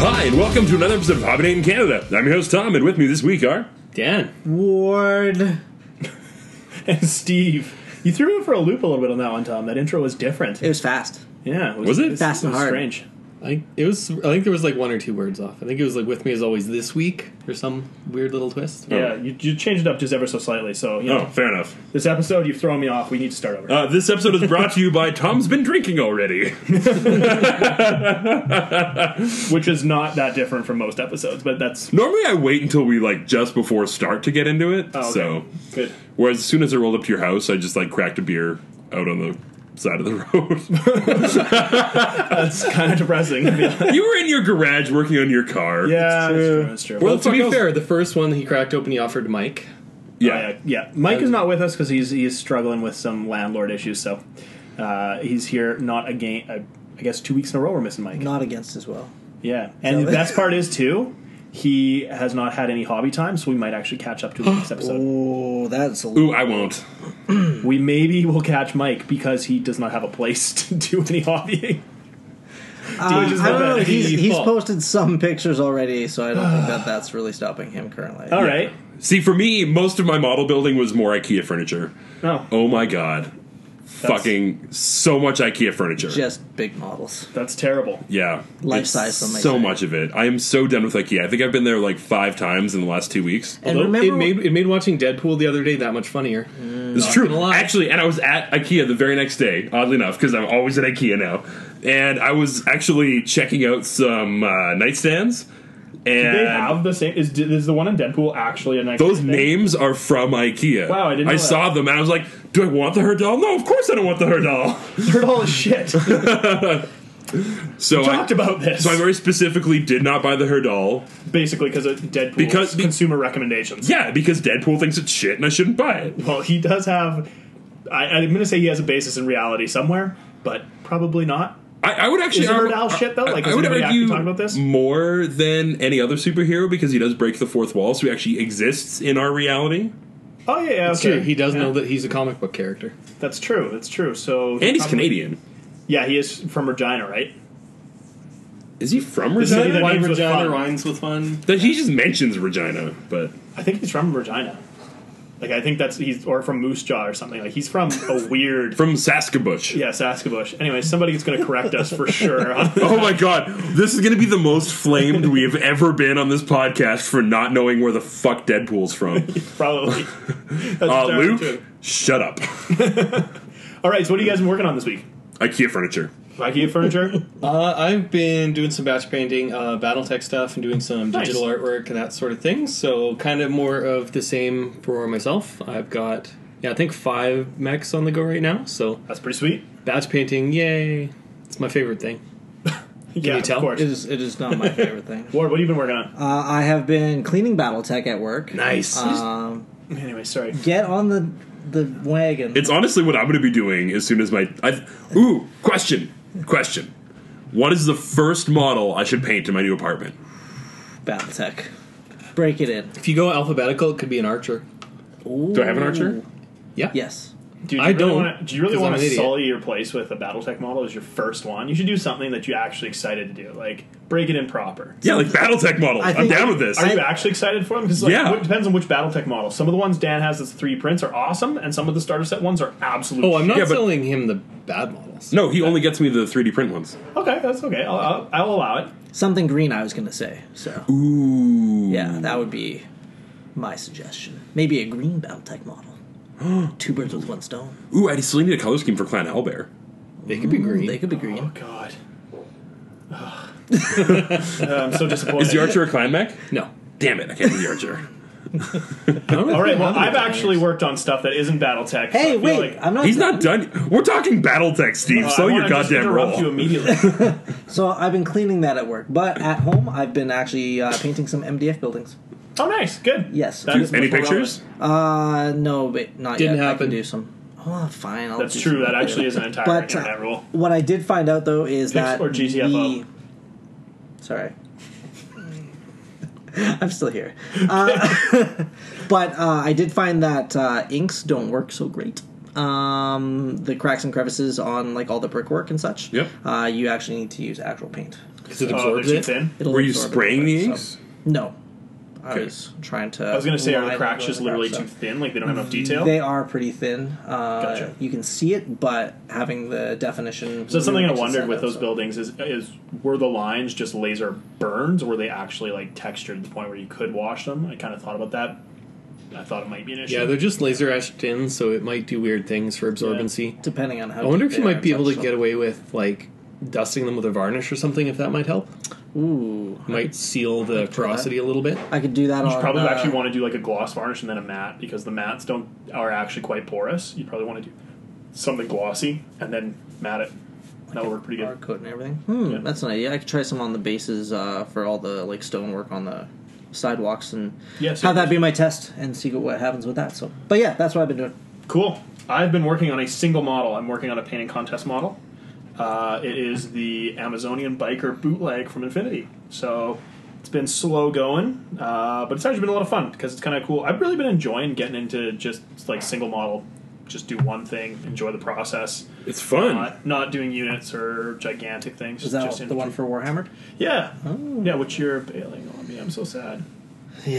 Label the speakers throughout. Speaker 1: Hi, and welcome to another episode of Hobbitate in Canada. I'm your host, Tom, and with me this week are.
Speaker 2: Dan
Speaker 3: Ward.
Speaker 2: and Steve. You threw me for a loop a little bit on that one, Tom. That intro was different.
Speaker 3: It was fast.
Speaker 2: Yeah, it
Speaker 1: Was it?
Speaker 3: Fast and hard.
Speaker 2: Strange.
Speaker 4: I it was I think there was like one or two words off. I think it was like with me as always this week or some weird little twist.
Speaker 2: Yeah, you, you changed it up just ever so slightly. So you
Speaker 1: Oh,
Speaker 2: know,
Speaker 1: fair enough.
Speaker 2: this episode you've thrown me off. We need to start over.
Speaker 1: Uh, this episode is brought to you by Tom's Been Drinking Already.
Speaker 2: which is not that different from most episodes, but that's
Speaker 1: Normally, I wait until we, like, just before start to get into it.
Speaker 3: Oh,
Speaker 2: okay.
Speaker 1: So,
Speaker 2: good.
Speaker 1: whereas as soon as I rolled up to your house, I just, like, cracked a beer out on the side of the road.
Speaker 2: That's kind of depressing. yeah,
Speaker 1: you were in your garage working on your car.
Speaker 2: that's
Speaker 3: true.
Speaker 2: true. That's true.
Speaker 1: Well,
Speaker 4: Well, to
Speaker 1: fuck
Speaker 4: be
Speaker 1: else-
Speaker 4: fair, the first one he cracked open he offered Mike.
Speaker 1: Yeah.
Speaker 2: yeah, yeah. Mike is not with us because he's he's struggling with some landlord issues. So uh, he's here not again. Uh, I guess two weeks in a row we're missing Mike.
Speaker 3: Not against as well.
Speaker 2: Yeah, and
Speaker 3: So-
Speaker 2: the best part is too, he has not had any hobby time, so we might actually catch up to the next episode.
Speaker 3: Oh, that's a
Speaker 1: Ooh, I won't.
Speaker 2: We maybe will catch Mike because he does not have a place to do any hobbying.
Speaker 3: Uh,
Speaker 2: just
Speaker 3: I
Speaker 2: have
Speaker 3: don't know.
Speaker 2: that
Speaker 3: He's,
Speaker 2: be
Speaker 3: he's
Speaker 2: full?
Speaker 3: posted some pictures already, so I don't think that that's really stopping him currently.
Speaker 2: All right.
Speaker 1: See, for me, most of my model building was more IKEA furniture.
Speaker 2: No,
Speaker 1: Oh my god. Fucking so much IKEA furniture.
Speaker 3: Just big models.
Speaker 2: that's terrible.
Speaker 1: Yeah,
Speaker 3: Life
Speaker 1: It's
Speaker 3: size, some might
Speaker 1: So
Speaker 3: say.
Speaker 1: much of it. I am so done with IKEA. I think I've been there like five times in the last two weeks.
Speaker 3: And
Speaker 4: Although
Speaker 3: remember,
Speaker 4: it made it made watching Deadpool the other day that much funnier.
Speaker 1: it's true,
Speaker 4: gonna lie.
Speaker 1: actually. And I was at IKEA the very next day, oddly enough, because I'm always at IKEA now. And I was actually checking out some uh, nightstands, and
Speaker 2: They have the same. Is, is the one in Deadpool actually a nice?
Speaker 1: those
Speaker 2: thing?
Speaker 1: names are from IKEA.
Speaker 2: Wow, I didn't know
Speaker 1: I
Speaker 2: that.
Speaker 1: saw them, and I was like, "Do I want the her doll? No, of course I don't want the her doll."
Speaker 2: They're all shit. We
Speaker 1: So I,
Speaker 2: talked about this
Speaker 1: so I very specifically did not buy the her doll.
Speaker 2: basically because of Deadpool
Speaker 1: Because- be-
Speaker 2: consumer recommendations.
Speaker 1: Yeah, because Deadpool thinks it's shit, and I shouldn't buy it.
Speaker 2: Well, he does have. I, I'm going to say he has a basis in reality somewhere, but probably not.
Speaker 1: I, I would actually
Speaker 2: Is it
Speaker 1: argue-
Speaker 2: Murdow shit, though? Like,
Speaker 1: I,
Speaker 2: has
Speaker 1: I would
Speaker 2: anybody actually
Speaker 1: argue
Speaker 2: talked about this?
Speaker 1: more than any other superhero because he does break the fourth wall, so he actually exists in our reality,
Speaker 2: Oh yeah, yeah
Speaker 4: It's
Speaker 2: okay.
Speaker 4: true. He does
Speaker 2: Yeah.
Speaker 4: know that he's a comic book character.
Speaker 2: That's true. That's true. So
Speaker 1: and he's
Speaker 2: probably-
Speaker 1: Canadian.
Speaker 2: Yeah, he is from Regina, right?
Speaker 1: Is he from
Speaker 2: is
Speaker 1: Regina?
Speaker 2: either-
Speaker 4: Why
Speaker 2: names with fun.
Speaker 4: Regina rhymes with fun?
Speaker 1: That he just mentions Regina, but
Speaker 2: I think he's from Regina. Like I think that's he's or from Moose Jaw or something. Like he's from a weird
Speaker 1: from Saskabush.
Speaker 2: yeah Saskabush. Anyway, somebody's going to correct us for sure. on-
Speaker 1: Oh my god, this is going to be the most flamed we have ever been on this podcast for not knowing where the fuck Deadpool's from.
Speaker 2: probably. That's
Speaker 1: Uh,
Speaker 2: entirely
Speaker 1: Luke,
Speaker 2: true.
Speaker 1: shut up.
Speaker 2: All right. So what have you guys been working on this week?
Speaker 1: IKEA furniture.
Speaker 2: IKEA furniture.
Speaker 4: Uh, I've been doing some batch painting, uh, BattleTech stuff, and doing some
Speaker 2: Nice.
Speaker 4: digital artwork and that sort of thing. So kind of more of the same for myself. I've got yeah, I think five mechs on the go right now. So
Speaker 2: That's pretty sweet.
Speaker 4: batch painting, yay! It's my favorite thing.
Speaker 2: yeah,
Speaker 4: you tell?
Speaker 2: of course.
Speaker 3: It is, it is not my favorite thing.
Speaker 2: Ward, what have you been working on?
Speaker 3: Uh, I have been cleaning BattleTech at work.
Speaker 4: Nice.
Speaker 3: Um,
Speaker 2: Anyway, sorry.
Speaker 3: get on the the wagon.
Speaker 1: It's honestly what I'm going to be doing as soon as my. I, ooh, question, question. What is the first model I should paint in my new apartment?
Speaker 3: BattleTech. Break it in.
Speaker 4: if you go alphabetical, it could be an archer.
Speaker 1: Do I have an archer?
Speaker 4: Yeah.
Speaker 3: Yes.
Speaker 2: Do you
Speaker 4: I
Speaker 2: really
Speaker 4: don't,
Speaker 2: Wanna, do you really
Speaker 4: 'cause
Speaker 2: want
Speaker 4: I'm an
Speaker 2: to
Speaker 4: idiot.
Speaker 2: sully your place with a BattleTech model as your first one? You should do something that you're actually excited to do, like break it in proper.
Speaker 1: Yeah, like BattleTech model.
Speaker 3: I
Speaker 1: I'm
Speaker 3: think-
Speaker 1: down with this.
Speaker 2: Are you
Speaker 3: I-
Speaker 2: actually excited for them? Because like,
Speaker 1: Yeah.
Speaker 2: it depends on which BattleTech model. Some of the ones Dan has as three prints are awesome, and some of the starter set ones are absolute.
Speaker 4: Oh, I'm not
Speaker 1: Yeah, but-
Speaker 4: selling him the bad models.
Speaker 1: no, he only gets me the 3D print ones.
Speaker 2: Okay, that's okay. I'll, I'll, I'll allow it.
Speaker 3: Something green I was going to say. So,
Speaker 1: Ooh.
Speaker 2: Mm.
Speaker 3: yeah, that would be my suggestion. Maybe a green BattleTech model. Two birds with one stone.
Speaker 1: Ooh, I still need a color scheme for Clan Owlbear.
Speaker 4: They could be green.
Speaker 3: Mm, They could be
Speaker 2: Oh
Speaker 3: green.
Speaker 2: God, Ugh. I'm so disappointed.
Speaker 1: Is the archer a clan mech?
Speaker 4: no.
Speaker 1: Damn it, I can't do the archer.
Speaker 4: I don't know if
Speaker 2: All
Speaker 4: they
Speaker 2: right, well,
Speaker 4: have any
Speaker 2: I've
Speaker 4: bad
Speaker 2: actually
Speaker 4: models.
Speaker 2: worked on stuff that isn't BattleTech. so I
Speaker 3: Hey,
Speaker 2: feel
Speaker 3: wait!
Speaker 2: like-
Speaker 3: I'm not.
Speaker 1: He's not done. We're talking BattleTech, Steve.
Speaker 2: Uh, I
Speaker 1: Slow your
Speaker 2: wanna just
Speaker 1: goddamn
Speaker 2: interrupt You
Speaker 1: roll.
Speaker 2: immediately.
Speaker 3: So I've been cleaning that at work, but at home I've been actually uh, painting some MDF buildings.
Speaker 2: Oh, nice. Good.
Speaker 3: Yes.
Speaker 2: That
Speaker 3: Do-
Speaker 2: is
Speaker 1: Any
Speaker 2: much more
Speaker 1: pictures?
Speaker 2: relevant.
Speaker 3: Uh, no, but not
Speaker 4: Didn't
Speaker 3: yet. I
Speaker 4: happen.
Speaker 3: can do some. Oh, fine. I'll
Speaker 2: That's
Speaker 3: do
Speaker 2: true.
Speaker 3: some
Speaker 2: That actually
Speaker 3: later.
Speaker 2: is an entire
Speaker 3: But, uh,
Speaker 2: internet rule.
Speaker 3: What I did find out though is that
Speaker 2: or GTFO?
Speaker 3: the- sorry, I'm still here. Uh, but uh, I did find that uh, inks don't work so great. Um, the cracks and crevices on like all the brickwork and such.
Speaker 1: Yep.
Speaker 3: Uh, you actually need to use actual paint.
Speaker 4: Because it
Speaker 2: Oh, they're
Speaker 4: absorbs
Speaker 2: too
Speaker 4: it.
Speaker 2: thin.
Speaker 3: It'll
Speaker 1: Were you
Speaker 3: absorb it
Speaker 1: spraying the
Speaker 3: quick, so-
Speaker 1: inks?
Speaker 3: No, I
Speaker 1: Okay.
Speaker 3: was trying to.
Speaker 2: I was going to say, are the
Speaker 3: line
Speaker 2: cracks just
Speaker 3: the
Speaker 2: literally
Speaker 3: cracks
Speaker 2: too
Speaker 3: up.
Speaker 2: thin? Like they don't have enough detail?
Speaker 3: They are pretty thin. Uh,
Speaker 2: Gotcha.
Speaker 3: You can see it, but having the definition.
Speaker 2: So that's something I
Speaker 3: really
Speaker 2: wondered
Speaker 3: makes
Speaker 2: with
Speaker 3: it
Speaker 2: those
Speaker 3: stand out,
Speaker 2: buildings is is were the lines just laser burns? Were they actually like textured to the point where you could wash them? I kind of thought about that. I thought it might be an issue.
Speaker 4: Yeah, they're just laser etched in, so it might do weird things for absorbency.
Speaker 3: so Depending on how.
Speaker 4: I wonder
Speaker 3: deep
Speaker 4: if you
Speaker 3: they
Speaker 4: might
Speaker 3: are
Speaker 4: be
Speaker 3: and
Speaker 4: able to
Speaker 3: such,
Speaker 4: get away with like dusting them with a varnish or something if that might help.
Speaker 3: so- Ooh,
Speaker 4: Might seal the
Speaker 3: that.
Speaker 4: porosity a little bit.
Speaker 3: I could do that
Speaker 2: you
Speaker 3: on.
Speaker 2: should probably
Speaker 3: uh,
Speaker 2: actually want to do like a gloss varnish and then a matte because the mattes don't are actually quite porous. You probably want to do something glossy and then matte it. That will work pretty good.
Speaker 3: barcode and everything. Hmm,
Speaker 2: Yeah.
Speaker 3: that's an idea. I could try some on the bases uh, for all the like stonework on the sidewalks and
Speaker 2: Yeah, so-
Speaker 3: have that be my test and see what happens with that. So, but yeah, that's what I've been doing.
Speaker 2: Cool. I've been working on a single model. I'm working on a painting contest model. Uh, it is the Amazonian Biker bootleg from Infinity. So it's been slow going, uh, but it's actually been a lot of fun because it's kind of cool. I've really been enjoying getting into just like single model, just do one thing, enjoy the process,
Speaker 1: It's fun.
Speaker 2: not, not doing units or gigantic things.
Speaker 3: Hmm. Is that
Speaker 2: just
Speaker 3: the one Oh. for Warhammer?
Speaker 2: Yeah, yeah. Which you're bailing on me. I'm so sad.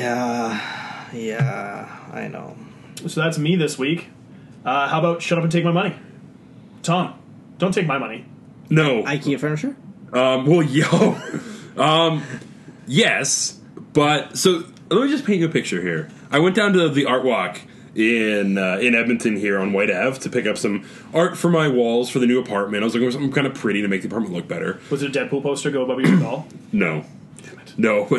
Speaker 3: Yeah, yeah, I know.
Speaker 2: So that's me this week. Uh, how about shut up and take my money, Tom? Don't take my money.
Speaker 1: No.
Speaker 3: IKEA furniture.
Speaker 1: Um, well, yo, um, yes, but so let me just paint you a picture here. I went down to the art walk in uh, in Edmonton here on White Ave to pick up some art for my walls for the new apartment. I was looking for something kind of pretty to make the apartment look better.
Speaker 2: Was it a Deadpool poster go above your doll?
Speaker 1: No,
Speaker 2: Damn it.
Speaker 1: no,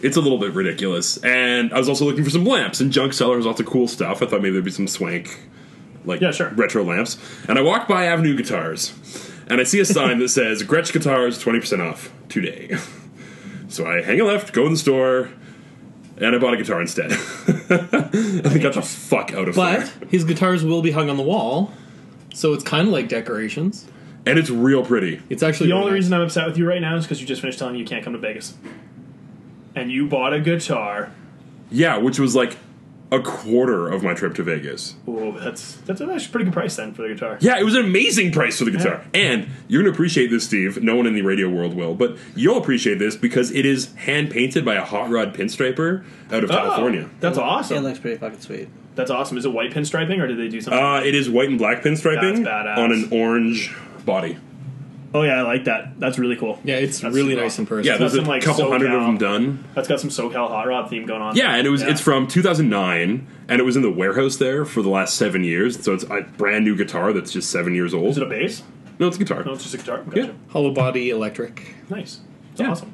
Speaker 1: it's a little bit ridiculous. And I was also looking for some lamps and junk sellers, lots of cool stuff. I thought maybe there'd be some swank, like
Speaker 2: Yeah, sure.
Speaker 1: retro lamps. And I walked by Avenue Guitars, and I see a sign that says Gretsch Guitars twenty percent off today. So I hang a left, go in the store, and I bought a guitar instead. and I got the fuck out of
Speaker 4: But
Speaker 1: there.
Speaker 4: his guitars will be hung on the wall, so it's kind of like decorations.
Speaker 1: And it's real pretty.
Speaker 4: It's actually
Speaker 2: The only
Speaker 4: really nice.
Speaker 2: reason I'm upset with you right now is because you just finished telling me you can't come to Vegas. And you bought a guitar.
Speaker 1: Yeah, which was like a quarter of my trip to Vegas.
Speaker 2: Ooh, that's that's actually a pretty good price then for the guitar.
Speaker 1: Yeah, it was an amazing price for the guitar. And you're going to appreciate this, Steve. No one in the radio world will, but you'll appreciate this because it is hand painted by a hot rod pinstriper out of
Speaker 2: Oh,
Speaker 1: California.
Speaker 2: That's
Speaker 3: It
Speaker 2: awesome.
Speaker 3: looks pretty fucking sweet.
Speaker 2: that's awesome. Is it white pinstriping or did they do something?
Speaker 1: Uh, it is white and black pinstriping
Speaker 2: That's badass.
Speaker 1: on an orange body.
Speaker 2: oh yeah, I like that. That's really cool.
Speaker 4: Yeah, it's
Speaker 2: That's
Speaker 4: really
Speaker 2: super
Speaker 4: nice in
Speaker 2: awesome.
Speaker 4: person.
Speaker 1: Yeah, there's a
Speaker 2: Nothing like
Speaker 1: couple hundred of
Speaker 2: SoCal.
Speaker 1: them done.
Speaker 2: That's got some SoCal hot rod theme going on.
Speaker 1: Yeah, and it was it's from 2009, and it was in the warehouse there for the last seven years. So it's a brand new guitar that's just seven years old.
Speaker 2: Is it a bass?
Speaker 1: no, it's a guitar.
Speaker 2: No, it's just a guitar. Gotcha.
Speaker 1: yeah,
Speaker 4: Hollow body electric.
Speaker 2: Nice. That's
Speaker 1: Yeah.
Speaker 2: awesome.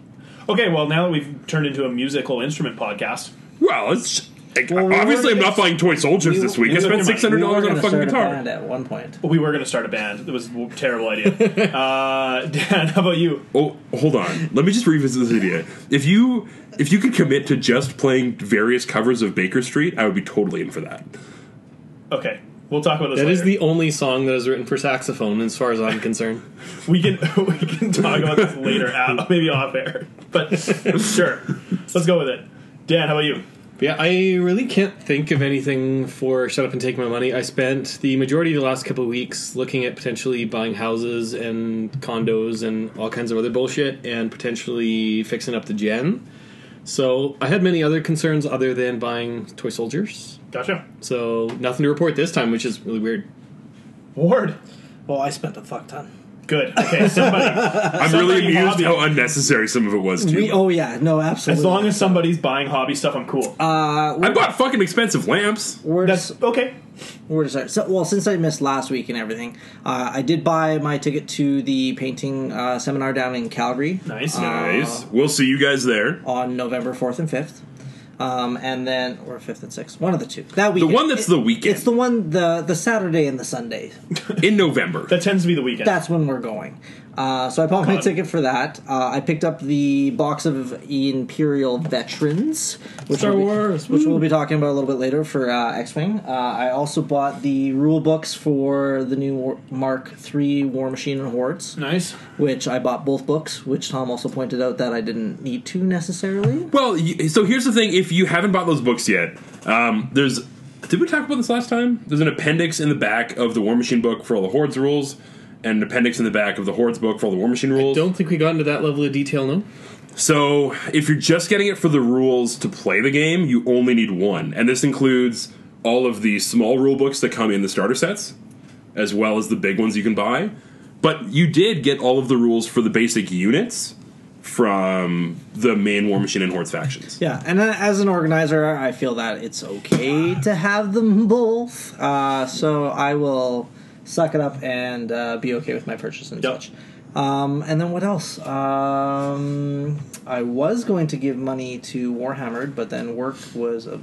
Speaker 2: Okay, well now that we've turned into a musical instrument podcast,
Speaker 1: well, it's like,
Speaker 3: Well, we
Speaker 1: obviously I'm
Speaker 3: were-
Speaker 1: not buying toy soldiers
Speaker 3: we-
Speaker 1: this week. I
Speaker 2: we
Speaker 1: spent
Speaker 2: were-
Speaker 1: six hundred
Speaker 3: We were
Speaker 1: dollars on
Speaker 3: gonna
Speaker 1: a fucking
Speaker 3: start
Speaker 1: guitar.
Speaker 3: band at one point.
Speaker 2: we were going to start a band. It was a terrible idea. uh, Dan, how about you?
Speaker 1: Oh, hold on. Let me just revisit this idea. If you if you could commit to just playing various covers of Baker Street, I would be totally in for that.
Speaker 2: Okay, we'll talk about this.
Speaker 4: That
Speaker 2: later.
Speaker 4: is the only song that is written for saxophone, as far as I'm concerned.
Speaker 2: we can we can talk about this later, out, maybe off air. But sure, let's go with it. Dan, how about you?
Speaker 4: But yeah, I really can't think of anything for shut up and take my money. I spent the majority of the last couple of weeks looking at potentially buying houses and condos and all kinds of other bullshit, and potentially fixing up the gen. So I had many other concerns other than buying toy soldiers.
Speaker 2: Gotcha.
Speaker 4: So nothing to report this time, which is really weird.
Speaker 2: Ward.
Speaker 3: Well, I spent a fuck ton.
Speaker 2: Good. Okay, somebody.
Speaker 1: I'm really
Speaker 2: Somebody
Speaker 1: amused
Speaker 2: hobby.
Speaker 1: how unnecessary some of it was too.
Speaker 3: We, oh yeah, no, absolutely.
Speaker 2: As long as somebody's buying hobby stuff, I'm cool.
Speaker 3: uh,
Speaker 1: I
Speaker 3: we're,
Speaker 1: bought fucking expensive lamps.
Speaker 3: we're
Speaker 2: That's
Speaker 3: just,
Speaker 2: okay.
Speaker 3: we're just sorry. So, well, since I missed last week and everything, uh, I did buy my ticket to the painting uh, seminar down in Calgary
Speaker 2: Nice.
Speaker 1: Nice. We'll see you guys there.
Speaker 3: on November fourth and fifth, um, and then or fifth and sixth, one of the two. That
Speaker 1: The
Speaker 3: weekend.
Speaker 1: one that's the
Speaker 3: it's
Speaker 1: weekend
Speaker 3: the one the the Saturday and the Sunday.
Speaker 1: in November.
Speaker 2: that tends to be the weekend.
Speaker 3: That's when we're going. Uh, so I bought my
Speaker 2: God.
Speaker 3: ticket for that. Uh, I picked up the box of Imperial Veterans, which
Speaker 4: Star
Speaker 3: will be-
Speaker 4: Wars,
Speaker 3: which we'll be talking about a little bit later for uh, X-wing. Uh, I also bought the rule books for the new War- Mark III War Machine and Hordes,
Speaker 2: Nice.
Speaker 3: which I bought both books. Which Tom also pointed out that I didn't need to necessarily.
Speaker 1: Well, y- so here's the thing: if you haven't bought those books yet, um, there's did we talk about this last time? There's an appendix in the back of the War Machine book for all the Hordes rules, and an appendix in the back of the Hordes book for all the War Machine rules.
Speaker 4: Don't think we got into that level of detail, no?
Speaker 1: So if you're just getting it for the rules to play the game, you only need one, and this includes all of the small rule books that come in the starter sets, as well as the big ones you can buy. But you did get all of the rules for the basic units from the main War Machine and Hordes factions.
Speaker 3: Yeah, and uh, as an organizer, I feel that it's okay to have them both. Uh, so I will suck it up and uh, be okay with my purchase and
Speaker 2: Yep.
Speaker 3: such. Um, and then what else? Um, I was going to give money to Warhammered, but then work was a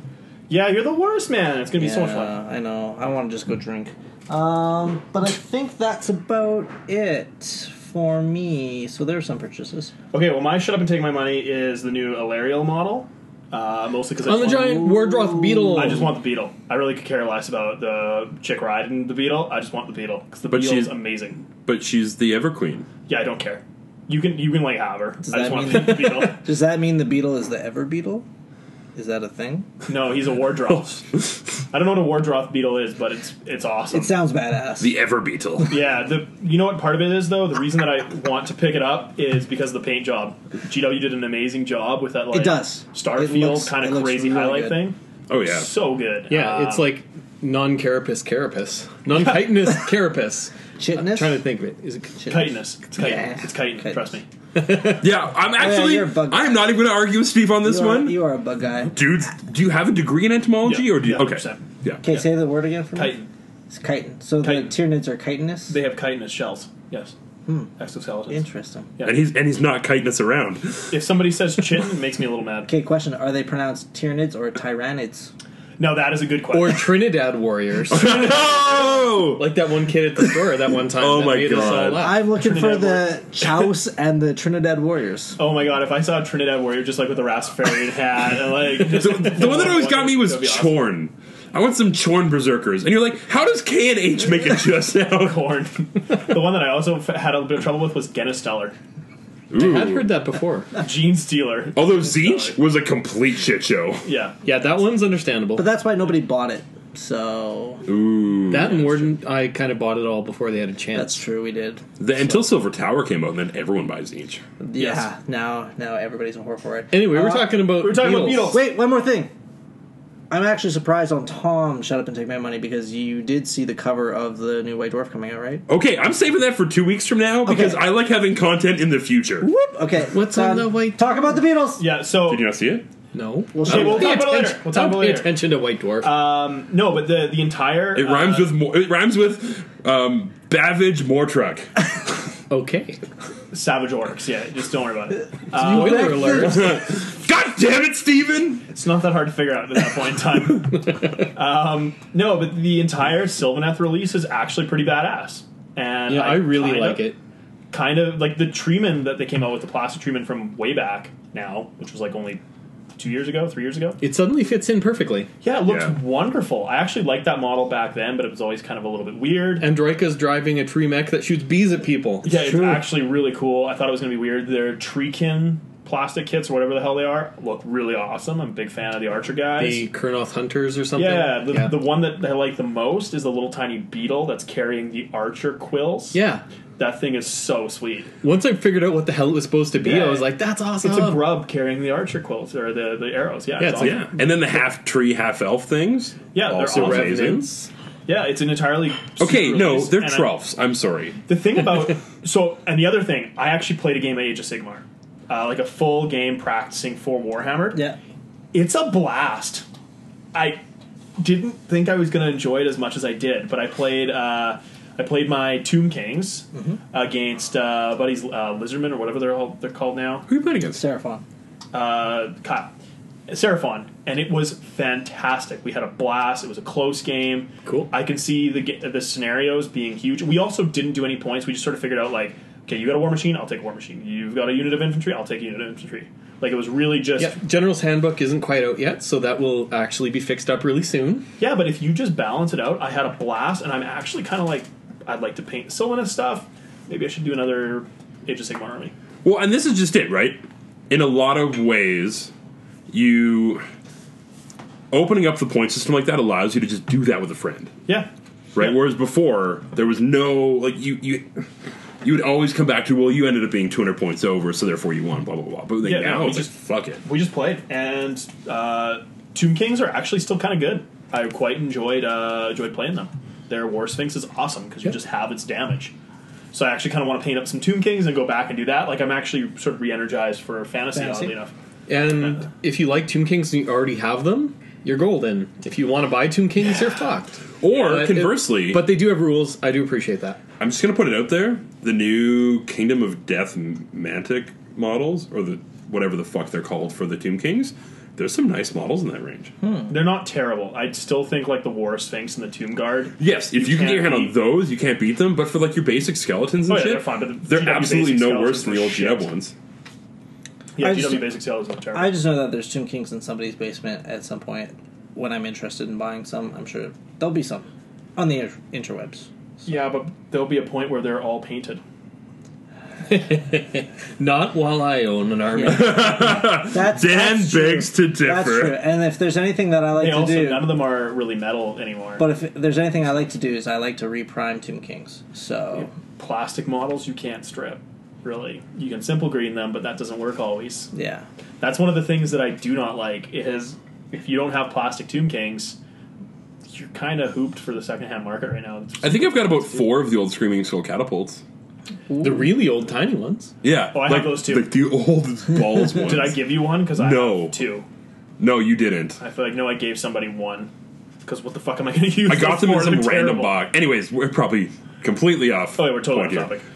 Speaker 2: Yeah, you're the worst, man. It's gonna be so much fun.
Speaker 3: I know. I want to just go drink. Um, but I think that's about it for me. So there are some purchases.
Speaker 2: Okay, well, my shut up and take my money is the new Alarial model, uh, mostly because
Speaker 4: On the giant Wardroth beetle.
Speaker 2: I just want the beetle. I really could care less about the chick riding the beetle. I just want the beetle because the
Speaker 1: But
Speaker 2: beetle is
Speaker 1: she's-
Speaker 2: amazing.
Speaker 1: But she's the Ever Queen.
Speaker 2: Yeah, I don't care. You can you can like have her. I
Speaker 3: that
Speaker 2: just want
Speaker 3: mean-
Speaker 2: the beetle.
Speaker 3: Does that mean the beetle is the ever beetle? Is that a thing?
Speaker 2: No, he's a
Speaker 3: Oh.
Speaker 2: Wardroth. I don't know what a Wardroth beetle is, but it's it's awesome.
Speaker 3: It sounds badass.
Speaker 1: The Ever Beetle.
Speaker 2: yeah, the you know what part of it is though. The reason that I want to pick it up is because of the paint job. GW did an amazing job with that. Like,
Speaker 3: It does. It looks-
Speaker 2: Starfield kind
Speaker 3: it
Speaker 2: of
Speaker 3: looks
Speaker 2: crazy
Speaker 3: really
Speaker 2: highlight
Speaker 3: good.
Speaker 2: thing.
Speaker 1: Oh yeah.
Speaker 2: So good.
Speaker 4: Yeah, it's
Speaker 2: Um,
Speaker 4: like non carapace carapace. Non chitinous carapace.
Speaker 3: Chitness?
Speaker 4: Trying to think of it. Is it chitinous?
Speaker 2: chitinous. It's chitin.
Speaker 3: Yeah.
Speaker 2: It's chitin.
Speaker 3: Chitin.
Speaker 2: Trust me.
Speaker 1: Yeah, I'm actually
Speaker 3: you're a bug
Speaker 1: I'm not even going to argue with Steve on this
Speaker 3: you are,
Speaker 1: one.
Speaker 3: You are a bug guy.
Speaker 1: Dudes, do you have a degree in entomology
Speaker 2: Yeah,
Speaker 1: or do you
Speaker 2: yeah,
Speaker 1: Okay.
Speaker 2: 100%.
Speaker 1: Yeah.
Speaker 3: Okay, say the word again for me.
Speaker 2: Chitin.
Speaker 3: It's chitin. So
Speaker 2: Chitin.
Speaker 3: the tyranids are chitinous.
Speaker 2: They have chitinous shells. Yes. Exoskeletons.
Speaker 3: Hmm. Interesting.
Speaker 2: Yeah.
Speaker 1: And he's and he's not kiting us around.
Speaker 2: If somebody says chitin, it makes me a little mad.
Speaker 3: Okay, question: Are they pronounced tyranids or tyrannids?
Speaker 2: No, that is a good question.
Speaker 4: Or Trinidad warriors.
Speaker 1: oh!
Speaker 4: like that one kid at the store that one time.
Speaker 1: Oh
Speaker 4: that
Speaker 1: my
Speaker 4: made us all
Speaker 1: God.
Speaker 4: laugh.
Speaker 3: I'm looking for
Speaker 2: Ah,
Speaker 3: the
Speaker 2: Trinidad
Speaker 3: Chouse and the Trinidad Warriors.
Speaker 2: Oh my god, if I saw a Trinidad warrior just like with a Rastafarian hat and like
Speaker 1: The, the one that always got me was
Speaker 2: That'd be awesome.
Speaker 1: Chorn. I want some Chorn berserkers. And you're like, how does K and H make it just now?
Speaker 2: Corn. the one that I also f- had a bit of trouble with was Genesteller.
Speaker 1: Ooh.
Speaker 4: I've heard that before.
Speaker 2: Gene Stealer.
Speaker 1: Although Zeech was a complete shit show.
Speaker 2: Yeah.
Speaker 4: Yeah, that one's understandable.
Speaker 3: But that's why nobody bought it. So
Speaker 1: Ooh.
Speaker 4: that and Warden, I kind of bought it all before they had a chance.
Speaker 3: that's true. We did.
Speaker 1: The, until Silver Tower came out, and then everyone buys Zeech.
Speaker 3: Yeah.
Speaker 2: Yes.
Speaker 3: Now, now everybody's a whore for it.
Speaker 4: Anyway, we're
Speaker 3: Uh,
Speaker 4: talking about
Speaker 2: we're talking about beetles.
Speaker 3: Wait, one more thing. I'm actually surprised on Tom. Shut up and take my money because you did see the cover of the new White Dwarf coming out, right?
Speaker 1: Okay, I'm saving that for two weeks from now because
Speaker 3: Okay.
Speaker 1: I like having content in the future.
Speaker 3: Whoop. Okay.
Speaker 4: What's on
Speaker 3: done.
Speaker 4: the white-
Speaker 3: Talk about the Beatles.
Speaker 2: Yeah, so
Speaker 1: Did you not see it?
Speaker 4: No.
Speaker 3: We'll
Speaker 2: Okay,
Speaker 3: show
Speaker 2: we'll
Speaker 3: you.
Speaker 2: talk about it later.
Speaker 4: Attention-
Speaker 2: We'll talk about
Speaker 4: don't
Speaker 2: it
Speaker 4: pay
Speaker 2: later.
Speaker 4: attention to White Dwarf.
Speaker 2: Um, no, but the the entire
Speaker 1: It rhymes
Speaker 2: uh,
Speaker 1: with more, it rhymes with um, Bavage Mortruck.
Speaker 4: okay.
Speaker 2: Savage Orcs. Yeah, just don't worry about it.
Speaker 4: Spoiler alert.
Speaker 1: God damn it, Steven!
Speaker 2: It's not that hard to figure out at that point in time. um, no, but the entire Sylvaneth release is actually pretty badass. And
Speaker 4: Yeah, I really
Speaker 2: kind
Speaker 4: like
Speaker 2: of-
Speaker 4: it.
Speaker 2: Kind of like the treatment that they came out with, the plastic treatment from way back now, which was like only two years ago, three years ago.
Speaker 4: It suddenly fits in perfectly.
Speaker 2: Yeah, it looked
Speaker 1: Yeah.
Speaker 2: wonderful. I actually liked that model back then, but it was always kind of a little bit weird.
Speaker 4: And Droika's driving a tree mech that shoots bees at people.
Speaker 2: yeah, it's
Speaker 3: true.
Speaker 2: actually really cool. I thought it was going to be weird. Their treekin plastic kits or whatever the hell they are look really awesome. I'm a big fan of the Archer guys.
Speaker 4: The Kurnoth Hunters or something.
Speaker 2: Yeah, the,
Speaker 4: yeah.
Speaker 2: the one that I like the most is the little tiny beetle that's carrying the archer quills.
Speaker 4: Yeah.
Speaker 2: That thing is so sweet.
Speaker 4: Once I figured out what the hell it was supposed to be,
Speaker 2: Yeah.
Speaker 4: I was like, that's awesome.
Speaker 2: It's a grub carrying the archer quills or the, the arrows. Yeah,
Speaker 4: Uh, Yeah,
Speaker 2: it's
Speaker 4: it's-
Speaker 2: awesome.
Speaker 1: Yeah, and then the half tree, half elf things.
Speaker 2: Yeah, they're
Speaker 1: also
Speaker 2: awesome.
Speaker 1: amazing.
Speaker 4: Revenants.
Speaker 2: Yeah, it's an entirely
Speaker 1: Okay,
Speaker 2: super
Speaker 1: no,
Speaker 2: release,
Speaker 1: they're
Speaker 2: and I-
Speaker 1: trolls. I'm sorry.
Speaker 2: the thing about so and the other thing, I actually played a game of Age of Sigmar, uh, like a full game practicing for Warhammer.
Speaker 3: Yeah.
Speaker 2: it's a blast. I didn't think I was going to enjoy it as much as I did, but I played. Uh, I played my Tomb Kings against uh, buddies uh, Lizardmen or whatever they're all, they're called now.
Speaker 1: Who are you playing against?
Speaker 3: Seraphon.
Speaker 2: Uh, Kyle, Seraphon, and it was fantastic. We had a blast. It was a close game.
Speaker 4: Cool.
Speaker 2: I can see the ga- the scenarios being huge. We also didn't do any points. We just sort of figured out like okay, you got a war machine, I'll take a war machine. You've got a unit of infantry, I'll take a unit of infantry. Like it was really just
Speaker 4: Yeah, General's Handbook isn't quite out yet, so that will actually be fixed up really soon.
Speaker 2: yeah, but if you just balance it out, I had a blast, and I'm actually kind of like, I'd like to paint Sylvanus stuff. Maybe I should do another Age of Sigmar army.
Speaker 1: Well, and this is just it, right? In a lot of ways, you opening up the point system like that allows you to just do that with a friend,
Speaker 2: Yeah,
Speaker 1: right?
Speaker 2: Yeah.
Speaker 1: Whereas before, there was no like you you you would always come back to well, you ended up being 200 points over, so therefore you won, blah blah blah. But like,
Speaker 2: Yeah,
Speaker 1: now
Speaker 2: no, we
Speaker 1: it's
Speaker 2: just-
Speaker 1: just fuck it.
Speaker 2: we just played, and uh, Tomb Kings are actually still kind of good. I quite enjoyed uh, enjoyed playing them. Their War Sphinx is awesome because you
Speaker 4: Yeah.
Speaker 2: just have its damage. So I actually kind of want to paint up some Tomb Kings and go back and do that. Like I'm actually sort of re-energized for fantasy,
Speaker 3: Fantasy.
Speaker 2: oddly enough. Uh-huh.
Speaker 4: And if you like Tomb Kings and you already have them, you're golden. If you want to buy Tomb Kings, you're fucked.
Speaker 1: Or
Speaker 4: But it-
Speaker 1: conversely,
Speaker 4: but they do have rules. I do appreciate that.
Speaker 1: I'm just gonna put it out there: the new Kingdom of Death m- Mantic models, or the whatever the fuck they're called for the Tomb Kings, there's some nice models in that range.
Speaker 2: They're not terrible. I still think like the War Sphinx and the Tomb Guard.
Speaker 1: Yes, if you, can
Speaker 2: can't
Speaker 1: get your hand on
Speaker 2: beat-
Speaker 1: those, you can't beat them. But for like your basic skeletons and
Speaker 2: Oh, yeah,
Speaker 1: shit,
Speaker 2: they're fine, but the GW
Speaker 1: absolutely
Speaker 2: basic
Speaker 1: no worse
Speaker 2: skeletons
Speaker 1: than the
Speaker 2: are
Speaker 1: old
Speaker 2: shit.
Speaker 1: GM ones.
Speaker 2: Yeah,
Speaker 3: I
Speaker 2: GW
Speaker 3: just-
Speaker 2: Basic Sales is terrible.
Speaker 3: I just know that there's Tomb Kings in somebody's basement at some point. When I'm interested in buying some, I'm sure there'll be some on the inter- interwebs.
Speaker 2: Yeah, but there'll be a point where they're all painted.
Speaker 4: Not while I own an army.
Speaker 1: Dan
Speaker 3: That's that's true.
Speaker 1: begs to differ.
Speaker 3: That's true. And if there's anything that I like
Speaker 2: They
Speaker 3: to
Speaker 2: also
Speaker 3: do,
Speaker 2: none of them are really metal anymore.
Speaker 3: but if there's anything I like to do is I like to reprime Tomb Kings. So
Speaker 2: plastic models you can't strip. Really, you can simple green them, but that doesn't work always.
Speaker 3: yeah,
Speaker 2: That's one of the things that I do not like. Is if you don't have plastic Tomb Kings, you're kind of hooped for the secondhand market right now.
Speaker 1: I think I've got about four of the old Screaming Skull catapults.
Speaker 4: the really old tiny ones.
Speaker 1: Yeah,
Speaker 2: Oh, I have
Speaker 1: like,
Speaker 2: those too.
Speaker 1: Like the old balls ones.
Speaker 2: Did I give you one? Because I
Speaker 1: No.
Speaker 2: have two.
Speaker 1: No, you didn't.
Speaker 2: I feel like no, I gave somebody one. Because what the fuck am I going to use?
Speaker 1: I got
Speaker 2: those
Speaker 1: them in
Speaker 2: for?
Speaker 1: some
Speaker 2: They're
Speaker 1: random
Speaker 2: terrible.
Speaker 1: box. Anyways, we're probably completely off.
Speaker 2: Oh, yeah, we're totally
Speaker 1: point
Speaker 2: off
Speaker 1: here.
Speaker 2: topic.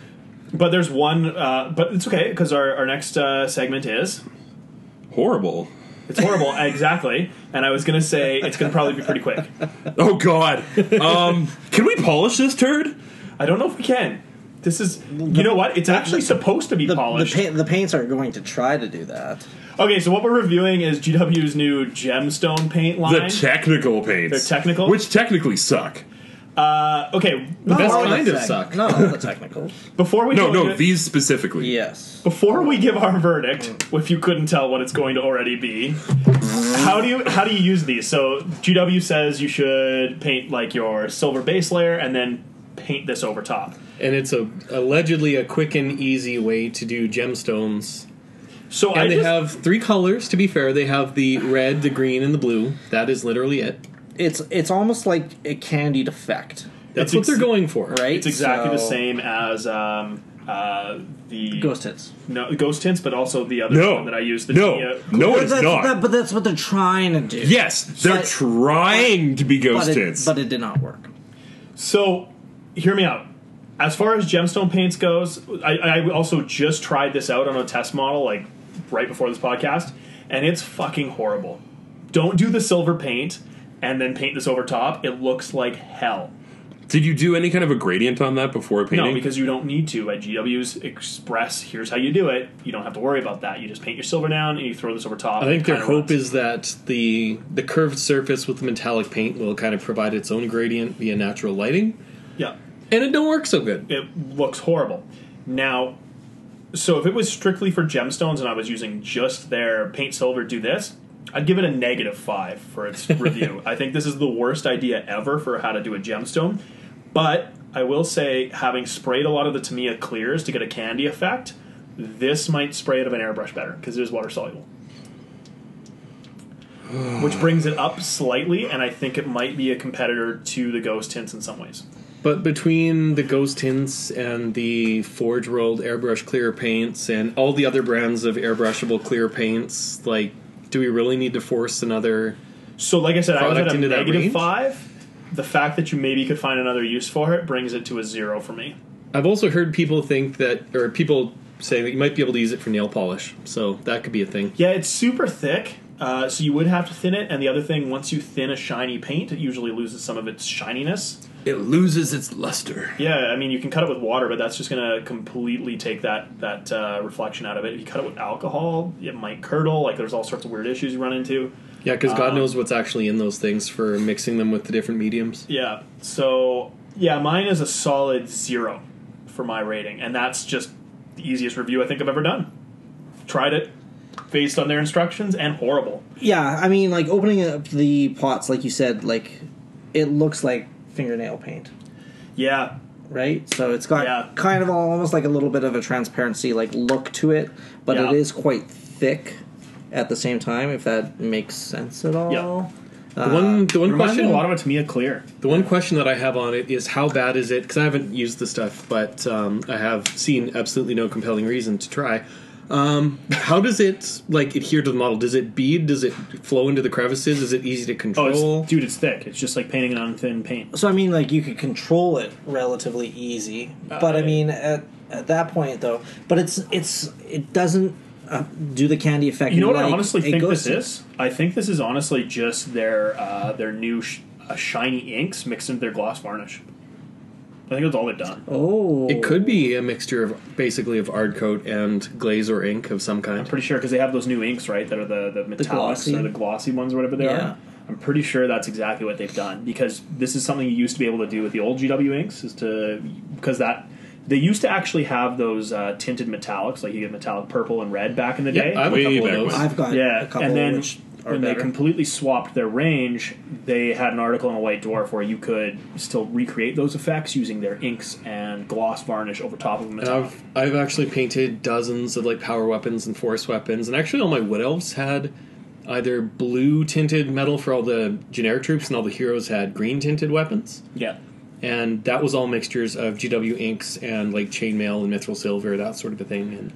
Speaker 2: But there's one, uh, but it's okay because our, our next uh, segment is
Speaker 1: Horrible.
Speaker 2: it's horrible exactly, and I was gonna say it's gonna probably be pretty quick.
Speaker 1: Oh God. Um, can we polish this turd?
Speaker 2: I don't know if we can. This is you know what? It's actually supposed to be
Speaker 3: the the,
Speaker 2: polished.
Speaker 3: pa- the paints are going to try to do that.
Speaker 2: okay, so what we're reviewing is GW's new gemstone paint line.
Speaker 1: The technical paints.
Speaker 2: They're technical?
Speaker 1: which technically suck.
Speaker 2: uh, okay,
Speaker 4: best
Speaker 2: before,
Speaker 3: all the
Speaker 4: kind of
Speaker 3: tech-
Speaker 4: suck.
Speaker 3: Not all the technicals.
Speaker 2: before we
Speaker 1: No,
Speaker 2: go
Speaker 1: no,
Speaker 2: into-
Speaker 1: these specifically.
Speaker 3: yes.
Speaker 2: before we give our verdict, if you couldn't tell what it's going to already be, how do you how do you use these? So GW says you should paint like your silver base layer and then paint this over top.
Speaker 4: And it's a allegedly a quick and easy way to do gemstones.
Speaker 2: So
Speaker 4: And
Speaker 2: I
Speaker 4: they
Speaker 2: just,
Speaker 4: have three colors. To be fair, they have the red, the green, and the blue. That is literally it.
Speaker 3: It's it's almost like a candied effect,
Speaker 4: That's
Speaker 2: It's
Speaker 4: what they're
Speaker 2: ex-
Speaker 4: going for.
Speaker 3: right?
Speaker 2: it's exactly the
Speaker 3: So-
Speaker 2: same as um, uh, the
Speaker 3: Ghost hits.
Speaker 2: No, ghost hints, but also the other
Speaker 1: No.
Speaker 2: one that I used. The
Speaker 1: no.
Speaker 2: Genia-
Speaker 1: no,
Speaker 3: But
Speaker 1: it's
Speaker 3: that's-
Speaker 1: not.
Speaker 3: that- but that's what they're trying to do.
Speaker 1: Yes, they're
Speaker 3: But-
Speaker 1: trying to be
Speaker 3: but
Speaker 1: ghost
Speaker 3: it,
Speaker 1: hints.
Speaker 3: but it did not work.
Speaker 2: So, hear me out. As far as gemstone paints goes, I, I also just tried this out on a test model, like right before this podcast, and it's fucking horrible. Don't do the silver paint and then paint this over top. It looks like hell.
Speaker 1: Did you do any kind of a gradient on that before painting?
Speaker 2: No, because you don't need to. At GW's Express, here's how you do it. You don't have to worry about that. You just paint your silver down and you throw this over top.
Speaker 4: I think their hope
Speaker 2: is.
Speaker 4: is that the the curved surface with the metallic paint will kind of provide its own gradient via natural lighting,
Speaker 2: Yeah.
Speaker 4: and it don't work so good.
Speaker 2: it looks horrible. Now, so if it was strictly for gemstones and I was using just their paint silver, do this, I'd give it a negative five for its review. I think this is the worst idea ever for how to do a gemstone. But I will say, having sprayed a lot of the Tamiya clears to get a candy effect, this might spray out of an airbrush better because it is water soluble. Which brings it up slightly, and I think it might be a competitor to the ghost tints in some ways.
Speaker 4: But between the Ghost Tints and the Forge World airbrush clear paints and all the other brands of airbrushable clear paints, like, do we really need to force another?
Speaker 2: So, like I said, I was
Speaker 4: product
Speaker 2: at a
Speaker 4: into that
Speaker 2: negative
Speaker 4: range?
Speaker 2: five. The fact that you maybe could find another use for it brings it to a zero for me.
Speaker 4: I've also heard people think that, or people say that you might be able to use it for nail polish, so that could be a thing.
Speaker 2: Yeah, it's super thick, Uh, so you would have to thin it, and the other thing, once you thin a shiny paint, it usually loses some of its shininess.
Speaker 1: It loses its luster.
Speaker 2: Yeah, I mean you can cut it with water, but that's just going to completely take that that uh, reflection out of it. If you cut it with alcohol, it might curdle. Like there's all sorts of weird issues you run into.
Speaker 4: Yeah, because God
Speaker 2: Um,
Speaker 4: knows what's actually in those things for mixing them with the different mediums.
Speaker 2: Yeah. So yeah, mine is a solid zero for my rating, and that's just the easiest review I think I've ever done. Tried it based on their instructions and horrible.
Speaker 3: Yeah, I mean, like opening up the pots, like you said, like it looks like fingernail paint,
Speaker 2: Yeah.
Speaker 3: right? So it's got
Speaker 2: Yeah.
Speaker 3: kind of almost like a little bit of a transparency like look to it, but
Speaker 2: Yeah.
Speaker 3: it is quite thick at the same time. If that makes sense at all.
Speaker 4: The one, the one
Speaker 2: Reminds Uh, me
Speaker 4: question,
Speaker 2: a lot of Tamiya Clear.
Speaker 4: the one question that I have on it is how bad is it? Because I haven't used the stuff, but um, I have seen absolutely no compelling reason to try. Um, how does it like adhere to the model? Does it bead? Does it flow into the crevices? Is it easy to
Speaker 2: Oh,
Speaker 4: control?
Speaker 2: it's, dude, it's thick. It's just like painting it on thin paint.
Speaker 3: So I mean, like you could control it relatively easy,
Speaker 2: Oh,
Speaker 3: but I mean, at, at that point though, but it's it's it doesn't uh, do the candy effect.
Speaker 2: You know what I
Speaker 3: like
Speaker 2: honestly
Speaker 3: a
Speaker 2: think
Speaker 3: ghost-
Speaker 2: this is? I think this is honestly just their uh, their new sh- uh, shiny inks mixed into their gloss varnish. I think that's all they've done.
Speaker 3: Oh,
Speaker 4: It could be a mixture of basically of ard coat and glaze or ink of some kind.
Speaker 2: I'm pretty sure because they have those new inks, right? That are the the metallics
Speaker 3: glossy.
Speaker 2: or the glossy ones or whatever they
Speaker 3: Yeah.
Speaker 2: are. I'm pretty sure that's exactly what they've done because this is something you used to be able to do with the old GW inks is to because that they used to actually have those uh, tinted metallics like you get metallic purple and red back in the
Speaker 4: Yeah,
Speaker 2: day.
Speaker 4: I have
Speaker 1: Way
Speaker 4: a couple
Speaker 1: back
Speaker 4: of those.
Speaker 1: when.
Speaker 3: I've got
Speaker 2: yeah,
Speaker 3: a couple
Speaker 2: and then
Speaker 3: which are
Speaker 2: when
Speaker 3: better.
Speaker 2: they completely swapped their range, they had an article in a White Dwarf where you could still recreate those effects using their inks and gloss varnish over top of them.
Speaker 4: And I've I've actually painted dozens of like power weapons and force weapons, and actually all my wood elves had either blue tinted metal for all the generic troops, and all the heroes had green tinted weapons,
Speaker 2: yeah,
Speaker 4: and that was all mixtures of GW inks and like chainmail and mithril silver, that sort of a thing, and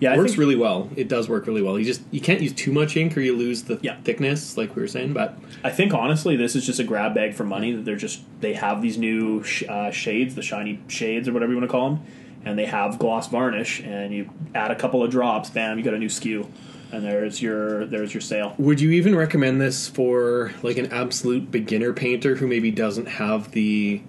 Speaker 2: yeah,
Speaker 4: it
Speaker 2: I
Speaker 4: works
Speaker 2: think-
Speaker 4: really well. It does work really well. You just you can't use too much ink or you lose the
Speaker 2: Yeah.
Speaker 4: thickness, like we were saying, but
Speaker 2: I think honestly, this is just a grab bag for money. That they're just they have these new sh- uh, shades, the shiny shades or whatever you want to call them, and they have gloss varnish. And you add a couple of drops, bam, you got a new skew, and there's your there's your sale.
Speaker 4: Would you even recommend this for like an absolute beginner painter who maybe doesn't have the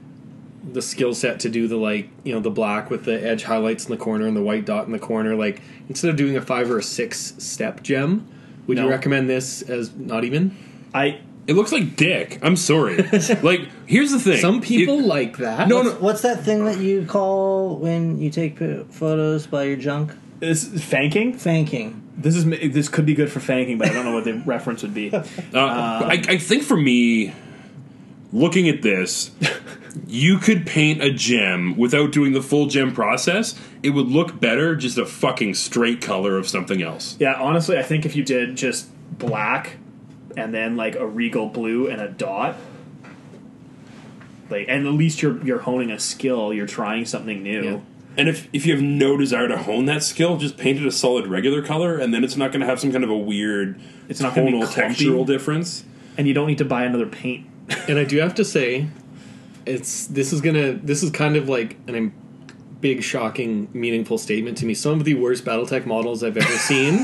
Speaker 4: the skill set to do the like you know the black with the edge highlights in the corner and the white dot in the corner? Like instead of doing a five or a six step gem, would
Speaker 2: No.
Speaker 4: you recommend this as not even?
Speaker 2: I
Speaker 1: It looks like dick. I'm sorry. like, here's the thing.
Speaker 4: Some people
Speaker 1: It-
Speaker 4: like that.
Speaker 1: no, no.
Speaker 3: What's that thing that you call when you take p- photos by your junk?
Speaker 2: this is fanking.
Speaker 3: Fanking.
Speaker 2: This is this could be good for fanking, but I don't know what the reference would be.
Speaker 1: Uh, I, I think for me, looking at this, you could paint a gem without doing the full gem process. It would look better just a fucking straight color of something else.
Speaker 2: Yeah, honestly, I think if you did just black and then like a regal blue and a dot, like, and at least you're you're honing a skill. You're trying something new.
Speaker 4: Yeah.
Speaker 1: And if, if you have no desire to hone that skill, just paint it a solid regular color, and then it's not going to have some kind of a weird
Speaker 2: It's not gonna be
Speaker 1: tonal
Speaker 2: clumpy.
Speaker 1: textural difference.
Speaker 2: and you don't need to buy another paint.
Speaker 4: and I do have to say, it's this is gonna this is kind of like an im- big shocking meaningful statement to me. Some of the worst BattleTech models I've ever seen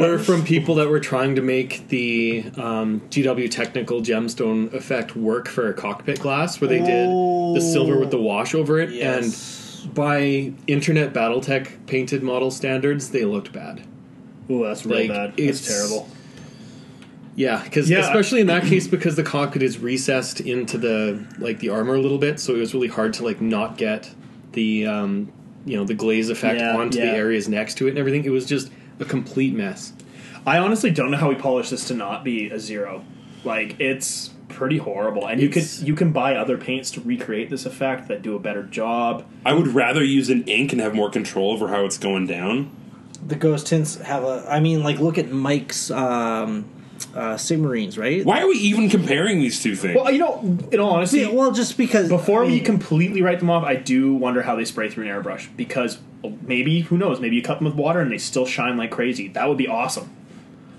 Speaker 4: were from people that were trying to make the um, GW technical gemstone effect work for a cockpit glass, where they did the silver with the wash over it, and by internet BattleTech painted model standards, they looked bad.
Speaker 2: Ooh, that's real
Speaker 4: Like,
Speaker 2: bad.
Speaker 4: it's-
Speaker 2: It's terrible.
Speaker 4: Yeah, because
Speaker 2: Yeah.
Speaker 4: especially in that case, because the cockpit is recessed into the like the armor a little bit, so it was really hard to like not get the um, you know the glaze effect
Speaker 2: Yeah,
Speaker 4: onto the
Speaker 2: yeah.
Speaker 4: areas next to it and everything. It was just a complete mess.
Speaker 2: I honestly don't know how we polished this to not be a zero. Like it's pretty horrible, and you could
Speaker 4: It's-
Speaker 2: you can buy other paints to recreate this effect that do a better job.
Speaker 1: I would rather use an ink and have more control over how it's going down.
Speaker 3: The ghost tints have a. I mean, like look at Mike's um, uh, Sigmarines, right?
Speaker 1: Why are we even comparing these two things?
Speaker 2: Well, you know, in all honesty,
Speaker 3: Yeah, well, just because
Speaker 2: Before
Speaker 3: I
Speaker 2: we
Speaker 3: mean,
Speaker 2: completely write them off, I do wonder how they spray through an airbrush because oh, maybe who knows? Maybe you cut them with water and they still shine like crazy. That would be awesome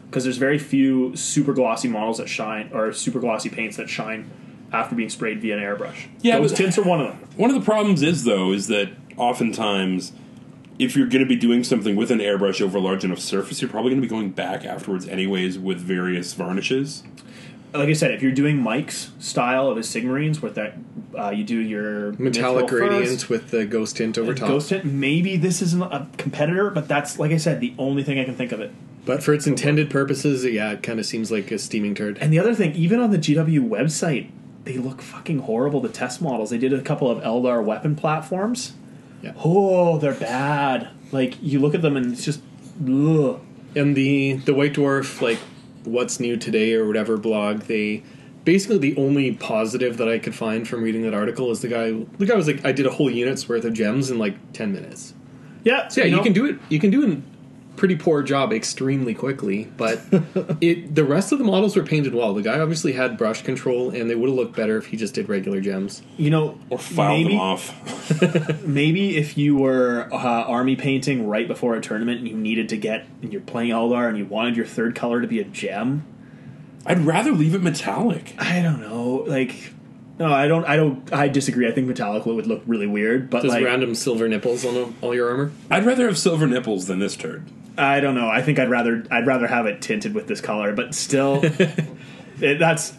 Speaker 2: because there's very few super glossy models that shine or super glossy paints that shine after being sprayed via an airbrush.
Speaker 1: Yeah,
Speaker 2: those
Speaker 1: but-
Speaker 2: tints are one of them.
Speaker 1: One of the problems is though is that oftentimes if you're going to be doing something with an airbrush over a large enough surface, you're probably going to be going back afterwards, anyways, with various varnishes.
Speaker 2: Like I said, if you're doing Mike's style of his Sigmarines, with that uh, you do your
Speaker 4: metallic
Speaker 2: mithril
Speaker 4: gradient
Speaker 2: first,
Speaker 4: with the ghost tint over
Speaker 2: and
Speaker 4: top.
Speaker 2: Ghost Tint. Maybe this isn't a competitor, but that's like I said, the only thing I can think of it.
Speaker 4: But for its intended purposes, yeah, it kind of seems like a steaming turd.
Speaker 2: And the other thing, even on the GW website, they look fucking horrible. The test models. They did a couple of Eldar weapon platforms.
Speaker 4: Yeah.
Speaker 2: Oh, they're bad. Like you look at them and it's just. Ugh.
Speaker 4: And the the White Dwarf, like what's new today or whatever blog, they basically the only positive that I could find from reading that article is the guy. The guy was like, I did a whole unit's worth of gems in like ten minutes.
Speaker 2: Yeah.
Speaker 4: So yeah, you,
Speaker 2: know,
Speaker 4: can do it. You can do a pretty poor job extremely quickly, but it the rest of the models were painted well. The guy obviously had brush control, and they would have looked better if he just did regular gems.
Speaker 2: You know,
Speaker 1: Or file
Speaker 2: maybe-
Speaker 1: them off.
Speaker 2: Maybe if you were uh, army painting right before a tournament and you needed to get, and you're playing Eldar and you wanted your third color to be a gem.
Speaker 1: I'd rather leave it metallic.
Speaker 2: I don't know. Like, no, I don't. I don't. I disagree. I think metallic would look really weird, but
Speaker 4: Those
Speaker 2: like,
Speaker 4: random silver nipples on all your armor.
Speaker 1: I'd rather have silver nipples than this turd.
Speaker 2: I don't know. I think I'd rather. I'd rather have it tinted with this color, but still, it, that's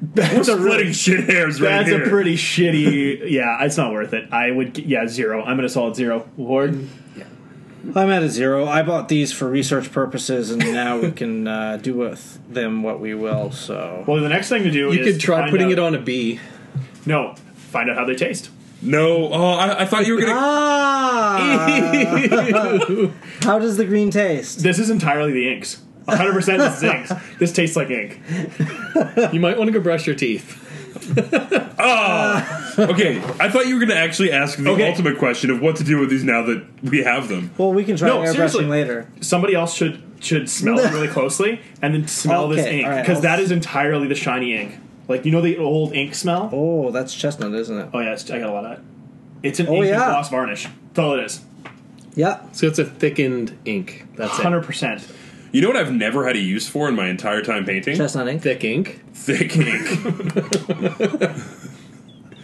Speaker 2: that's a
Speaker 1: Splitting
Speaker 2: really.
Speaker 1: shit hairs right
Speaker 2: That's
Speaker 1: here.
Speaker 2: a pretty shitty. Yeah, it's not worth it. I would. g- Yeah, zero. I'm at a solid zero. Ward.
Speaker 5: I'm at a zero. I bought these for research purposes, and now we can uh, do with them what we will. So
Speaker 2: Well, the next thing to do
Speaker 4: You
Speaker 2: is
Speaker 4: could try
Speaker 2: find
Speaker 4: putting
Speaker 2: out-
Speaker 4: it on a B.
Speaker 2: No, find out how they taste.
Speaker 1: no, oh, I, I thought you were going to.
Speaker 3: Ah!
Speaker 2: Uh.
Speaker 3: How does the green taste?
Speaker 2: This is entirely the inks. 100% this is inks. This tastes like ink.
Speaker 4: You might want to go brush your teeth.
Speaker 1: Okay, I thought you were going to actually ask the
Speaker 2: Ah. Okay.
Speaker 1: ultimate question of what to do with these now that we have them.
Speaker 3: Well, we can try
Speaker 2: No,
Speaker 3: airbrushing
Speaker 2: seriously.
Speaker 3: later.
Speaker 2: Somebody else should should smell it really closely and then smell this
Speaker 3: Okay,
Speaker 2: ink
Speaker 3: all right,
Speaker 2: because
Speaker 3: I'll-
Speaker 2: that is entirely the shiny ink. Like you know the old ink smell. Oh,
Speaker 3: Oh, that's chestnut, isn't it?
Speaker 2: yeah, it's- I got a lot of that. It's an
Speaker 3: Oh,
Speaker 2: ink and
Speaker 3: yeah.
Speaker 2: gloss varnish. That's all it is.
Speaker 3: Yeah.
Speaker 4: So it's a thickened ink. That's it.
Speaker 2: 100%.
Speaker 1: You know what I've never had a use for in my entire time painting?
Speaker 3: Chestnut ink.
Speaker 4: Thick ink.
Speaker 1: Thick ink.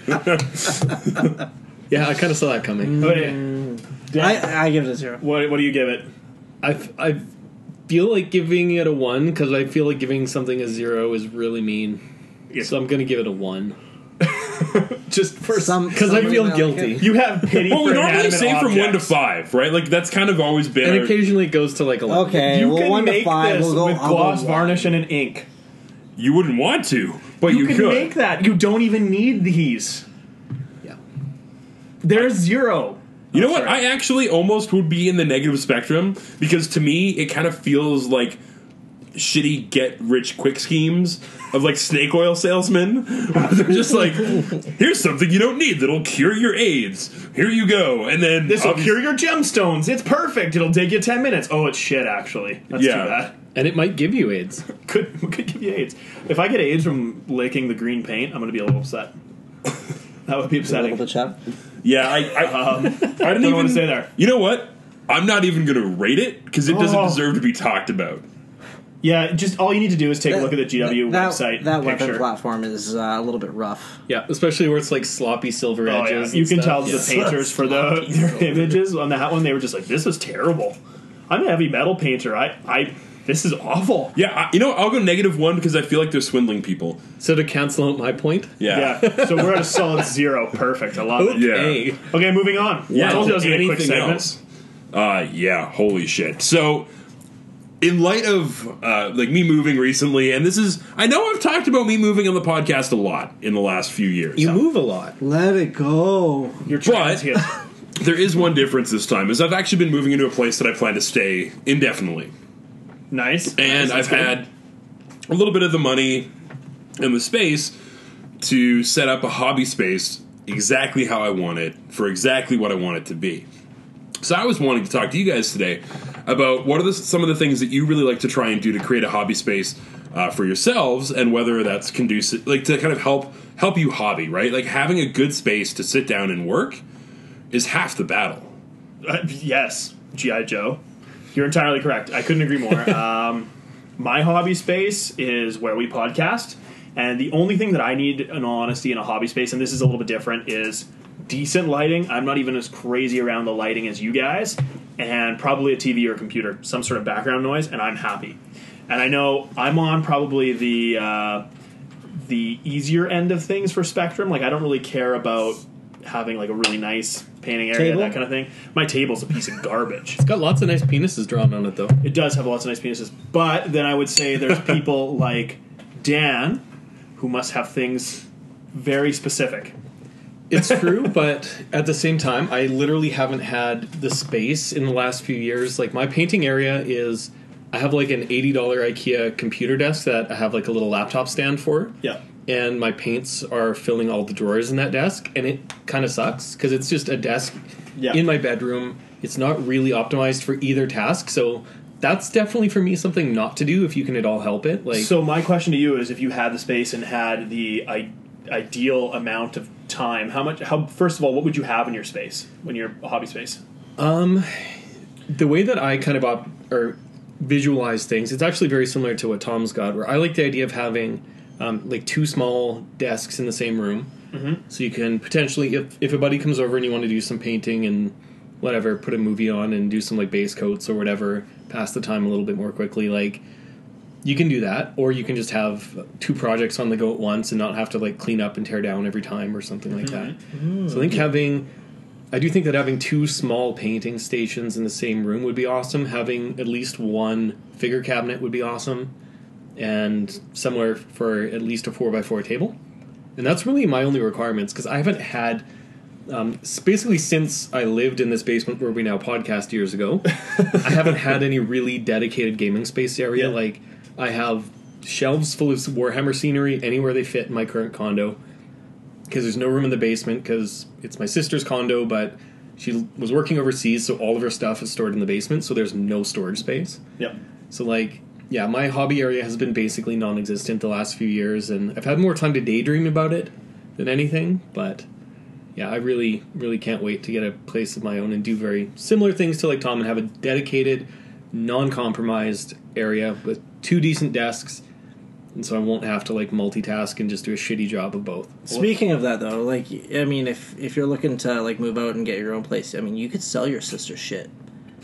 Speaker 4: Yeah, I kind of saw that coming.
Speaker 2: But yeah,
Speaker 3: Mm. I, I give it a zero.
Speaker 2: what what do you give it?
Speaker 4: I, f- I feel like giving it a one because I feel like giving something a zero is really mean. So I'm gonna give it a one
Speaker 2: Just for
Speaker 3: Some
Speaker 4: because I
Speaker 3: some
Speaker 4: feel
Speaker 3: like
Speaker 4: guilty.
Speaker 3: it.
Speaker 2: you have pity.
Speaker 1: Well, we
Speaker 2: for
Speaker 1: normally
Speaker 2: inanimate
Speaker 1: say from one to
Speaker 2: objects.
Speaker 1: five, right? Like that's kind of always been.
Speaker 4: and
Speaker 1: Our,
Speaker 4: occasionally it goes to like a one.
Speaker 3: Okay,
Speaker 2: You
Speaker 3: well,
Speaker 2: can
Speaker 3: one
Speaker 2: make
Speaker 3: to five.
Speaker 2: this
Speaker 3: We'll go
Speaker 2: with
Speaker 3: I'll go
Speaker 2: gloss
Speaker 3: one.
Speaker 2: varnish and an ink.
Speaker 1: you wouldn't want to, but
Speaker 2: You,
Speaker 1: you,
Speaker 2: can
Speaker 1: could.
Speaker 2: make that. You don't even need these.
Speaker 4: Yeah.
Speaker 2: There's zero.
Speaker 1: you know what?
Speaker 2: sorry.
Speaker 1: I actually almost would be in the negative spectrum because to me it kind of feels like shitty get rich quick schemes of like snake oil salesmen. Where They're just like, here's something you don't need that'll cure your AIDS. Here you go, and then
Speaker 2: This will
Speaker 1: obvi-
Speaker 2: cure your gemstones. It's perfect. It'll take you ten minutes. Oh, it's shit. Actually, that's
Speaker 1: Yeah.
Speaker 2: too bad.
Speaker 4: And it might give you AIDS.
Speaker 2: Could could give you AIDS. If I get AIDS from licking the green paint, I'm gonna be a little upset. that would be upsetting.
Speaker 3: Level to chat.
Speaker 1: Yeah, I, I, I didn't
Speaker 2: Um, don't
Speaker 1: even
Speaker 2: wanna say there.
Speaker 1: You know what? I'm not even going to rate it because it doesn't
Speaker 2: Oh.
Speaker 1: deserve to be talked about.
Speaker 2: Yeah, just all you need to do is take a look at the GW
Speaker 3: that,
Speaker 2: website.
Speaker 3: That
Speaker 2: picture.
Speaker 3: weapon platform is uh, a little bit rough.
Speaker 4: Yeah, especially where it's like sloppy silver
Speaker 2: Oh, yeah.
Speaker 4: edges.
Speaker 2: You
Speaker 4: and
Speaker 2: can
Speaker 4: stuff.
Speaker 2: tell
Speaker 4: Yeah.
Speaker 2: the painters for the their images on that one. They were just like, "This is terrible." I'm a heavy metal painter. I I this is awful.
Speaker 1: Yeah, I, you know, what? I'll go negative one because I feel like they're swindling people.
Speaker 4: So to cancel out my point.
Speaker 1: Yeah.
Speaker 2: Yeah. So we're at a solid zero. Perfect. I love it.
Speaker 1: Okay.
Speaker 4: Yeah.
Speaker 2: Okay, moving on. I told you I was gonna do a quick segment.
Speaker 1: Uh, yeah, holy shit. So, in light of uh, like me moving recently, and this is, I know I've talked about me moving on the podcast a lot in the last few years.
Speaker 4: You move a lot.
Speaker 3: Let it go.
Speaker 2: Your
Speaker 1: But-
Speaker 2: trans-
Speaker 1: there is one difference this time is I've actually been moving into a place that I plan to stay indefinitely.
Speaker 2: nice.
Speaker 1: and I've had a little bit of the money and the space to set up a hobby space exactly how I want it for exactly what I want it to be. So I was wanting to talk to you guys today about what are the, some of the things that you really like to try and do to create a hobby space uh, for yourselves, and whether that's conducive, like to kind of help help you hobby, right? Like having a good space to sit down and work is half the battle.
Speaker 2: Uh, yes, GI Joe. You're entirely correct. I couldn't agree more. um, my hobby space is where we podcast, and the only thing that I need in all honesty in a hobby space, and this is a little bit different, is decent lighting. I'm not even as crazy around the lighting as you guys, and probably a TV or computer, some sort of background noise, and I'm happy. And I know I'm on probably the uh, the easier end of things for Spectrum. Like I don't really care about having like a really nice painting area,
Speaker 3: Table?
Speaker 2: that kind of thing. My table's a piece of garbage.
Speaker 4: It's got lots of nice penises drawn on it, though.
Speaker 2: It does have lots of nice penises, but then I would say there's people like Dan who must have things very specific.
Speaker 4: It's true, but at the same time, I literally haven't had the space in the last few years. Like my painting area is I have like an $80 IKEA computer desk that I have like a little laptop stand for.
Speaker 2: Yeah.
Speaker 4: And my paints are filling all the drawers in that desk, and it kind of sucks because it's just a desk
Speaker 2: Yeah.
Speaker 4: in my bedroom. It's not really optimized for either task, so that's definitely for me something not to do if you can at all help it. Like
Speaker 2: So my question to you is, if you had the space and had the I- ideal amount of time, how much? How first of all, what would you have in your space when your hobby space?
Speaker 4: the way that I kind of op- or visualize things, it's actually very similar to what Tom's got. Where I like the idea of having um, like two small desks in the same room, so you can potentially, if if a buddy comes over and you want to do some painting and whatever, put a movie on and do some like base coats or whatever, pass the time a little bit more quickly. Like you can do that, or you can just have two projects on the go at once and not have to like clean up and tear down every time or something like that. So I think having I do think that having two small painting stations in the same room would be awesome. Having at least one figure cabinet would be awesome, and somewhere for at least a four by four table. And that's really my only requirements because I haven't had. Um, s- basically, since I lived in this basement where we now podcast years ago, I haven't had any really dedicated gaming space area.
Speaker 2: Yeah.
Speaker 4: Like, I have shelves full of Warhammer scenery anywhere they fit in my current condo because there's no room in the basement because it's my sister's condo, but she l- was working overseas, so all of her stuff is stored in the basement, so there's no storage space.
Speaker 2: Yep.
Speaker 4: So, like, yeah, my hobby area has been basically non existent the last few years, and I've had more time to daydream about it than anything, but yeah, I really, really can't wait to get a place of my own and do very similar things to like Tom and have a dedicated, non compromised area with two decent desks. And so I won't have to like multitask and just do a shitty job of both.
Speaker 3: Speaking of that, though, like I mean, if if you're looking to like move out and get your own place, I mean, you could sell your sister's shit.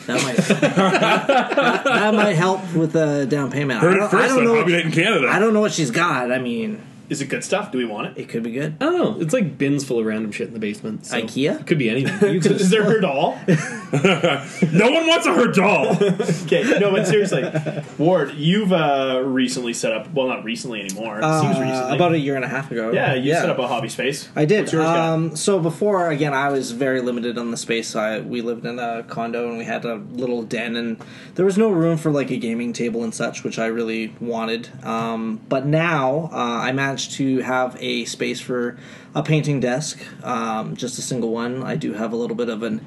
Speaker 3: That might that, that might help with the down payment. I
Speaker 1: Heard it
Speaker 3: don't, I
Speaker 1: first
Speaker 3: don't
Speaker 1: on
Speaker 3: know.
Speaker 1: Hobby
Speaker 3: What,
Speaker 1: Night in Canada.
Speaker 3: I don't know what she's got. I mean,
Speaker 2: Is it good stuff? Do we want it?
Speaker 3: it could be good.
Speaker 4: I don't know. It's like bins full of random shit in the basement. so-
Speaker 3: IKEA?
Speaker 4: It could be anything. You could,
Speaker 2: Is there her doll?
Speaker 1: no one wants a her doll.
Speaker 2: okay, no, but seriously, Ward, you've uh, recently set up. Well, not recently anymore. It seems
Speaker 3: Uh,
Speaker 2: recently.
Speaker 3: about a year and a half ago.
Speaker 2: yeah, you set up a hobby space.
Speaker 3: I
Speaker 2: What's
Speaker 3: did.
Speaker 2: yours got?
Speaker 3: Um, so before, again, I was very limited on the space. I we lived in a condo and we had a little den, and there was no room for like a gaming table and such, which I really wanted. Um, but now uh, I managed to have a space for a painting desk, um, just a single one. I do have a little bit of an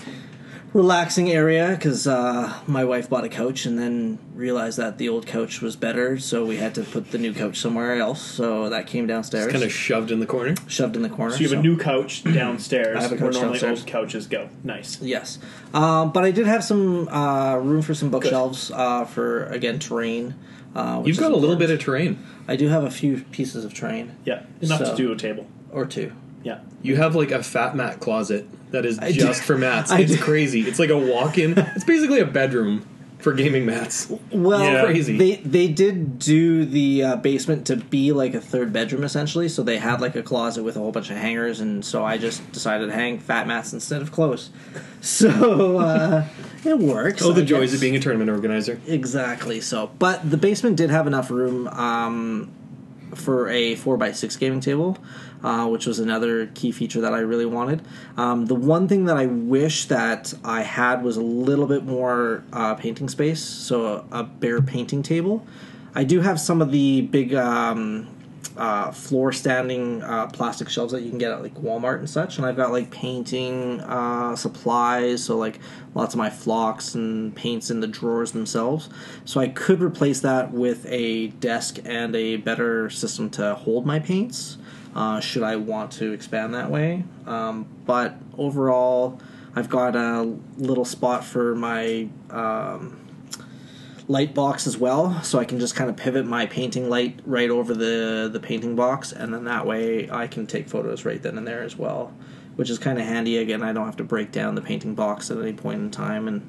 Speaker 3: relaxing area because uh, my wife bought a couch and then realized that the old couch was better, so we had to put the new couch somewhere else. So that came downstairs,
Speaker 4: kind of shoved in the corner.
Speaker 3: shoved in the corner.
Speaker 2: so you have a new couch downstairs
Speaker 3: I have a
Speaker 2: where
Speaker 3: couch
Speaker 2: normally
Speaker 3: downstairs.
Speaker 2: old couches go. Nice.
Speaker 3: Yes, um, but I did have some uh, room for some bookshelves uh, for again terrain. Uh, which
Speaker 4: You've
Speaker 3: is
Speaker 4: got a little bit
Speaker 3: important.
Speaker 4: of terrain.
Speaker 3: I do have a few pieces of terrain
Speaker 2: Yeah, enough to
Speaker 3: So-
Speaker 2: do a table.
Speaker 3: or two.
Speaker 2: Yeah.
Speaker 4: You have like a fat mat closet that is
Speaker 3: I do-
Speaker 4: just for mats.
Speaker 3: I
Speaker 4: It's
Speaker 3: do.
Speaker 4: crazy. It's like a walk-in. It's basically a bedroom for gaming mats.
Speaker 3: Well,
Speaker 1: Yeah.
Speaker 4: Crazy.
Speaker 3: they they did do the uh, basement to be like a third bedroom essentially. So they had like a closet with a whole bunch of hangers, and so I just decided to hang fat mats instead of clothes. So uh, it works.
Speaker 4: Oh, the
Speaker 3: I
Speaker 4: joys
Speaker 3: guess.
Speaker 4: of being a tournament organizer.
Speaker 3: Exactly. So, but the basement did have enough room um, for a four by six gaming table, uh, which was another key feature that I really wanted. Um, the one thing that I wish that I had was a little bit more uh, painting space, so a, a bare painting table. I do have some of the big um, uh, floor standing uh, plastic shelves that you can get at like Walmart and such. And I've got like painting uh, supplies, so like lots of my flocks and paints in the drawers themselves. So I could replace that with a desk and a better system to hold my paints, uh, should I want to expand that way. Um, but overall, I've got a little spot for my um, light box as well, so I can just kind of pivot my painting light right over the the painting box, and then that way I can take photos right then and there as well, which is kind of handy. Again, I don't have to break down the painting box at any point in time, and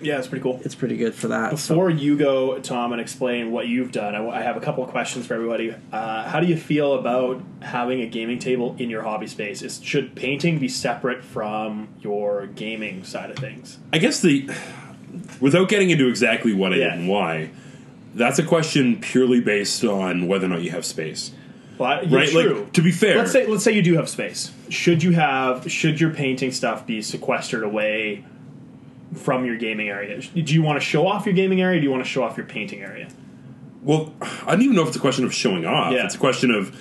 Speaker 2: Yeah, it's pretty cool.
Speaker 3: it's pretty good for that. so-
Speaker 2: Before you go, Tom, and explain what you've done, I, w- I have a couple of questions for everybody. Uh, how do you feel about having a gaming table in your hobby space? Is, should painting be separate from your gaming side of things?
Speaker 1: I guess the without getting into exactly what I
Speaker 2: Yeah.
Speaker 1: did and why, that's a question purely based on whether or not you have space.
Speaker 2: Well, I- yeah,
Speaker 1: Right?
Speaker 2: true.
Speaker 1: Like to be fair,
Speaker 2: let's say let's say you do have space. Should you have should your painting stuff be sequestered away from your gaming area? Do you want to show off your gaming area? Or do you want to show off your painting area?
Speaker 1: well, I don't even know if it's a question of showing off.
Speaker 2: Yeah.
Speaker 1: It's a question of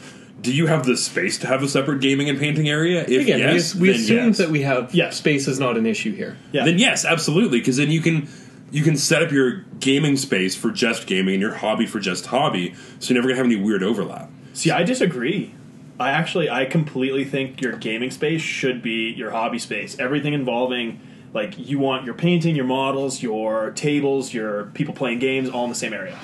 Speaker 1: do you have the space to have a separate gaming and painting area? If
Speaker 4: Again, we
Speaker 1: yes,
Speaker 4: as- we,
Speaker 1: then
Speaker 4: assume
Speaker 1: yes.
Speaker 4: that we have
Speaker 2: Yes.
Speaker 4: space is not an issue here.
Speaker 2: Yeah.
Speaker 1: then yes, absolutely, because then you can you can set up your gaming space for just gaming and your hobby for just hobby, so you're never gonna have any weird overlap.
Speaker 2: See, I disagree. I actually, I completely think your gaming space should be your hobby space. Everything involving, like, you want your painting, your models, your tables, your people playing games, all in the same area.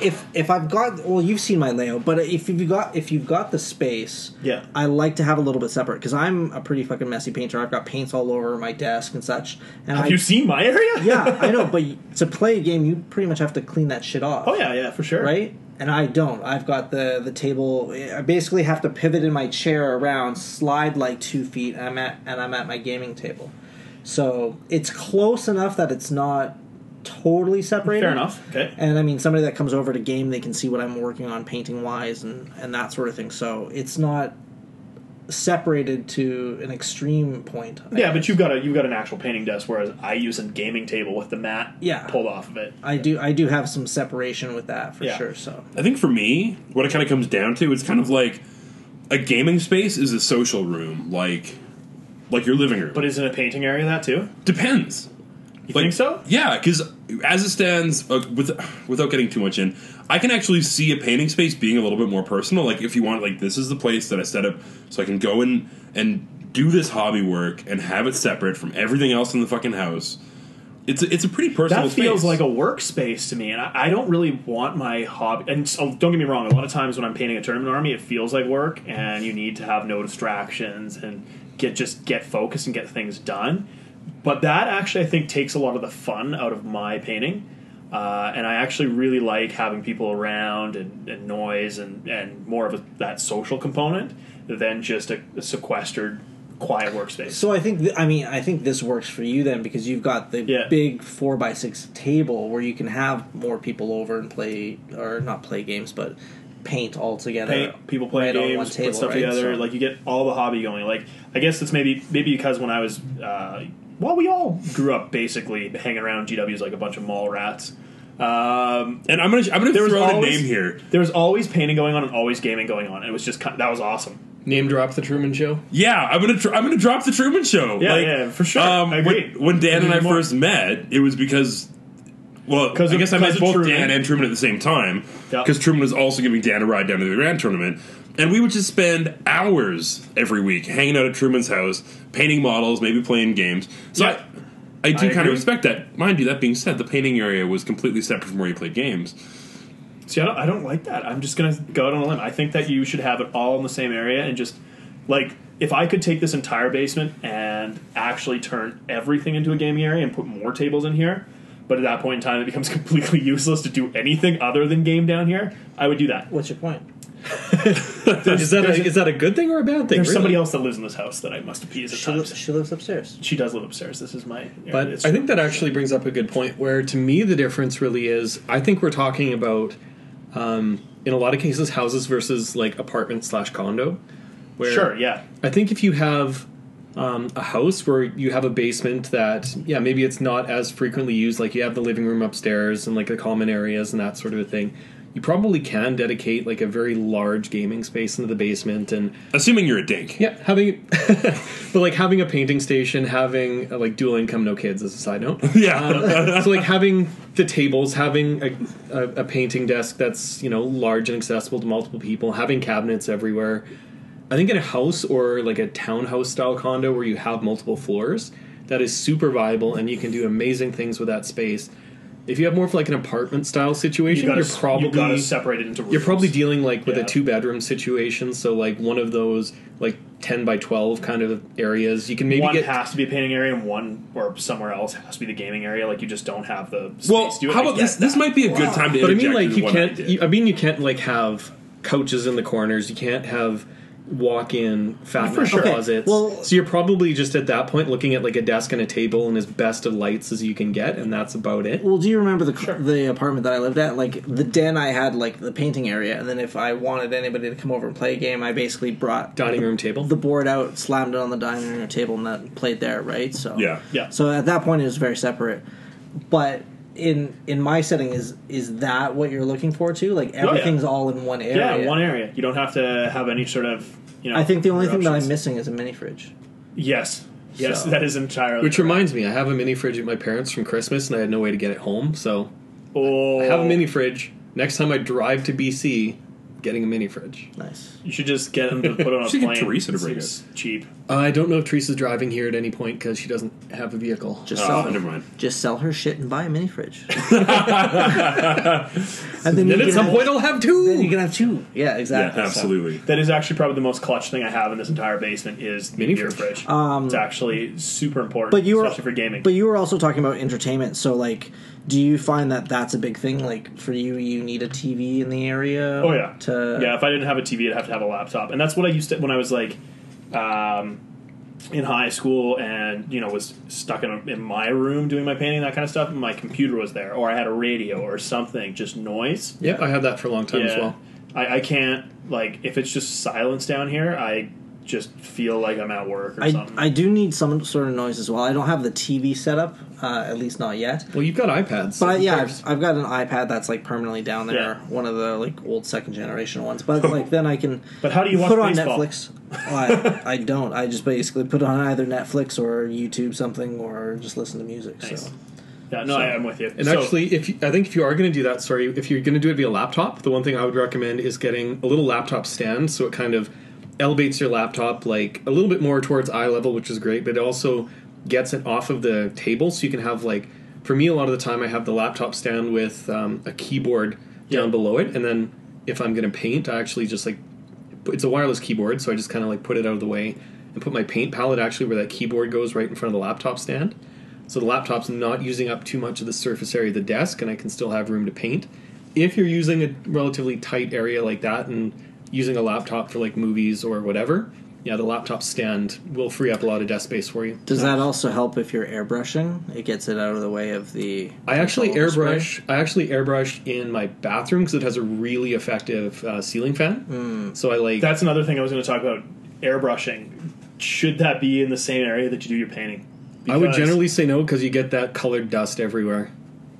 Speaker 3: if if I've got well, you've seen my layout, but if you've got if you've got the space,
Speaker 2: Yeah.
Speaker 3: I like to have a little bit separate because I'm a pretty fucking messy painter. I've got paints all over my desk and such. And
Speaker 2: Have
Speaker 3: I,
Speaker 2: you seen my area?
Speaker 3: yeah, I know, but to play a game, you pretty much have to clean that shit off.
Speaker 2: Oh yeah, yeah, for sure.
Speaker 3: right? And I don't. I've got the the table. I basically have to pivot in my chair around, slide like two feet, and I'm at and I'm at my gaming table. So it's close enough that it's not totally separated.
Speaker 2: Fair enough. Okay.
Speaker 3: And I mean, somebody that comes over to game, they can see what I'm working on painting wise and, and that sort of thing. So it's not separated to an extreme point. I
Speaker 2: Yeah,
Speaker 3: guess.
Speaker 2: but you've got a you've got an actual painting desk, whereas I use a gaming table with the mat
Speaker 3: Yeah.
Speaker 2: pulled off of it.
Speaker 3: I do I do have some separation with that for
Speaker 2: Yeah.
Speaker 3: sure. So
Speaker 1: I think for me, what it kind of comes down to, it's kind of like a gaming space is a social room, like like your living room.
Speaker 2: But isn't a painting area that too?
Speaker 1: depends.
Speaker 2: You
Speaker 1: Like-
Speaker 2: think so?
Speaker 1: Yeah, because as it stands, uh, with, without getting too much in, I can actually see a painting space being a little bit more personal. Like if you want, like this is the place that I set up so I can go in and do this hobby work and have it separate from everything else in the fucking house. It's a, it's a pretty personal.
Speaker 2: that feels
Speaker 1: space.
Speaker 2: like a workspace to me, and I, I don't really want my hobby. And so, don't get me wrong, a lot of times when I'm painting a tournament army, it feels like work, and you need to have no distractions and get just get focused and get things done. But that actually, I think, takes a lot of the fun out of my painting. Uh, and I actually really like having people around and, and noise and, and more of a, that social component than just a, a sequestered, quiet workspace.
Speaker 3: so I think th- I mean I think this works for you then because you've got the
Speaker 2: Yeah.
Speaker 3: big four by six table where you can have more people over and play or not play games but paint all together.
Speaker 2: paint, people play
Speaker 3: right, on
Speaker 2: games,
Speaker 3: one
Speaker 2: put
Speaker 3: table,
Speaker 2: stuff
Speaker 3: right?
Speaker 2: together.
Speaker 3: So-
Speaker 2: Like you get all the hobby going. Like I guess it's maybe maybe because when I was uh, well, we all grew up basically hanging around GWs like a bunch of mall rats. Um,
Speaker 1: and I'm gonna I'm gonna
Speaker 2: there was
Speaker 1: throw out
Speaker 2: always
Speaker 1: a name here.
Speaker 2: There was always painting going on and always gaming going on. It was just kind that was awesome.
Speaker 4: Name drop the Truman Show.
Speaker 1: Yeah, I'm gonna tr- I'm gonna drop the Truman Show.
Speaker 2: Yeah, yeah, for sure.
Speaker 1: Um,
Speaker 2: I agree.
Speaker 1: When, when Dan and
Speaker 2: Need
Speaker 1: I
Speaker 2: more.
Speaker 1: first met, it was because. Well, I
Speaker 2: of-
Speaker 1: guess I
Speaker 2: 'cause
Speaker 1: met
Speaker 2: of
Speaker 1: both
Speaker 2: Truman.
Speaker 1: Dan and Truman at the same time
Speaker 2: Yeah.
Speaker 1: because Truman was also giving Dan a ride down to the Grand Tournament, and we would just spend hours every week hanging out at Truman's house, painting models, maybe playing games. So
Speaker 2: Yeah.
Speaker 1: I, I do
Speaker 2: I
Speaker 1: kind
Speaker 2: agree.
Speaker 1: of respect that. Mind you, that being said, the painting area was completely separate from where you played games.
Speaker 2: See, I don't, I don't like that. I'm just gonna go out on a limb. I think that you should have it all in the same area and just like if I could take this entire basement and actually turn everything into a gaming area and put more tables in here, but at that point in time it becomes completely useless to do anything other than game down here. I would do that.
Speaker 3: What's your point?
Speaker 4: Is that a, is that a good thing or a bad thing?
Speaker 2: There's
Speaker 4: really?
Speaker 2: somebody else that lives in this house that I must appease at
Speaker 3: She,
Speaker 2: times.
Speaker 3: lives, she lives upstairs.
Speaker 2: she does live upstairs. This is my. area.
Speaker 4: But
Speaker 2: It's
Speaker 4: I
Speaker 2: true.
Speaker 4: think that actually brings up a good point where, to me, the difference really is I think we're talking about, um, in a lot of cases, houses versus like apartment slash condo. Where
Speaker 2: sure, yeah,
Speaker 4: I think if you have um, a house where you have a basement that, yeah, maybe it's not as frequently used, like you have the living room upstairs and like the common areas and that sort of a thing, you probably can dedicate like a very large gaming space into the basement and
Speaker 1: Assuming you're a dink,
Speaker 4: yeah, having, but like having a painting station, having uh, like dual income, no kids as a side note.
Speaker 1: Yeah.
Speaker 2: Uh,
Speaker 4: Um, so like having the tables, having a, a, a painting desk that's you know large and accessible to multiple people, having cabinets everywhere. I think in a house or like a townhouse style condo where you have multiple floors, that is super viable and you can do amazing things with that space. If you have more of like an apartment style situation,
Speaker 2: you gotta,
Speaker 4: are probably
Speaker 2: you gotta separate it into. Rooms.
Speaker 4: you're probably dealing like with
Speaker 2: Yeah.
Speaker 4: a two bedroom situation, so like one of those like ten by twelve kind of areas. You can maybe
Speaker 2: one
Speaker 4: get
Speaker 2: has to be a painting area, and one or somewhere else has to be the gaming area. Like you just don't have the space.
Speaker 1: Well,
Speaker 2: to do it.
Speaker 1: how
Speaker 2: I
Speaker 1: about
Speaker 2: get
Speaker 1: this? This
Speaker 2: that.
Speaker 1: might be a good time to.
Speaker 4: But I mean,
Speaker 1: interject
Speaker 4: like
Speaker 1: with
Speaker 4: you
Speaker 1: one
Speaker 4: can't.
Speaker 1: idea.
Speaker 4: You, I mean, you can't like have couches in the corners. You can't have walk-in fat
Speaker 3: For sure. Okay,
Speaker 4: closets.
Speaker 3: well-
Speaker 4: so you're probably just at that point looking at like a desk and a table and as best of lights as you can get, and that's about it.
Speaker 3: Well, do you remember the the apartment that I lived at? Like the den, I had like the painting area, and then if I wanted anybody to come over and play a game, I basically brought
Speaker 4: Dining room table.
Speaker 3: the board out, slammed it on the dining room table, and that played there, right? So
Speaker 1: Yeah.
Speaker 2: Yeah.
Speaker 3: So at that point, it was very separate. But in in my setting, is is that what you're looking for too? Like
Speaker 2: yeah.
Speaker 3: everything's all in one
Speaker 2: yeah,
Speaker 3: area.
Speaker 2: one area. You don't have to have any sort of. You know,
Speaker 3: I think the only
Speaker 2: other
Speaker 3: thing that
Speaker 2: options.
Speaker 3: I'm missing is a mini fridge.
Speaker 2: Yes, yes,
Speaker 3: So-
Speaker 2: that is entirely.
Speaker 4: Which reminds me, I have a mini fridge at my parents from Christmas, and I had no way to get it home. So
Speaker 2: oh,
Speaker 4: I have a mini fridge. Next time I drive to BC, getting a mini fridge.
Speaker 3: Nice.
Speaker 2: You should just get them to put it on a
Speaker 1: should get
Speaker 2: plane.
Speaker 1: Teresa to bring it.
Speaker 2: Seems Cheap.
Speaker 4: Uh, I don't know if Teresa's driving here at any point because she doesn't have a vehicle.
Speaker 3: Just
Speaker 1: Oh,
Speaker 3: sell
Speaker 1: never mind.
Speaker 3: Just sell her shit and buy a mini fridge. and then, you
Speaker 4: Then
Speaker 3: can
Speaker 4: at some
Speaker 3: have-
Speaker 4: point I'll have
Speaker 3: then you
Speaker 4: two.
Speaker 3: can have two. Yeah,
Speaker 1: Yeah,
Speaker 3: exactly.
Speaker 1: absolutely.
Speaker 2: That is actually probably the most clutch thing I have in this entire basement is the
Speaker 4: Mini
Speaker 2: beer
Speaker 4: fridge.
Speaker 2: fridge. it's actually super important,
Speaker 3: Um, But you were,
Speaker 2: especially for gaming.
Speaker 3: But you were also talking about entertainment. So, like, do you find that that's a big thing? Like, for you, you need a TV in the area.
Speaker 2: Oh yeah.
Speaker 3: To
Speaker 2: yeah, if I didn't have a TV, I'd have to have a laptop, and that's what I used to when I was like, um, in high school, and you know was stuck in, in my room doing my painting that kind of stuff. And my computer was there, or I had a radio or something, just noise.
Speaker 4: Yep, I had that for a long time as well.
Speaker 2: I, I can't like if it's just silence down here. I just feel like I'm at work or
Speaker 3: I,
Speaker 2: something.
Speaker 3: I do need some sort of noise as well. I don't have the TV set up, uh, at least not yet.
Speaker 4: Well, you've got iPads. so
Speaker 3: But
Speaker 4: who
Speaker 3: yeah,
Speaker 4: cares?
Speaker 3: I've, I've got an iPad that's like permanently down there,
Speaker 2: Yeah.
Speaker 3: one of the like old second generation ones. But like then I can.
Speaker 2: But how do you watch
Speaker 3: put on
Speaker 2: baseball?
Speaker 3: Netflix? Well, I, I don't. I just basically put on either Netflix or YouTube something, or just listen to music.
Speaker 2: Nice.
Speaker 3: So
Speaker 2: yeah, no, I, I'm with you.
Speaker 4: And
Speaker 2: So-
Speaker 4: actually, if you, I think if you are going to do that, sorry, if you're going to do it via laptop, the one thing I would recommend is getting a little laptop stand, so it kind of elevates your laptop like a little bit more towards eye level, which is great, but it also gets it off of the table, so you can have like for me a lot of the time I have the laptop stand with um, a keyboard down
Speaker 2: Yeah.
Speaker 4: below it, and then if I'm going to paint, I actually just like it's a wireless keyboard, so I just kind of like put it out of the way and put my paint palette actually where that keyboard goes right in front of the laptop stand. So the laptop's not using up too much of the surface area of the desk, and I can still have room to paint. If you're using a relatively tight area like that and using a laptop for like movies or whatever, yeah, the laptop stand will free up a lot of desk space for you.
Speaker 3: does that also help if you're airbrushing? It gets it out of the way of the.
Speaker 4: I actually
Speaker 3: control display.
Speaker 4: airbrush. I actually airbrush in my bathroom because it has a really effective uh, ceiling fan. So I like
Speaker 2: Hmm. that's another thing I was going to talk about: airbrushing. Should that be in the same area that you do your painting?
Speaker 4: I would
Speaker 2: Because-
Speaker 4: generally say no because you get that colored dust everywhere.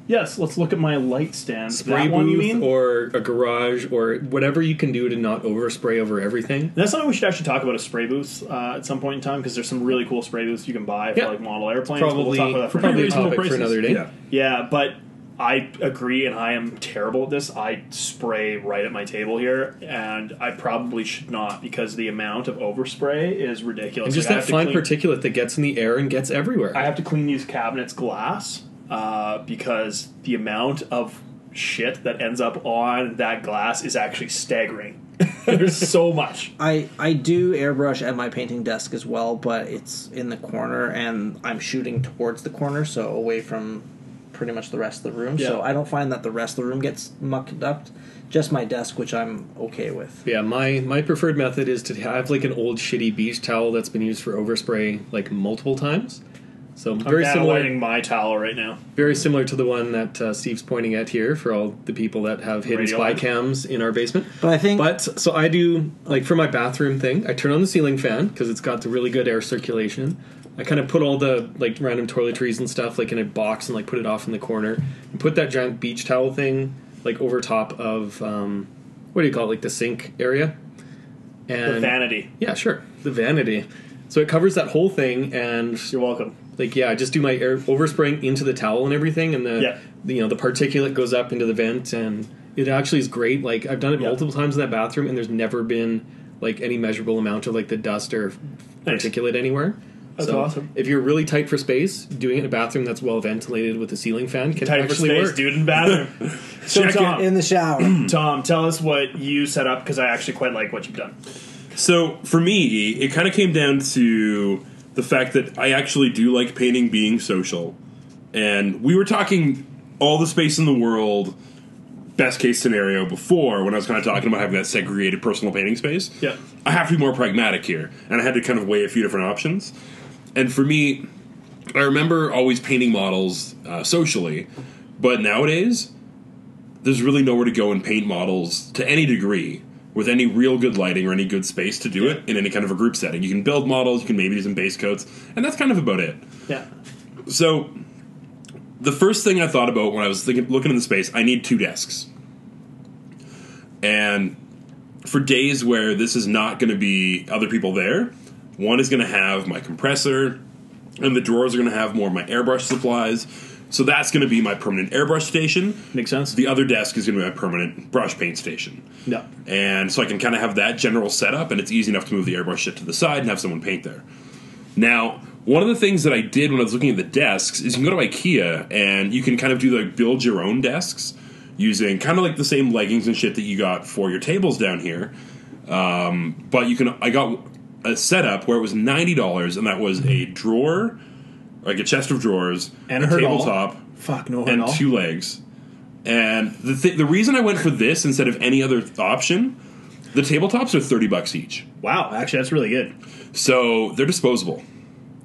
Speaker 2: Yes, let's look at my light stand.
Speaker 4: Spray
Speaker 2: that one, you mean?
Speaker 4: booth or a garage or whatever you can do to not overspray over everything.
Speaker 2: that's something we should actually talk about is spray booths uh, at some point in time because there's some really cool spray booths you can buy for
Speaker 4: Yeah.
Speaker 2: like model airplanes. but we'll
Speaker 4: Probably,
Speaker 2: talk about that for
Speaker 4: probably
Speaker 2: another
Speaker 4: a
Speaker 2: time.
Speaker 4: topic for
Speaker 1: prices.
Speaker 4: another day.
Speaker 1: Yeah.
Speaker 2: Yeah, but I agree, and I am terrible at this. I spray right at my table here, and I probably should not because the amount of overspray is ridiculous.
Speaker 4: And just
Speaker 2: Like, I
Speaker 4: that
Speaker 2: have to
Speaker 4: fine
Speaker 2: clean-
Speaker 4: particulate that gets in the air and gets everywhere.
Speaker 2: I have to clean these cabinets glass uh, because the amount of shit that ends up on that glass is actually staggering. There's so much.
Speaker 3: I I do airbrush at my painting desk as well, but it's in the corner and I'm shooting towards the corner, so away from pretty much the rest of the room. So
Speaker 2: Yeah.
Speaker 3: I don't find that the rest of the room gets mucked up. Just my desk, which I'm okay with.
Speaker 4: yeah, my my preferred method is to have like an old shitty beach towel that's been used for overspray like multiple times. So very
Speaker 2: I'm
Speaker 4: similar,
Speaker 2: downloading my towel right now.
Speaker 4: very similar to the one that uh, Steve's pointing at here for all the people that have hidden
Speaker 2: Radio
Speaker 4: spy
Speaker 2: line.
Speaker 4: cams in our basement.
Speaker 3: But I think
Speaker 4: But so I do like for my bathroom thing, I turn on the ceiling fan because it's got the really good air circulation. I kind of put all the like random toiletries and stuff like in a box and like put it off in the corner and put that giant beach towel thing like over top of um, what do you call it like the sink area and
Speaker 2: The vanity.
Speaker 4: yeah sure the vanity so it covers that whole thing and
Speaker 2: You're welcome.
Speaker 4: like yeah, I just do my air overspraying into the towel and everything, and the,
Speaker 2: Yeah.
Speaker 4: the you know the particulate goes up into the vent, and it actually is great. Like I've done it
Speaker 2: Yeah.
Speaker 4: multiple times in that bathroom, and there's never been like any measurable amount of like the dust or
Speaker 2: Nice.
Speaker 4: particulate anywhere.
Speaker 2: That's awesome.
Speaker 4: If you're really tight for space, doing it in a bathroom that's well ventilated with a ceiling fan can
Speaker 2: Tight for
Speaker 4: actually
Speaker 2: space,
Speaker 4: work.
Speaker 2: dude, in bathroom. Hmm. so
Speaker 1: Check it.
Speaker 4: uh,
Speaker 2: Tom,
Speaker 3: in the shower.
Speaker 2: Tom, tell us what you set up because I actually quite like what you've done.
Speaker 1: So for me, it kind of came down to the fact that I actually do like painting being social. And we were talking all the space in the world, best case scenario before when I was kind of talking about having that segregated personal painting space.
Speaker 2: Yeah.
Speaker 1: I have to be more pragmatic here. And I had to kind of weigh a few different options. And for me, I remember always painting models uh, socially, but nowadays, there's really nowhere to go and paint models to any degree with any real good lighting or any good space to do it in any kind of a group setting. You can build models, you can maybe do some base coats, and that's kind of about it.
Speaker 2: Yeah.
Speaker 1: So, the first thing I thought about when I was thinking, looking in the space, I need two desks. And for days where this is not going to be other people there, one is going to have my compressor, and the drawers are going to have more of my airbrush supplies. So that's going to be my permanent airbrush station.
Speaker 2: Makes sense.
Speaker 1: The other desk is going to be my permanent brush paint station.
Speaker 2: Yeah.
Speaker 1: And so I can kind of have that general setup, and it's easy enough to move the airbrush shit to the side and have someone paint there. Now, one of the things that I did when I was looking at the desks is you can go to IKEA and you can kind of do like build your own desks using kind of like the same leggings and shit that you got for your tables down here. Um, but you can, I got a setup where it was $90, and that was a drawer, like a chest of drawers,
Speaker 2: And
Speaker 1: a
Speaker 2: a hurdle.
Speaker 1: tabletop,
Speaker 2: Fuck no.
Speaker 1: and
Speaker 2: no.
Speaker 1: two legs. And the th- the reason I went for this instead of any other option, the tabletops are thirty bucks each,
Speaker 2: Wow. Actually, that's really good.
Speaker 1: so they're disposable.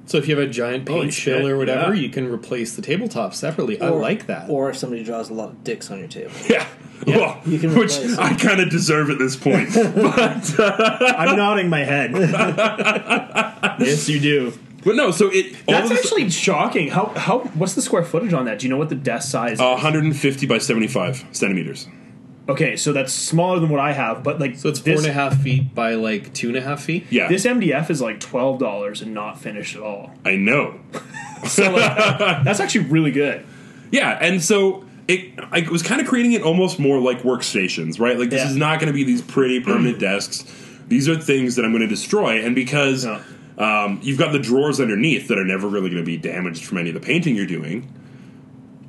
Speaker 4: So if you have a giant
Speaker 2: Holy
Speaker 4: paint
Speaker 2: shit,
Speaker 4: chill or whatever,
Speaker 2: yeah.
Speaker 4: you can replace the tabletop separately. I
Speaker 3: Or-
Speaker 4: like that.
Speaker 3: Or if somebody draws a lot of dicks on your table.
Speaker 1: Yeah, well,
Speaker 3: you can
Speaker 1: which
Speaker 3: replace it.
Speaker 1: I kind of deserve at this point.
Speaker 2: I'm nodding my head. yes, you do.
Speaker 1: but no, so it all
Speaker 2: That's
Speaker 1: of this-
Speaker 2: actually shocking. How how what's the square footage on that? Do you know what the desk size? is?
Speaker 1: uh, 150 by 75 centimeters.
Speaker 2: okay, so that's smaller than what I have, but like
Speaker 4: so it's four
Speaker 2: this,
Speaker 4: and a half feet by like two and a half feet.
Speaker 1: Yeah,
Speaker 2: This MDF is like twelve dollars and not finished at all.
Speaker 1: I know.
Speaker 2: So like, that's actually really good.
Speaker 1: Yeah, and so it I was kind of creating it almost more like workstations, right? Like this
Speaker 2: Yeah.
Speaker 1: is not going to be these pretty permanent desks. These are things that I'm going to destroy, and because
Speaker 2: No.
Speaker 1: um, you've got the drawers underneath that are never really going to be damaged from any of the painting you're doing.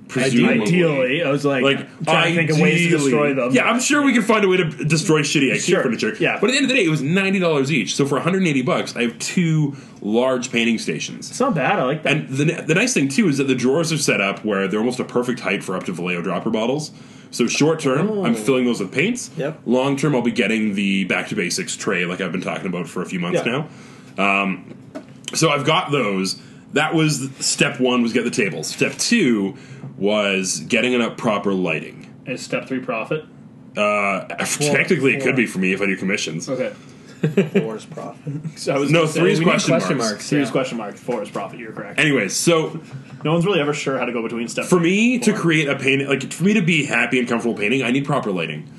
Speaker 1: Presumably.
Speaker 2: Ideally, I was like,
Speaker 1: Like
Speaker 2: trying to think of ways to
Speaker 1: ideally-
Speaker 2: destroy them.
Speaker 1: Yeah, I'm sure we could find a way to destroy shitty IKEA
Speaker 2: Sure,
Speaker 1: furniture.
Speaker 2: yeah.
Speaker 1: but at the end of the day, it was ninety dollars each. So for 180 bucks, I have two large painting stations.
Speaker 2: it's not bad. I like that.
Speaker 1: And the, the nice thing too is that the drawers are set up where they're almost a perfect height for up to Vallejo dropper bottles. So short term,
Speaker 2: Oh.
Speaker 1: I'm filling those with paints.
Speaker 3: Yep.
Speaker 1: Long term, I'll be getting the back to basics tray like I've been talking about for a few months
Speaker 2: Yeah.
Speaker 1: now. Um, so I've got those. That was step one was get the tables. Step two was getting enough proper lighting.
Speaker 2: Is step three profit?
Speaker 1: Uh, technically, it could be for me if I do commissions.
Speaker 2: Okay.
Speaker 3: Four is profit.
Speaker 2: Uh, So I was
Speaker 1: No,
Speaker 2: gonna say,
Speaker 1: three is
Speaker 2: we need
Speaker 1: question,
Speaker 4: question
Speaker 1: marks.
Speaker 4: marks.
Speaker 2: Three is
Speaker 4: yeah.
Speaker 2: question mark. Four is profit. You're correct.
Speaker 1: Anyways, so
Speaker 2: no one's really ever sure how to go between steps.
Speaker 1: for me to create a painting, like for me to be happy and comfortable painting, I need proper lighting.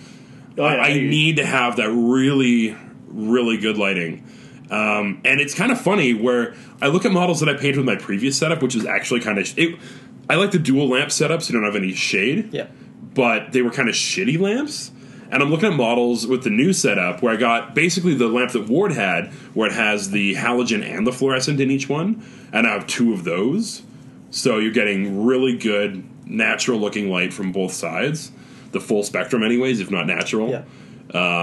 Speaker 2: oh, yeah,
Speaker 1: I
Speaker 2: you-
Speaker 1: need to have that really, really good lighting. Um, and it's kind of funny where I look at models that I painted with my previous setup, which was actually kind of. It, I like the dual lamp setup, so you don't have any shade.
Speaker 3: Yeah.
Speaker 1: But they were kind of shitty lamps. And I'm looking at models with the new setup where I got basically the lamp that Ward had, where it has the halogen and the fluorescent in each one. And I have two of those. So you're getting really good, natural looking light from both sides. The full spectrum, anyways, if not natural.
Speaker 3: Yeah.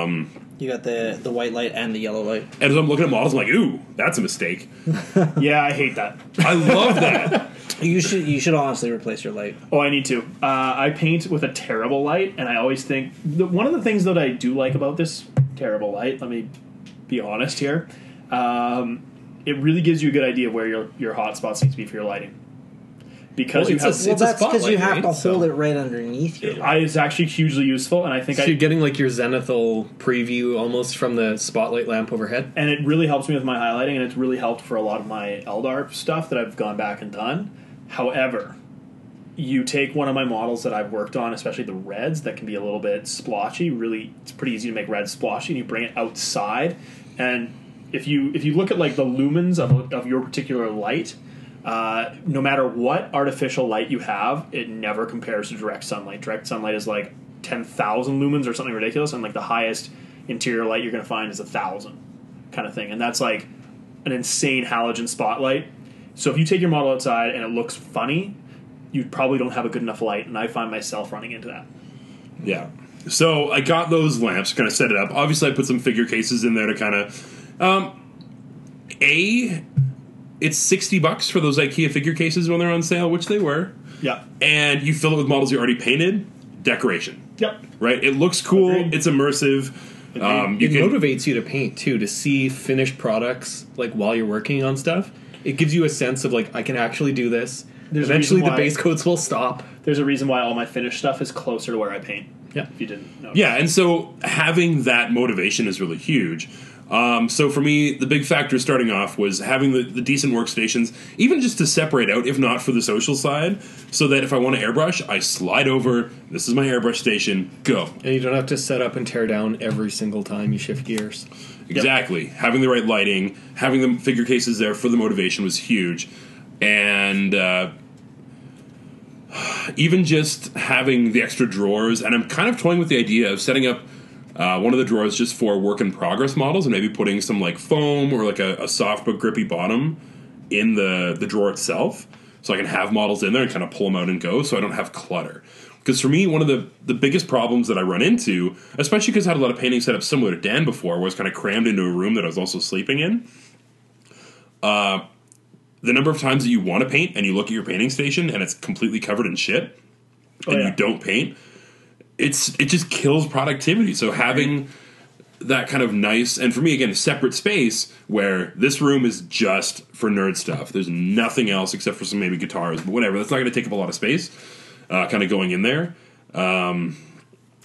Speaker 3: Um, you got the the white light and the yellow light.
Speaker 1: And as I'm looking at models, I'm like, ooh, that's a mistake.
Speaker 2: Yeah, I hate that.
Speaker 1: I love that.
Speaker 3: You should you should honestly replace your light.
Speaker 2: Oh, I need to. Uh, I paint with a terrible light, and I always think the, one of the things that I do like about this terrible light. Let me be honest here. Um, it really gives you a good idea of where your your hot spots need to be for your lighting, because
Speaker 4: Well,
Speaker 2: you
Speaker 4: it's
Speaker 2: have.
Speaker 4: a-
Speaker 3: Well, that's because you
Speaker 4: spotlight,
Speaker 3: have
Speaker 4: right?
Speaker 3: to hold
Speaker 4: So-
Speaker 3: it right underneath you.
Speaker 2: I, it's actually hugely useful, and I think
Speaker 4: So
Speaker 2: I
Speaker 4: you're getting like your zenithal preview almost from the spotlight lamp overhead.
Speaker 2: and it really helps me with my highlighting, and it's really helped for a lot of my LDARP stuff that I've gone back and done. However, you take one of my models that I've worked on, especially the reds that can be a little bit splotchy. Really, it's pretty easy to make red splotchy, and you bring it outside. And if you if you look at like the lumens of of your particular light. Uh, no matter what artificial light you have, it never compares to direct sunlight. Direct sunlight is like 10,000 lumens or something ridiculous, and like the highest interior light you're going to find is a 1,000 kind of thing. And that's like an insane halogen spotlight. So if you take your model outside and it looks funny, you probably don't have a good enough light. And I find myself running into that.
Speaker 1: yeah. So I got those lamps, kind of set it up. Obviously, I put some figure cases in there to kind of, um, a, it's sixty bucks for those IKEA figure cases when they're on sale, which they were,
Speaker 2: Yeah.
Speaker 1: and you fill it with models you already painted. Decoration,
Speaker 2: Yep.
Speaker 1: right? It looks cool.
Speaker 2: Agreed.
Speaker 1: It's immersive. Um, you
Speaker 4: it
Speaker 1: can
Speaker 4: motivates you to paint too to see finished products like while you're working on stuff it gives you a sense of like i can actually do this
Speaker 2: There's a
Speaker 4: eventually
Speaker 2: reason
Speaker 4: the
Speaker 2: why-
Speaker 4: base coats will stop
Speaker 2: There's a reason why all my finished stuff is closer to where I paint.
Speaker 4: Yeah.
Speaker 2: If you didn't know.
Speaker 1: Yeah, and so having that motivation is really huge. Um, so for me, the big factor starting off was having the, the decent workstations, even just to separate out, if not for the social side, so that if I want to airbrush, I slide over. This is my airbrush station. Go.
Speaker 4: and you don't have to set up and tear down every single time you shift gears
Speaker 1: Exactly. Having the right lighting, having the figure cases there for the motivation was huge. And uh, even just having the extra drawers, and I'm kind of toying with the idea of setting up uh, one of the drawers just for work in progress models and maybe putting some like foam or like a, a soft but grippy bottom in the, the drawer itself. So I can have models in there and kind of pull them out and go so I don't have clutter. Because for me, one of the, the biggest problems that I run into, especially because I had a lot of paintings set up similar to Dan before, was kind of crammed into a room that I was also sleeping in. Uh, the number of times that you want to paint and you look at your painting station and it's completely covered in shit
Speaker 2: Oh,
Speaker 1: and
Speaker 2: yeah.
Speaker 1: you don't paint, it's it just kills productivity. So having that kind of nice and for me again separate space where this room is just for nerd stuff. There's nothing else except for some maybe guitars, but whatever. That's not going to take up a lot of space. Uh, kind of going in there, um,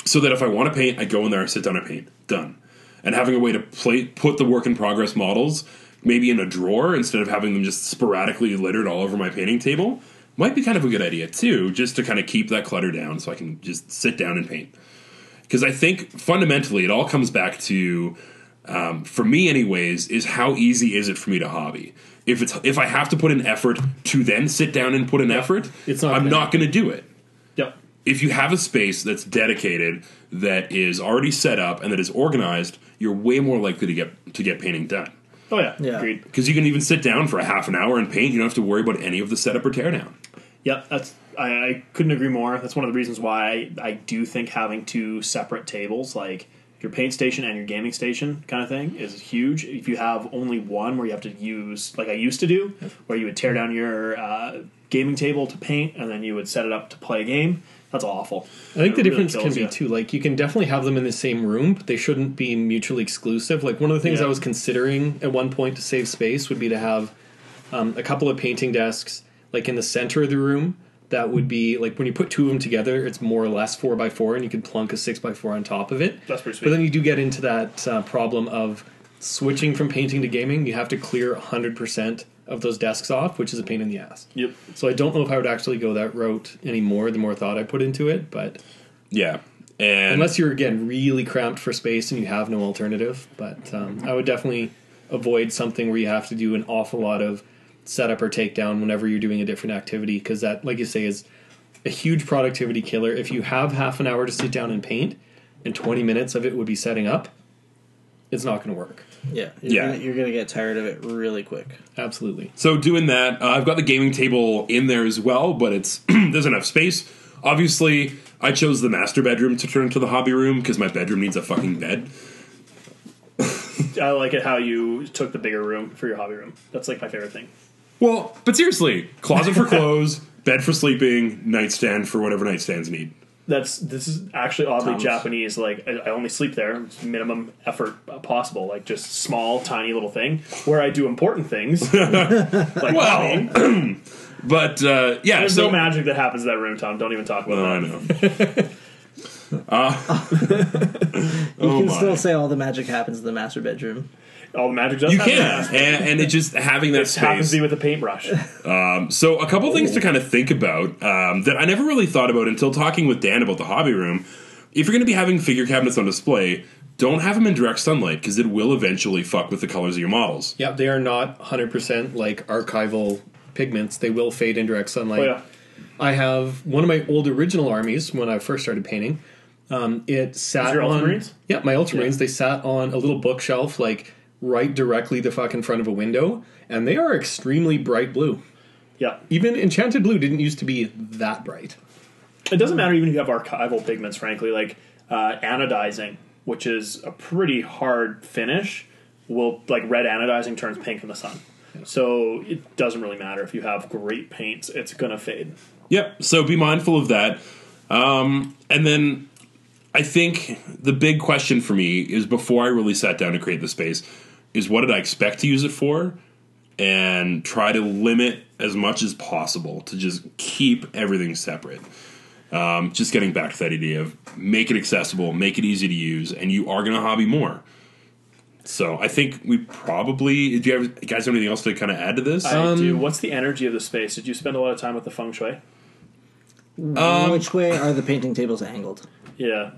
Speaker 1: so that if I want to paint, I go in there, I sit down, and paint. Done. And having a way to play, put the work in progress models maybe in a drawer instead of having them just sporadically littered all over my painting table might be kind of a good idea too, just to kind of keep that clutter down, so I can just sit down and paint because I think fundamentally it all comes back to, um, for me anyways, is how easy is it for me to hobby? If it's if I have to put an effort to then sit down and put an effort,
Speaker 4: It's not
Speaker 1: I'm
Speaker 4: gonna
Speaker 1: not going to do it.
Speaker 2: Yep.
Speaker 1: If you have a space that's dedicated, that is already set up and that is organized, you're way more likely to get to get painting done
Speaker 2: Oh yeah.
Speaker 5: Yeah.
Speaker 2: Agreed.
Speaker 1: because you can even sit down for a half an hour and paint. You don't have to worry about any of the setup or teardown.
Speaker 2: Yep. That's I, I couldn't agree more. That's one of the reasons why I do think having two separate tables, like your paint station and your gaming station kind of thing, is huge. If you have only one where you have to use, like I used to do, where you would tear down your uh, gaming table to paint and then you would set it up to play a game, that's awful.
Speaker 4: i think the
Speaker 2: It really
Speaker 4: difference can
Speaker 2: kills
Speaker 4: be
Speaker 2: you.
Speaker 4: too like you can definitely have them in the same room but they shouldn't be mutually exclusive like one of the things
Speaker 2: Yeah.
Speaker 4: i was considering at one point to save space would be to have um, a couple of painting desks like in the center of the room that would be like when you put two of them together it's more or less four by four and you could plunk a six by four on top of it
Speaker 2: That's pretty
Speaker 4: but
Speaker 2: sweet.
Speaker 4: then you do get into that uh, problem of switching from painting to gaming you have to clear 100% of those desks off which is a pain in the ass
Speaker 2: Yep.
Speaker 4: so i don't know if i would actually go that route anymore the more thought i put into it but
Speaker 1: Yeah, and
Speaker 4: unless you're again really cramped for space and you have no alternative but um, i would definitely avoid something where you have to do an awful lot of setup or takedown whenever you're doing a different activity because that like you say is a huge productivity killer if you have half an hour to sit down and paint and 20 minutes of it would be setting up it's not going to work
Speaker 5: Yeah, you're
Speaker 1: Yeah.
Speaker 5: Gonna, you're gonna get tired of it really quick.
Speaker 4: absolutely
Speaker 1: So doing that, uh, I've got the gaming table in there as well, but it's there's enough space. Obviously, I chose the master bedroom to turn into the hobby room because my bedroom needs a fucking bed.
Speaker 2: I like it how you took the bigger room for your hobby room. That's like my favorite thing.
Speaker 1: Well, but seriously, closet for clothes, bed for sleeping, nightstand for whatever nightstands need.
Speaker 2: That's this is actually oddly
Speaker 5: Thomas.
Speaker 2: Japanese. Like I, I only sleep there, It's minimum effort uh, possible. Like just small, tiny little thing where I do important things. like
Speaker 1: Well,
Speaker 2: clean.
Speaker 1: But uh, yeah,
Speaker 2: there's
Speaker 1: so
Speaker 2: no magic that happens in that room, Tom. Don't even talk about
Speaker 1: Oh, I
Speaker 2: that.
Speaker 1: know. Uh,
Speaker 3: You
Speaker 1: Oh
Speaker 3: can
Speaker 1: my.
Speaker 3: still say all the magic happens in the master bedroom.
Speaker 2: All the magic does
Speaker 1: You
Speaker 2: happen.
Speaker 1: can, and, and it just having that
Speaker 2: It happens
Speaker 1: space.
Speaker 2: to be with a paintbrush.
Speaker 1: So a couple things to kind of think about um, that I never really thought about until talking with Dan about the hobby room. If you're going to be having figure cabinets on display, don't have them in direct sunlight because it will eventually fuck with the colors of your models.
Speaker 4: yeah they are not 100% like archival pigments they will fade in direct sunlight
Speaker 2: Oh, yeah.
Speaker 4: I have one of my old original armies when I first started painting. Um, it sat
Speaker 2: your
Speaker 4: on
Speaker 2: Ultramarines?
Speaker 4: yeah, my Ultramarines. They sat on a little bookshelf, like right directly the fuck in front of a window, and they are extremely bright blue.
Speaker 2: yeah.
Speaker 4: Even enchanted blue didn't used to be that bright.
Speaker 2: It doesn't matter even if you have archival pigments, frankly. Like uh, anodizing, which is a pretty hard finish, will like red anodizing turns pink in the sun. So it doesn't really matter if you have great paints; it's gonna fade.
Speaker 1: Yep. So be mindful of that. Um, and then I think the big question for me is before I really sat down to create the space is what did I expect to use it for, and try to limit as much as possible to just keep everything separate. Um, just getting back to that idea of make it accessible, make it easy to use, and you are going to hobby more. So I think we probably. Do you have- guys have anything else to kind of add to this?
Speaker 2: I do.
Speaker 1: Um,
Speaker 2: What's the energy of the space? Did you spend a lot of time with the feng shui? Um,
Speaker 3: Which way are the painting tables angled?
Speaker 2: Yeah.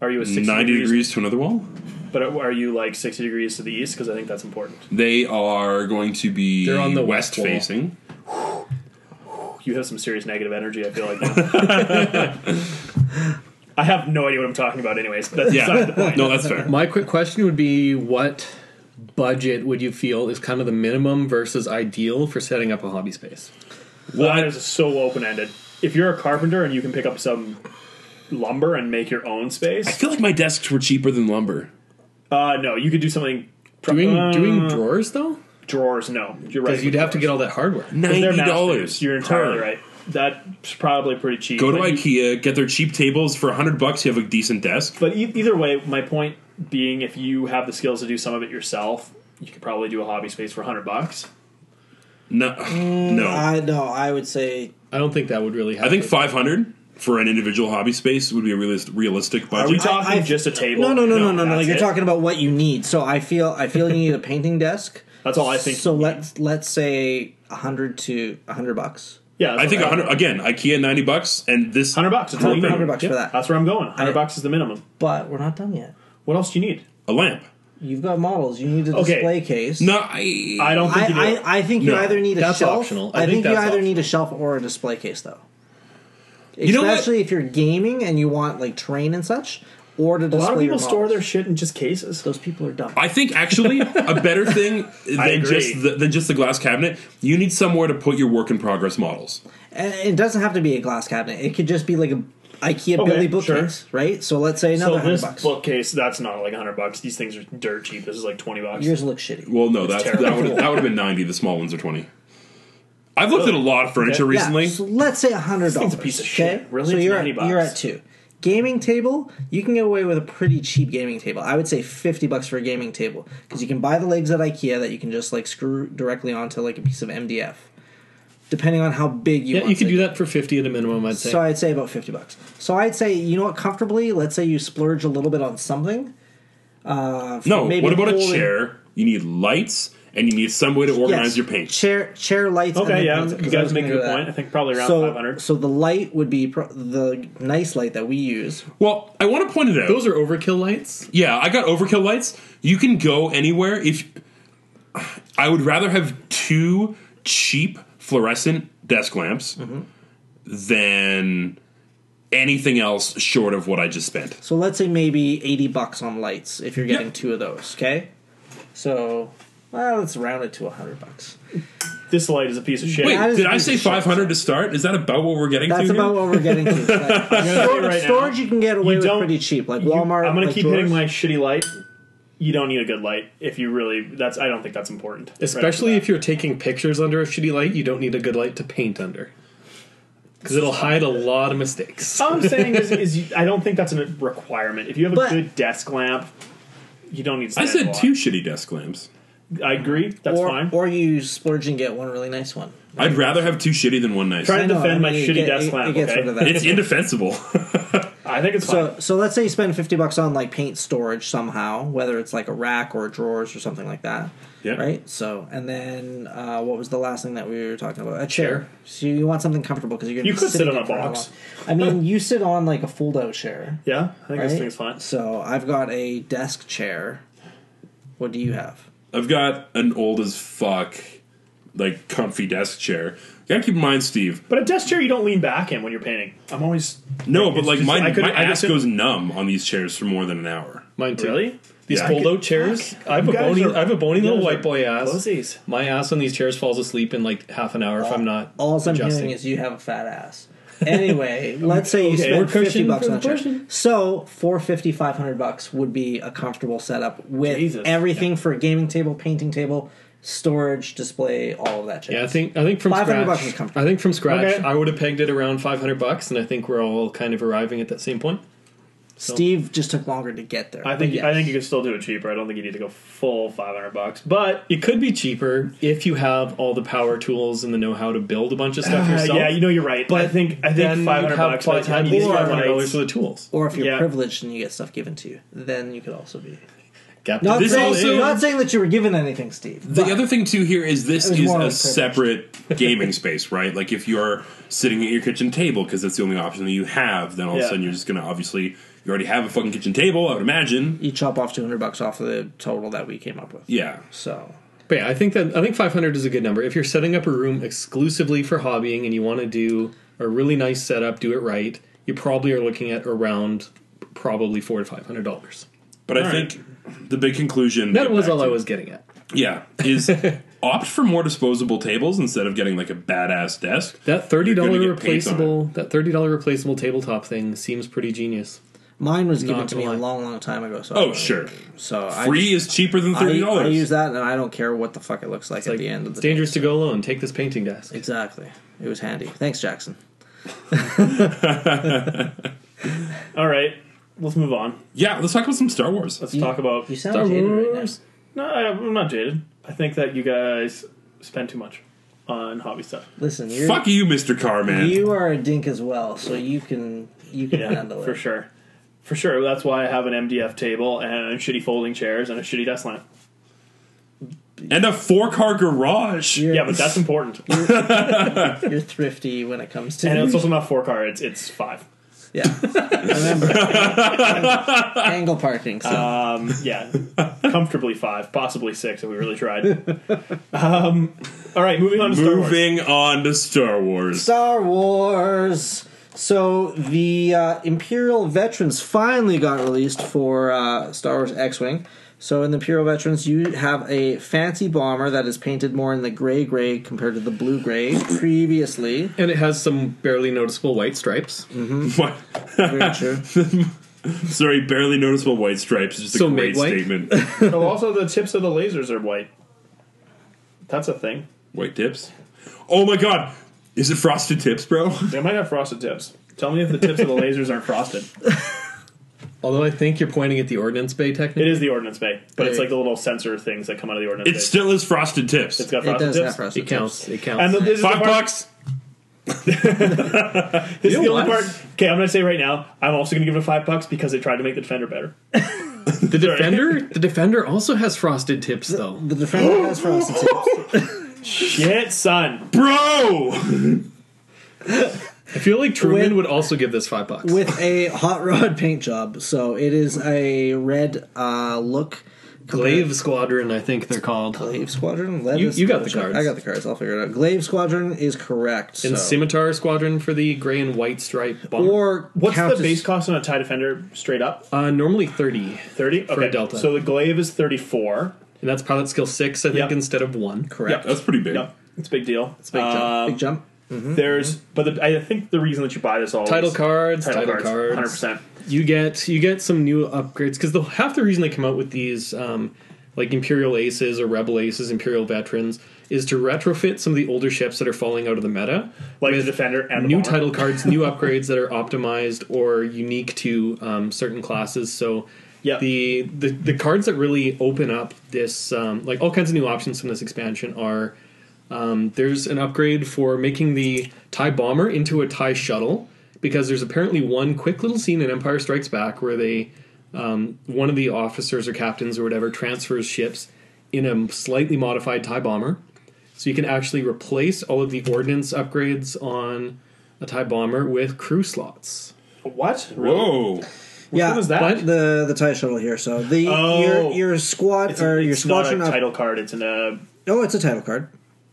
Speaker 2: Are you a sixty
Speaker 1: Ninety
Speaker 2: degrees?
Speaker 1: degrees to another wall.
Speaker 2: But are you like sixty degrees to the east? Because I think that's important.
Speaker 1: They are going to be
Speaker 4: They're on the
Speaker 1: west
Speaker 4: west wall.
Speaker 1: facing.
Speaker 2: You have some serious negative energy. I feel like. I have no idea what I'm talking about. Anyways, that's beside the
Speaker 1: Yeah,
Speaker 2: point.
Speaker 1: no, that's fair.
Speaker 4: My quick question would be what budget would you feel is kind of the minimum versus ideal for setting up a hobby space?
Speaker 1: Well,
Speaker 2: That
Speaker 1: I,
Speaker 2: is so open ended. If you're a carpenter and you can pick up some lumber and make your own
Speaker 1: I
Speaker 2: space,
Speaker 1: feel like my desks were cheaper than lumber.
Speaker 2: uh, no, you could do something. pro-
Speaker 4: Doing
Speaker 2: uh,
Speaker 4: doing drawers though?
Speaker 2: drawers, no, you're right.
Speaker 4: Because you'd have to get all that hardware.
Speaker 2: If they're
Speaker 1: Ninety
Speaker 2: mass
Speaker 1: dollars.
Speaker 2: produced, You're entirely right. That's probably pretty cheap.
Speaker 1: Go to
Speaker 2: Like, you-
Speaker 1: IKEA, get their cheap tables for hundred bucks. You have a decent desk.
Speaker 2: But e- either way, my point being, if you have the skills to do some of it yourself, you could probably do a hobby space for hundred bucks.
Speaker 1: No, no. I,
Speaker 3: I no, I would say.
Speaker 4: I don't think that would really happen.
Speaker 1: think five hundred for an individual hobby space would be a realist, realistic budget.
Speaker 2: Are we talking
Speaker 3: I-
Speaker 2: just a table?
Speaker 3: No, no, no, no, no, no.
Speaker 2: that's
Speaker 3: You're
Speaker 2: it.
Speaker 3: talking about what you need. So I feel, I feel you need a painting desk.
Speaker 2: That's all I think.
Speaker 3: So let's let's say hundred to hundred bucks.
Speaker 2: yeah,
Speaker 1: I think hundred again. IKEA ninety bucks, and this
Speaker 2: Hundred bucks. That's all you need.
Speaker 3: Hundred bucks
Speaker 1: Yep.
Speaker 3: for that.
Speaker 2: That's where I'm going.
Speaker 3: I-
Speaker 2: Hundred bucks is the minimum.
Speaker 3: But we're not done yet.
Speaker 2: What else do you need?
Speaker 1: a lamp.
Speaker 3: You've got models. You need a
Speaker 2: Okay.
Speaker 3: display case.
Speaker 1: No, I,
Speaker 2: I don't think you do.
Speaker 3: I, I, I think you
Speaker 1: No,
Speaker 3: either need a
Speaker 4: that's
Speaker 3: shelf.
Speaker 4: optional.
Speaker 3: I,
Speaker 4: I
Speaker 3: think,
Speaker 4: think
Speaker 3: you
Speaker 4: that's
Speaker 3: either need a shelf or a display case, though.
Speaker 1: know what?
Speaker 3: Especially if you're gaming and you want like terrain and such, or to
Speaker 2: a
Speaker 3: display
Speaker 2: lot of
Speaker 3: your
Speaker 2: people store
Speaker 3: models.
Speaker 2: their shit in just cases.
Speaker 3: Those people are dumb.
Speaker 1: I think actually a better thing than
Speaker 2: agree.
Speaker 1: just the, than just the glass cabinet. You need somewhere to put your work in progress models.
Speaker 3: and it doesn't have to be a glass cabinet. It could just be like a IKEA
Speaker 2: Okay,
Speaker 3: Billy
Speaker 2: sure.
Speaker 3: bookcase, right? So let's say another
Speaker 2: So
Speaker 3: hundred
Speaker 2: this
Speaker 3: bucks.
Speaker 2: bookcase, that's not like hundred bucks. These things are dirt cheap. This is like twenty bucks.
Speaker 3: Yours look shitty.
Speaker 1: Well, no, that
Speaker 2: terrible.
Speaker 1: that would that would have been ninety. The small ones are twenty. I've looked at a lot of furniture
Speaker 2: Okay.
Speaker 1: recently.
Speaker 3: Yeah, so let's say hundred dollars.
Speaker 2: thing's a piece of shit. Really?
Speaker 3: So
Speaker 2: It's
Speaker 3: you're at,
Speaker 2: 90 bucks.
Speaker 3: you're at two. Gaming table, you can get away with a pretty cheap gaming table. I would say fifty bucks for a gaming table because you can buy the legs at IKEA that you can just like screw directly onto like a piece of MDF. Depending on how big you
Speaker 4: yeah,
Speaker 3: want
Speaker 4: you could
Speaker 3: the-
Speaker 4: do that for fifty at a minimum, I'd say.
Speaker 3: So I'd say about fifty bucks. So I'd say you know what comfortably. Let's say you splurge a little bit on something. uh,
Speaker 1: no,
Speaker 3: maybe
Speaker 1: what about a
Speaker 3: folding-
Speaker 1: chair? You need lights and you need some way to organize
Speaker 3: Yes.
Speaker 1: your paint.
Speaker 3: Chair, chair lights. and then
Speaker 2: Okay, yeah,
Speaker 3: paint it,
Speaker 2: you
Speaker 3: 'cause I
Speaker 2: guys
Speaker 3: was
Speaker 2: make a
Speaker 3: gonna
Speaker 2: good
Speaker 3: go to
Speaker 2: point. I
Speaker 3: that.
Speaker 2: think probably around five
Speaker 3: So,
Speaker 2: hundred.
Speaker 3: so the light would be pro- the nice light that we use.
Speaker 1: Well, I want to point it out.
Speaker 4: Those are overkill lights.
Speaker 1: yeah, I got overkill lights. You can go anywhere if I would rather have two cheap fluorescent desk lamps
Speaker 3: Mm-hmm.
Speaker 1: than anything else short of what I just spent.
Speaker 3: So let's say maybe 80 bucks on lights if you're getting
Speaker 1: Yeah.
Speaker 3: two of those, okay? So, well, let's round it to 100 bucks.
Speaker 2: This light is a piece of shit.
Speaker 1: Wait,
Speaker 3: I just
Speaker 1: did I
Speaker 3: need
Speaker 1: say
Speaker 3: to shut
Speaker 1: five hundred to start? Is that about what we're getting
Speaker 3: That's
Speaker 1: to? here?
Speaker 3: about what we're getting to. Like, stor-
Speaker 2: right now,
Speaker 3: storage you can get away
Speaker 2: you
Speaker 3: with
Speaker 2: don't-
Speaker 3: pretty cheap, like
Speaker 2: You-
Speaker 3: Walmart.
Speaker 2: I'm gonna
Speaker 3: like
Speaker 2: keep
Speaker 3: drawers.
Speaker 2: hitting my shitty light. You don't need a good light if you really. That's I don't think that's important.
Speaker 4: Especially if you're taking pictures under a shitty light, you don't need a good light to paint under. Because it'll hide a lot of mistakes.
Speaker 2: All I'm saying is, is you, I don't think that's a requirement. If you have a
Speaker 3: But-
Speaker 2: good desk lamp, you don't need. to
Speaker 1: I
Speaker 2: spend a
Speaker 1: said
Speaker 2: lot.
Speaker 1: two shitty desk lamps.
Speaker 2: I agree. That's
Speaker 3: or,
Speaker 2: fine.
Speaker 3: Or you splurge and get one really nice one.
Speaker 1: I'd rather have two shitty than one nice.
Speaker 2: Try to
Speaker 3: I know,
Speaker 2: defend
Speaker 3: I
Speaker 2: my
Speaker 3: mean, you
Speaker 2: shitty
Speaker 3: get-
Speaker 2: desk
Speaker 3: it-
Speaker 2: lamp.
Speaker 3: it gets
Speaker 2: okay,
Speaker 3: rid of that.
Speaker 1: It's indefensible.
Speaker 2: I think it's fine.
Speaker 3: So, so let's say you spend 50 bucks on like paint storage somehow, whether it's like a rack or drawers or something like that.
Speaker 1: Yeah.
Speaker 3: Right? So, and then uh, what was the last thing that we were talking about? A chair.
Speaker 4: Chair.
Speaker 3: So you want something comfortable because you're going to
Speaker 2: You could sit on a box.
Speaker 3: I mean, you sit on like a fold out chair.
Speaker 2: Yeah, I think this
Speaker 3: right?
Speaker 2: thing's fine.
Speaker 3: So I've got a desk chair. What do you have?
Speaker 1: I've got an old as fuck, like comfy desk chair. You gotta keep in mind, Steve.
Speaker 2: But a desk chair, you don't lean back in when you're painting. I'm always
Speaker 1: No, but
Speaker 2: it's
Speaker 1: like
Speaker 2: just-
Speaker 1: my,
Speaker 2: I could-
Speaker 1: my
Speaker 2: I
Speaker 1: ass
Speaker 2: could-
Speaker 1: goes numb on these chairs for more than an hour.
Speaker 4: Mine too.
Speaker 2: really.
Speaker 4: These
Speaker 1: Yeah.
Speaker 4: fold out chairs. I have a
Speaker 2: You guys
Speaker 4: bony.
Speaker 2: are-
Speaker 4: I have a bony
Speaker 2: you
Speaker 4: little
Speaker 2: guys
Speaker 4: white
Speaker 2: are
Speaker 4: boy ass.
Speaker 2: pussies.
Speaker 4: My ass on these chairs falls asleep in like half an hour if I'm not
Speaker 3: All I'm
Speaker 4: adjusting.
Speaker 3: hearing is you have a fat ass. Anyway, let's say you
Speaker 4: Okay.
Speaker 3: spend
Speaker 4: More
Speaker 3: fifty
Speaker 4: cushion
Speaker 3: bucks
Speaker 4: for
Speaker 3: on a
Speaker 4: the
Speaker 3: chair.
Speaker 4: cushion?
Speaker 3: So four fifty, five hundred bucks would be a comfortable setup with
Speaker 2: Jesus.
Speaker 3: everything for a gaming table, painting table, storage, display, all of that shit.
Speaker 4: Yeah, I think I think from
Speaker 3: 500
Speaker 4: scratch.
Speaker 3: bucks is comfortable.
Speaker 4: I think from scratch,
Speaker 2: Okay.
Speaker 4: I would have pegged it around five hundred bucks, and I think we're all kind of arriving at that same point.
Speaker 3: Steve just took longer to get there.
Speaker 2: I
Speaker 3: but
Speaker 2: think
Speaker 3: yes.
Speaker 2: I think you can still do it cheaper. I don't think you need to go full five hundred bucks, but
Speaker 4: It could be cheaper if you have all the power tools and the know-how to build a bunch of stuff
Speaker 2: Uh,
Speaker 4: yourself.
Speaker 2: yeah, you know you're right. But I think I think five hundred bucks
Speaker 4: by
Speaker 2: by
Speaker 4: the time you
Speaker 2: need
Speaker 4: use
Speaker 3: more
Speaker 4: five hundred dollars
Speaker 2: lights.
Speaker 4: for the tools.
Speaker 3: or if you're
Speaker 2: yeah.
Speaker 3: privileged and you get stuff given to you, then you could also be.
Speaker 4: Captain,
Speaker 3: Not,
Speaker 4: this
Speaker 3: saying,
Speaker 1: also-
Speaker 3: not saying that you were given anything, Steve.
Speaker 1: The
Speaker 3: but-
Speaker 1: other thing too here is this
Speaker 3: It was
Speaker 1: is
Speaker 3: more
Speaker 1: a
Speaker 3: like privilege.
Speaker 1: separate gaming space, right? Like if you're sitting at your kitchen table because that's the only option that you have, then all of a
Speaker 2: Yeah.
Speaker 1: sudden you're just gonna obviously you already have a fucking kitchen table, I would imagine.
Speaker 3: you chop off 200 bucks off of the total that we came up with.
Speaker 1: Yeah,
Speaker 3: So,
Speaker 4: But yeah, I think that I think 500 is a good number. If you're setting up a room exclusively for hobbying and you want to do a really nice setup, do it right, you probably are looking at around probably four to five hundred dollars.
Speaker 1: but I
Speaker 4: All right.
Speaker 1: think the big conclusion
Speaker 4: That
Speaker 1: to
Speaker 4: was
Speaker 1: get
Speaker 4: all
Speaker 1: back
Speaker 4: I
Speaker 1: to-
Speaker 4: was getting at.
Speaker 1: Yeah, is opt for more disposable tables instead of getting like a badass desk.
Speaker 4: That thirty
Speaker 1: You're gonna
Speaker 4: dollar
Speaker 1: get paid on it.
Speaker 4: replaceable that thirty dollar replaceable tabletop thing seems pretty genius.
Speaker 3: mine was given
Speaker 4: Not
Speaker 3: to me a
Speaker 4: gonna lie.
Speaker 3: long, long time ago. So I
Speaker 1: Oh
Speaker 3: don't-
Speaker 1: sure,
Speaker 3: So I
Speaker 1: free is cheaper than
Speaker 3: I,
Speaker 1: thirty
Speaker 3: I
Speaker 1: dollars.
Speaker 3: use that and I don't care what the fuck it looks like at
Speaker 4: Like,
Speaker 3: the end of
Speaker 4: it's
Speaker 3: the
Speaker 4: dangerous to go alone. Take this painting desk.
Speaker 3: Exactly. It was handy. Thanks, Jackson.
Speaker 2: All right, let's move on.
Speaker 1: Yeah, let's talk about some Star Wars.
Speaker 2: Let's talk about.
Speaker 3: You
Speaker 4: Star
Speaker 3: sound jaded right now.
Speaker 4: Wars.
Speaker 2: No, I- I'm not jaded. I think that you guys spend too much on hobby stuff.
Speaker 3: Listen, you're,
Speaker 1: Fuck you, Mister Carman.
Speaker 3: you are a dink as well, so you can you can
Speaker 2: Yeah,
Speaker 3: handle it.
Speaker 2: for sure, for sure. That's why I have an MDF table and shitty folding chairs and a shitty desk lamp.
Speaker 1: and a four-car garage.
Speaker 3: You're,
Speaker 2: Yeah, but that's important.
Speaker 3: you're thrifty when it comes to
Speaker 2: and it's also not four car. It's it's five.
Speaker 3: yeah. Remember, angle parking. So
Speaker 2: Um, yeah, comfortably five, possibly six if we really tried. Um, all right, moving on to Star Wars.
Speaker 1: Moving on to Star Wars.
Speaker 3: Star Wars. So the uh, Imperial Veterans finally got released for uh, Star Wars X-wing. So in the Imperial Veterans, you have a fancy bomber that is painted more in the gray gray compared to the blue gray previously.
Speaker 4: And it has some barely noticeable white stripes.
Speaker 1: What?
Speaker 3: Very true.
Speaker 1: Sorry, barely noticeable white stripes. Just a
Speaker 4: So
Speaker 1: great
Speaker 4: make white?
Speaker 1: statement.
Speaker 2: Oh, also the tips of the lasers are white. That's a thing.
Speaker 1: white tips. Oh my god, is it frosted tips, bro?
Speaker 2: They might have frosted tips. Tell me if the tips of the lasers aren't frosted.
Speaker 4: Although I think you're pointing at the ordnance bay technique.
Speaker 2: It is the ordnance bay, but it's
Speaker 3: Hey.
Speaker 2: like the little sensor things that come out of the ordnance
Speaker 1: It
Speaker 2: bay.
Speaker 1: still is frosted tips.
Speaker 2: It's got
Speaker 3: It
Speaker 2: frosted
Speaker 3: does
Speaker 2: tips.
Speaker 3: have frosted
Speaker 4: It counts. It counts.
Speaker 2: And the, this is
Speaker 1: Five
Speaker 2: the part,
Speaker 1: bucks.
Speaker 2: This is
Speaker 4: You
Speaker 2: the
Speaker 4: know
Speaker 2: only
Speaker 4: what?
Speaker 2: part. Okay, I'm gonna say right now. I'm also gonna give it five bucks because they tried to make the defender better.
Speaker 4: the defender, the defender also has frosted tips though.
Speaker 3: The defender has frosted tips.
Speaker 2: Shit, son.
Speaker 1: Bro!
Speaker 4: I feel like Truman
Speaker 3: With-
Speaker 4: would also give this five bucks.
Speaker 3: with a hot rod paint job. So it is a red uh, look.
Speaker 4: Glaive Squadron, I think they're called.
Speaker 3: Glaive Squadron. Let
Speaker 4: You-
Speaker 3: us
Speaker 4: you got
Speaker 3: double
Speaker 4: the
Speaker 3: check.
Speaker 4: cards.
Speaker 3: I got the cards. I'll figure it out. Glaive Squadron is correct.
Speaker 4: And
Speaker 3: so-
Speaker 4: Scimitar Squadron for the gray and white stripe bomber.
Speaker 3: or
Speaker 2: What's
Speaker 3: count
Speaker 2: the
Speaker 3: as-
Speaker 2: base cost on a tie defender straight up?
Speaker 4: uh, normally 30.
Speaker 2: Thirty. Okay.
Speaker 4: a delta.
Speaker 2: So the glaive is thirty-four.
Speaker 4: And that's pilot skill 6, I think,
Speaker 2: Yep.
Speaker 4: instead of 1.
Speaker 3: Correct.
Speaker 1: That's pretty big.
Speaker 2: Yep. It's a big deal. It's a
Speaker 3: Big jump.
Speaker 2: Uh,
Speaker 3: Mm-hmm. Big jump.
Speaker 2: There's, but the, I think the reason that you buy this all
Speaker 4: Title
Speaker 2: is
Speaker 4: cards,
Speaker 2: title,
Speaker 4: title
Speaker 2: cards,
Speaker 4: cards.
Speaker 2: hundred percent.
Speaker 4: You get you get some new upgrades because the, half the reason they come out with these um, like Imperial Aces or Rebel Aces, Imperial Veterans, is to retrofit some of the older ships that are falling out of the meta.
Speaker 2: Like the
Speaker 4: with
Speaker 2: defender and the
Speaker 4: new
Speaker 2: bomber.
Speaker 4: title cards, new upgrades that are optimized or unique to um, certain classes. So
Speaker 2: Yep.
Speaker 4: the, the the cards that really open up this um, like all kinds of new options from this expansion are um, there's an upgrade for making the tie bomber into a tie shuttle because there's apparently one quick little scene in Empire Strikes Back where they um, one of the officers or captains or whatever transfers ships in a slightly modified tie bomber. So you can actually replace all of the ordnance upgrades on a tie bomber with crew slots.
Speaker 2: What?
Speaker 1: Whoa.
Speaker 3: yeah.
Speaker 2: What was that?
Speaker 4: What?
Speaker 3: The the tie shuttle here. So the
Speaker 2: Oh.
Speaker 3: your your squad
Speaker 2: It's,
Speaker 3: or
Speaker 2: it's
Speaker 3: your
Speaker 2: not
Speaker 3: squadron.
Speaker 2: a
Speaker 3: up-
Speaker 2: title card. It's in a.
Speaker 3: oh, it's a title card.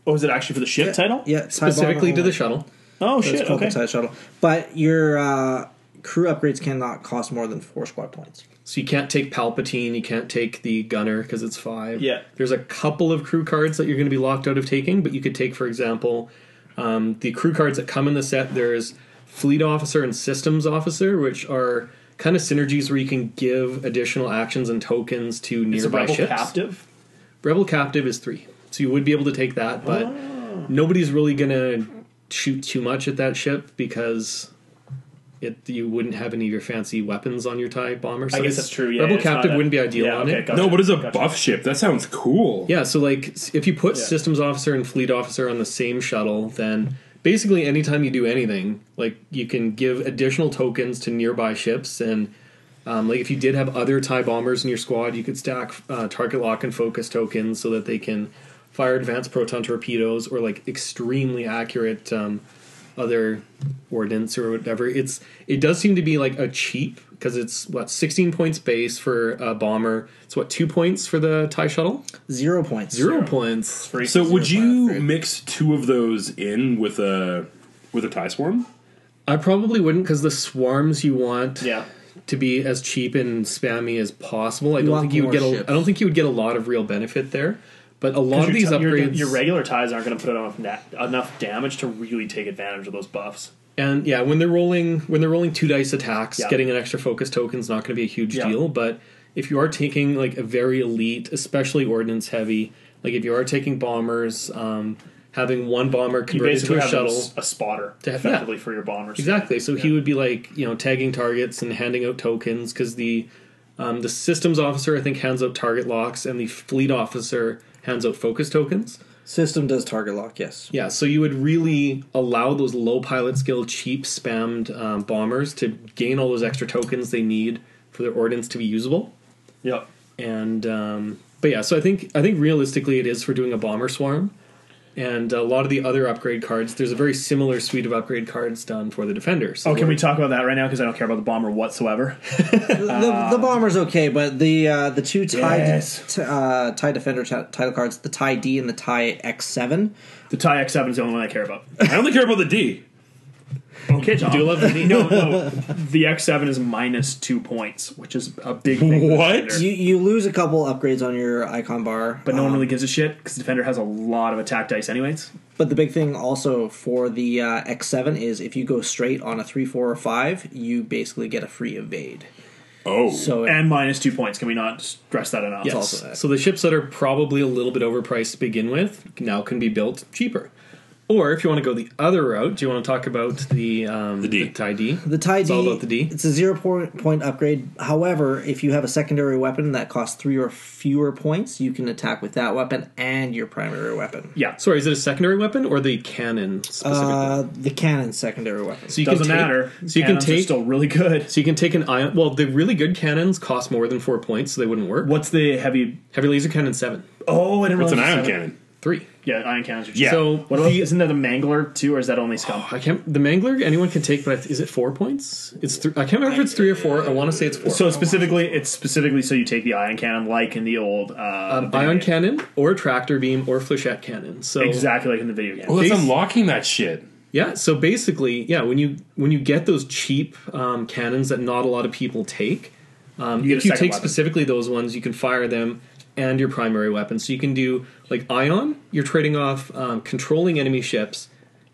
Speaker 2: Oh, is it actually for the ship title?
Speaker 3: Yeah, tie bomber
Speaker 4: Specifically to
Speaker 3: only.
Speaker 4: the shuttle.
Speaker 2: Oh
Speaker 3: It's
Speaker 2: shit.
Speaker 3: called
Speaker 2: Okay.
Speaker 3: the tie shuttle. But your uh, crew upgrades cannot cost more than four squad points.
Speaker 4: So you can't take Palpatine, you can't take the Gunner because it's five.
Speaker 2: Yeah.
Speaker 4: There's a couple of crew cards that you're going to be locked out of taking, but you could take, for example, um, the crew cards that come in the set. There's fleet officer and systems officer, which are kind of synergies where you can give additional actions and tokens to
Speaker 2: It's a
Speaker 4: nearby
Speaker 2: rebel
Speaker 4: ships.
Speaker 2: captive.
Speaker 4: Rebel captive is three, so you would be able to take that, but
Speaker 2: Oh.
Speaker 4: nobody's really gonna shoot too much at that ship because it you wouldn't have any of your fancy weapons on your tie bomber. So
Speaker 2: I guess
Speaker 4: it's-
Speaker 2: that's true. Yeah,
Speaker 4: Rebel
Speaker 2: it's not
Speaker 4: captive
Speaker 2: a-
Speaker 4: wouldn't be ideal
Speaker 2: yeah,
Speaker 4: on
Speaker 2: okay,
Speaker 4: it.
Speaker 2: gotcha,
Speaker 1: No, but it's a
Speaker 2: gotcha.
Speaker 1: buff ship. That sounds cool.
Speaker 4: Yeah, so like s- if you put
Speaker 2: Yeah.
Speaker 4: systems officer and fleet officer on the same shuttle, then basically anytime you do anything, like you can give additional tokens to nearby ships, and um, like if you did have other tie bombers in your squad, you could stack uh, target lock and focus tokens so that they can fire advanced proton torpedoes or like extremely accurate um, other ordnance or whatever. It's it does seem to be like a cheap because it's what 16 points base for a bomber. It's what two points for the tie shuttle.
Speaker 3: Zero points.
Speaker 4: Zero points.
Speaker 2: Free.
Speaker 1: So would
Speaker 2: Zero
Speaker 1: you
Speaker 2: five, right?
Speaker 1: mix two of those in with a with a tie swarm?
Speaker 4: I probably wouldn't because the swarms you want
Speaker 2: Yeah.
Speaker 4: to be as cheap and spammy as possible. I don't
Speaker 3: want
Speaker 4: think you would
Speaker 3: more
Speaker 4: get. A,
Speaker 3: ships.
Speaker 4: I don't think you would get a lot of real benefit there. But a lot
Speaker 2: Your,
Speaker 4: of these
Speaker 2: t- your,
Speaker 4: upgrades,
Speaker 2: your regular ties aren't going to put enough na- enough damage to really take advantage of those buffs.
Speaker 4: and yeah, when they're rolling when they're rolling two dice attacks,
Speaker 2: Yeah.
Speaker 4: getting an extra focus token is not going to be a huge
Speaker 2: Yeah.
Speaker 4: deal. But if you are taking like a very elite, especially ordnance heavy, like if you are taking bombers, um, having one bomber
Speaker 2: You
Speaker 4: converted to
Speaker 2: basically
Speaker 4: a
Speaker 2: have them
Speaker 4: shuttle,
Speaker 2: s- a spotter
Speaker 4: To have-
Speaker 2: effectively for your bombers.
Speaker 4: Exactly. So he would be like, you know, tagging targets and handing out tokens because the um, the systems officer I think hands out target locks and the fleet officer hands out focus tokens.
Speaker 3: System does target lock. Yes.
Speaker 4: Yeah. So you would really allow those low pilot skill, cheap spammed um, bombers to gain all those extra tokens they need for their ordnance to be usable.
Speaker 2: Yep.
Speaker 4: And um, but yeah, so I think I think realistically it is for doing a bomber swarm. And a lot of the other upgrade cards, there's a very similar suite of upgrade cards done for the defenders.
Speaker 2: Oh, can we talk about that right now? Because I don't care about the bomber whatsoever.
Speaker 3: The, the bomber's okay, but the uh, the two tie
Speaker 2: Ah. Yes.
Speaker 3: t- uh, tie defender t- title cards, the tie D and the tie X seven.
Speaker 2: The tie X seven is the only one I care about.
Speaker 1: I only care about the D.
Speaker 2: Okay, Tom.
Speaker 4: do love the D.
Speaker 2: no, no. The X seven is minus two points, which is a big thing for the
Speaker 1: What?
Speaker 2: defender.
Speaker 3: You you lose a couple upgrades on your icon bar,
Speaker 2: but no
Speaker 3: um,
Speaker 2: one really gives a shit because the defender has a lot of attack dice anyways.
Speaker 3: But the big thing also for the uh, X7 is if you go straight on a 3, 4, or 5, you basically get a free evade.
Speaker 1: Oh,
Speaker 3: So
Speaker 2: And minus two points. Can we not stress that enough?
Speaker 4: Yes.
Speaker 3: also that.
Speaker 4: So the ships that are probably a little bit overpriced to begin with now can be built cheaper. Or if you want to go the other route, do you want to talk about the um, the
Speaker 1: D.
Speaker 4: Thai D?
Speaker 3: the tie
Speaker 4: It's
Speaker 3: D,
Speaker 4: all about the D.
Speaker 3: It's a zero point, point upgrade. However, if you have a secondary weapon that costs 3 or fewer points, you can attack with that weapon and your primary weapon.
Speaker 2: Yeah. So
Speaker 4: Sorry, is it a secondary weapon or the cannon specifically?
Speaker 3: Uh, the cannon secondary weapon.
Speaker 4: so you
Speaker 2: doesn't
Speaker 4: take-
Speaker 2: matter.
Speaker 4: So you can
Speaker 2: Cannons are
Speaker 4: take.
Speaker 2: still really good.
Speaker 4: so you can take an ion. Well, the really good cannons cost more than four points, so they wouldn't work.
Speaker 2: What's the heavy?
Speaker 4: Heavy laser cannon seven,
Speaker 2: Oh, I didn't
Speaker 1: it's
Speaker 2: realize
Speaker 1: an
Speaker 2: it was
Speaker 1: ion
Speaker 2: seven.
Speaker 1: cannon.
Speaker 4: three.
Speaker 2: Yeah, ion cannons. Are
Speaker 1: Yeah.
Speaker 4: So
Speaker 2: What about,
Speaker 4: the-
Speaker 2: isn't that the mangler too, or is that only scum?
Speaker 4: I can't. The mangler anyone can take, but I th- is it four points? It's three. I can't remember if it's three or four. I want to say it's four.
Speaker 2: so specifically, it's specifically so you take the ion cannon, like in the old uh,
Speaker 4: um,
Speaker 2: the
Speaker 4: ion
Speaker 2: video-
Speaker 4: cannon or tractor beam or flechette cannon. So
Speaker 2: exactly like in the video game.
Speaker 1: Oh, that's
Speaker 4: Base-
Speaker 1: unlocking that shit.
Speaker 4: Yeah, so basically, yeah, when you when you get those cheap um, cannons that not a lot of people take, um,
Speaker 2: You get
Speaker 4: if
Speaker 2: a
Speaker 4: you
Speaker 2: second
Speaker 4: take
Speaker 2: weapon.
Speaker 4: specifically those ones, you can fire them and your primary weapon. So you can do like ion, you're trading off um, controlling enemy ships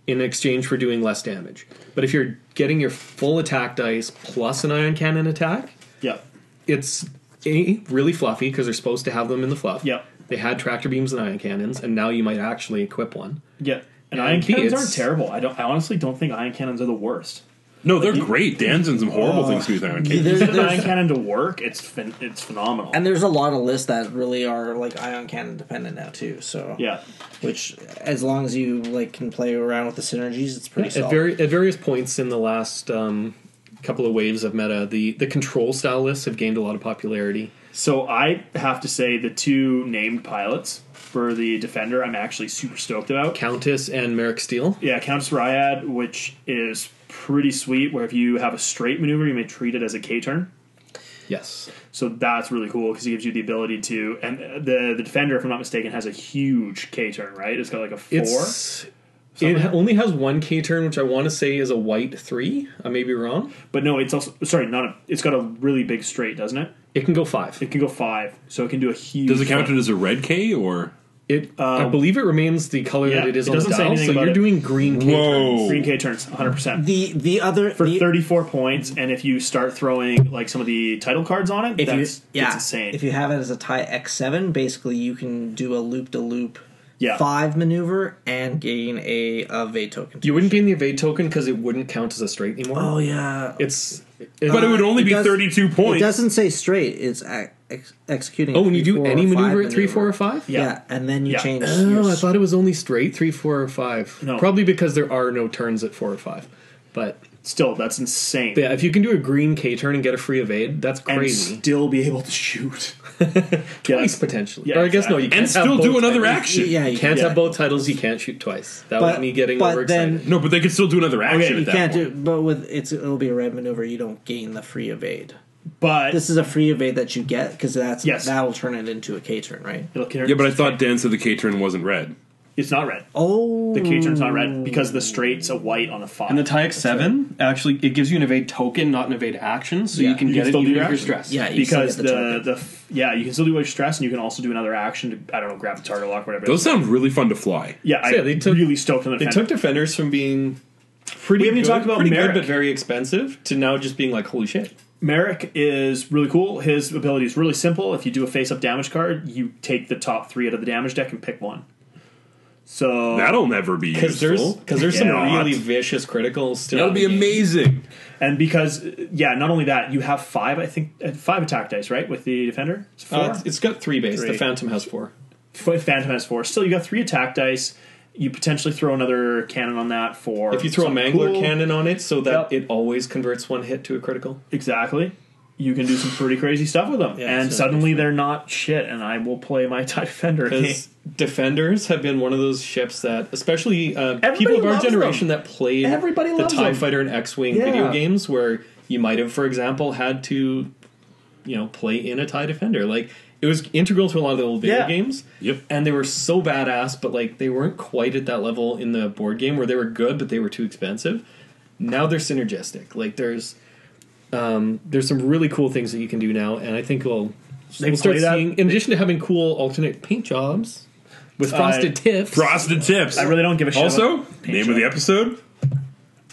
Speaker 4: in exchange for doing less damage. But if you're getting your full attack dice plus an ion cannon attack,
Speaker 2: Yep.
Speaker 4: it's a really fluffy because they're supposed to have them in the fluff.
Speaker 2: Yep.
Speaker 4: they had tractor beams and ion cannons, and now you might actually equip one.
Speaker 2: Yeah.
Speaker 4: And
Speaker 2: And ion
Speaker 4: B,
Speaker 2: cannons
Speaker 4: it's-
Speaker 2: aren't terrible. I don't. I honestly don't think ion cannons are the worst.
Speaker 1: No, they're great. Dan's done some horrible things to his ion cannon.
Speaker 3: There's-
Speaker 2: There's an
Speaker 3: there's-
Speaker 2: ion cannon to work. It's phen it's phenomenal.
Speaker 3: and there's a lot of lists that really are like ion cannon dependent now too. So
Speaker 2: yeah.
Speaker 3: which as long as you like can play around with the synergies, it's pretty solid.
Speaker 4: at, very, at various points in the last um, couple of waves of meta, the, the control style lists have gained a lot of popularity.
Speaker 2: So I have to say the two named pilots for the defender, I'm actually super stoked about.
Speaker 4: Countess and Merrick Steele.
Speaker 2: Yeah, Countess Ryad, which is pretty sweet. Where if you have a straight maneuver, you may treat it as a K turn.
Speaker 4: Yes.
Speaker 2: So that's really cool because it gives you the ability to. And the the defender, if I'm not mistaken, has a huge K turn, right? It's got like a four.
Speaker 4: It's, it ha- only has one K turn, which I want to say is a white three. I may be wrong.
Speaker 2: but no, it's also sorry, not. A, it's got a really big straight, doesn't it?
Speaker 4: It can go five.
Speaker 2: It can go five, so it can do a huge.
Speaker 1: Does it count it as a red K or?
Speaker 4: It, I believe, it remains the color
Speaker 2: Um, yeah,
Speaker 4: that it is
Speaker 2: it
Speaker 4: on the
Speaker 2: doesn't say
Speaker 4: dial.
Speaker 2: anything
Speaker 4: So
Speaker 2: about
Speaker 4: you're
Speaker 2: it.
Speaker 4: doing green. K
Speaker 1: Whoa.
Speaker 4: turns.
Speaker 2: Green K turns 100 percent
Speaker 3: The the other
Speaker 2: for
Speaker 3: the,
Speaker 2: 34 points, and if you start throwing like some of the title cards on it,
Speaker 3: if
Speaker 2: that's
Speaker 3: you yeah
Speaker 2: it's insane.
Speaker 3: if you have it as a tie X seven, basically you can do a loop to loop
Speaker 2: Yeah.
Speaker 3: five maneuver and gain a, a Vade token.
Speaker 4: You wouldn't gain the evade token because it wouldn't count as a straight anymore.
Speaker 3: oh yeah,
Speaker 4: It's.
Speaker 1: But it would only
Speaker 3: Uh, it
Speaker 1: be
Speaker 3: does-
Speaker 1: 32
Speaker 3: it
Speaker 1: points.
Speaker 3: doesn't say straight. It's a- ex- executing.
Speaker 4: oh, when you
Speaker 3: three,
Speaker 4: do
Speaker 3: four,
Speaker 4: any
Speaker 3: or five
Speaker 4: maneuver at three, four, or five.
Speaker 3: yeah.
Speaker 2: Yeah.
Speaker 3: and then you
Speaker 2: Yeah.
Speaker 3: change. your
Speaker 4: Oh, I
Speaker 3: s-
Speaker 4: thought it was only straight three, four, or five.
Speaker 2: No.
Speaker 4: Probably because there are no turns at four or five. But
Speaker 2: Still, that's insane.
Speaker 4: yeah, if you can do a green K turn and get a free evade, that's
Speaker 2: and
Speaker 4: crazy.
Speaker 2: still be able to shoot.
Speaker 4: twice
Speaker 2: Yeah.
Speaker 4: potentially.
Speaker 2: Yeah,
Speaker 4: or I guess no,
Speaker 2: exactly.
Speaker 4: you can't
Speaker 1: and still
Speaker 4: have
Speaker 1: do
Speaker 4: both
Speaker 1: another
Speaker 4: titles.
Speaker 1: action.
Speaker 3: Yeah,
Speaker 4: You can't
Speaker 2: Yeah.
Speaker 4: have both titles. You can't shoot twice. That
Speaker 3: But-
Speaker 4: was me getting
Speaker 3: but
Speaker 4: overexcited.
Speaker 3: then-
Speaker 1: No, but they could still do another action.
Speaker 2: yeah,
Speaker 1: at
Speaker 3: You
Speaker 1: that
Speaker 3: can't
Speaker 1: point.
Speaker 3: do, but with it's it'll be a red maneuver. You don't gain the free evade.
Speaker 2: But
Speaker 3: This is a free evade that you get because that's
Speaker 2: Yes.
Speaker 3: that'll turn it into a K turn, right?
Speaker 2: it'll carry-
Speaker 1: Yeah, but I thought Dan said the K turn wasn't red.
Speaker 2: it's not red.
Speaker 3: Oh,
Speaker 2: The K turn's not red because the straight's a white on the five.
Speaker 4: and the Tyax seven actually it gives you an evade token, not an evade action, so
Speaker 3: Yeah.
Speaker 4: you can
Speaker 2: You
Speaker 4: get
Speaker 2: can
Speaker 4: it
Speaker 2: still
Speaker 4: even
Speaker 2: do
Speaker 4: if
Speaker 2: your
Speaker 4: you're
Speaker 2: action.
Speaker 4: stressed.
Speaker 3: Yeah, you still
Speaker 2: because
Speaker 3: get
Speaker 2: the
Speaker 3: the
Speaker 2: the,
Speaker 3: token.
Speaker 2: f- yeah you can still do a stress and you can also do another action to I don't know grab the target lock or whatever.
Speaker 1: Those sound really fun to fly.
Speaker 2: yeah, I
Speaker 4: So, yeah, they took-
Speaker 2: really stoked on the
Speaker 4: They
Speaker 2: defender.
Speaker 4: took defenders from being pretty.
Speaker 2: We haven't
Speaker 4: good,
Speaker 2: talked about
Speaker 4: pretty
Speaker 2: Merrick.
Speaker 4: good, but very expensive to now just being like holy shit.
Speaker 2: Merrick is really cool. His ability is really simple. If you do a face up damage card, you take the top three out of the damage deck and pick one. So
Speaker 1: That'll never be
Speaker 4: Because there's
Speaker 1: useful.
Speaker 4: because there's some
Speaker 2: Yeah.
Speaker 4: really vicious criticals still.
Speaker 1: That'll
Speaker 4: in
Speaker 1: be
Speaker 4: the game.
Speaker 1: amazing.
Speaker 2: and because uh, yeah, not only that, you have five I think uh, five attack dice right with the defender. It's four.
Speaker 4: Uh, it's- it's got three base.
Speaker 2: Three.
Speaker 4: The Phantom has four.
Speaker 2: F- Phantom has four. Still, you got three attack dice. You potentially throw another cannon on that for
Speaker 4: If you throw a
Speaker 2: something
Speaker 4: Mangler
Speaker 2: cool.
Speaker 4: cannon on it, so that
Speaker 2: Yep.
Speaker 4: it always converts one hit to a critical.
Speaker 2: Exactly. You can do some pretty crazy stuff with them,
Speaker 3: Yeah,
Speaker 2: and
Speaker 3: so-
Speaker 2: suddenly they're not shit. And I will play my Tie Defender again.
Speaker 4: Because defenders have been one of those ships that, especially uh, people
Speaker 2: Everybody
Speaker 4: of our
Speaker 2: loves
Speaker 4: generation that played
Speaker 2: Everybody
Speaker 4: the
Speaker 2: loves
Speaker 4: Tie
Speaker 2: them.
Speaker 4: Fighter and X Wing
Speaker 2: Yeah.
Speaker 4: video games, where you might have, for example, had to, you know, play in a Tie Defender. Like it was integral to a lot of the old video
Speaker 2: Yeah.
Speaker 4: games.
Speaker 1: Yep.
Speaker 4: And they were so badass, but like they weren't quite at that level in the board game where they were good, but they were too expensive. Now they're synergistic. Like there's. Um, there's some really cool things that you can do now, and I think we'll,
Speaker 2: They
Speaker 4: we'll start
Speaker 2: play that-
Speaker 4: seeing. In addition to having cool alternate paint jobs, with frosted tips.
Speaker 1: Frosted tips.
Speaker 2: I really don't give a shit.
Speaker 1: also,
Speaker 2: about
Speaker 1: name of the episode.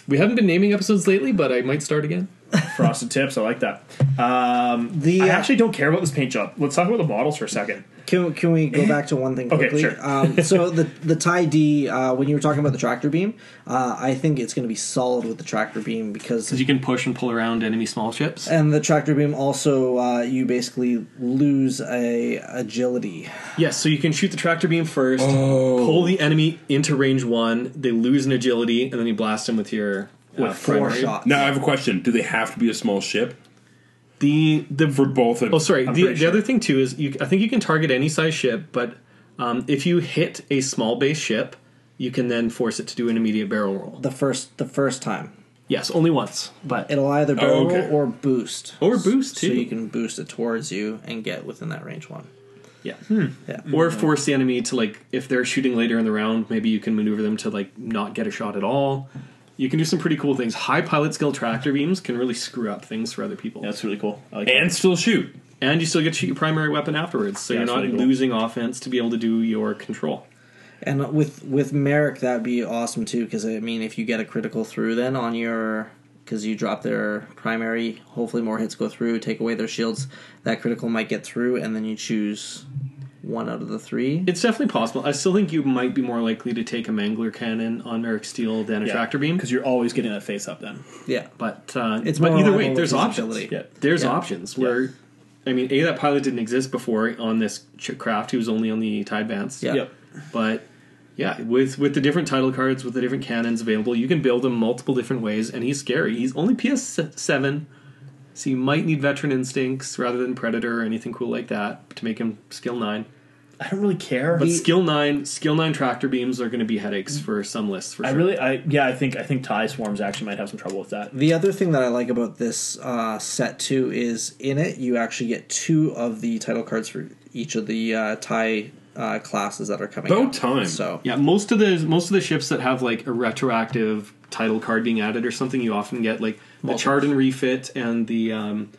Speaker 4: we haven't been naming episodes lately, but I might start again.
Speaker 2: frosted tips. I like that. Um,
Speaker 3: The,
Speaker 2: I
Speaker 3: uh,
Speaker 2: actually don't care about this paint job. Let's talk about the models for a second.
Speaker 3: Can, can we go back to one thing
Speaker 2: Okay,
Speaker 3: quickly?
Speaker 2: sure.
Speaker 3: um, so the the tie D uh, when you were talking about the tractor beam, uh, I think it's going to be solid with the tractor beam because
Speaker 4: you can push and pull around enemy small ships.
Speaker 3: and the tractor beam also uh, you basically lose a agility. uh,
Speaker 4: Yes, so you can shoot the tractor beam first, pull the enemy into range one. They lose an agility, and then you blast them with your uh,
Speaker 3: four
Speaker 4: primary.
Speaker 3: shots.
Speaker 1: Now I have a question. Do they have to be a small ship
Speaker 4: The the
Speaker 1: for both? Of,
Speaker 4: Oh, sorry. The,
Speaker 2: pretty
Speaker 4: the
Speaker 2: sure.
Speaker 4: other thing too is you. I think you can target any size ship, but um, if you hit a small base ship, you can then force it to do an immediate barrel roll.
Speaker 3: The first the first time Uh,
Speaker 4: Yes, only once, but
Speaker 3: it'll either barrel
Speaker 1: okay.
Speaker 3: roll or boost
Speaker 4: Oh, Or boost,
Speaker 3: so
Speaker 4: too.
Speaker 3: you can boost it towards you and get within that range one.
Speaker 4: yeah,
Speaker 2: Hmm.
Speaker 3: Yeah.
Speaker 4: or force the enemy to like if they're shooting later in the round, maybe you can maneuver them to like not get a shot at all. You can do some pretty cool things. High pilot skill tractor beams can really screw up things for other people,
Speaker 2: That's really cool. I like
Speaker 1: and still shoot.
Speaker 4: and you still get to shoot your primary weapon afterwards, so
Speaker 2: Yeah,
Speaker 4: you're
Speaker 2: that's
Speaker 4: not
Speaker 2: really cool.
Speaker 4: losing offense to be able to do your control.
Speaker 3: And with with Merrick, that'd be awesome too. Because I mean, if you get a critical through, then on your because you drop their primary, hopefully more hits go through. Take away their shields, that critical might get through, and then you choose one out of the three.
Speaker 4: It's definitely possible. I still think you might be more likely to take a Mangler cannon on Merrick Steel than a tractor beam.
Speaker 2: because you're always getting that face up then.
Speaker 3: yeah,
Speaker 4: But uh,
Speaker 3: It's
Speaker 4: it's but
Speaker 3: more
Speaker 4: either
Speaker 3: reliable
Speaker 4: way, there's
Speaker 3: with
Speaker 4: options.
Speaker 3: usability. Yeah.
Speaker 4: There's
Speaker 3: Yeah.
Speaker 4: options where, I mean, a that pilot didn't exist before on this ch- craft. He was only on the Tide Vance.
Speaker 3: yeah,
Speaker 2: Yep.
Speaker 4: But yeah, with with the different title cards, with the different cannons available, you can build him multiple different ways. And he's scary. He's only PS seven, so you might need veteran instincts rather than predator or anything cool like that to make him skill nine.
Speaker 2: I don't really care.
Speaker 4: But skill nine, skill nine tractor beams are going to be headaches for some lists. For
Speaker 2: I
Speaker 4: sure.
Speaker 2: really, I yeah, I think I think tie swarms actually might have some trouble with that.
Speaker 3: The other thing that I like about this uh, set too is in it you actually get two of the title cards for each of the uh, tie uh, classes that are coming.
Speaker 1: About
Speaker 3: out.
Speaker 1: time.
Speaker 3: So
Speaker 4: Yeah, most of the most of the ships that have like a retroactive title card being added or something, you often get like the Chardon refit and the um,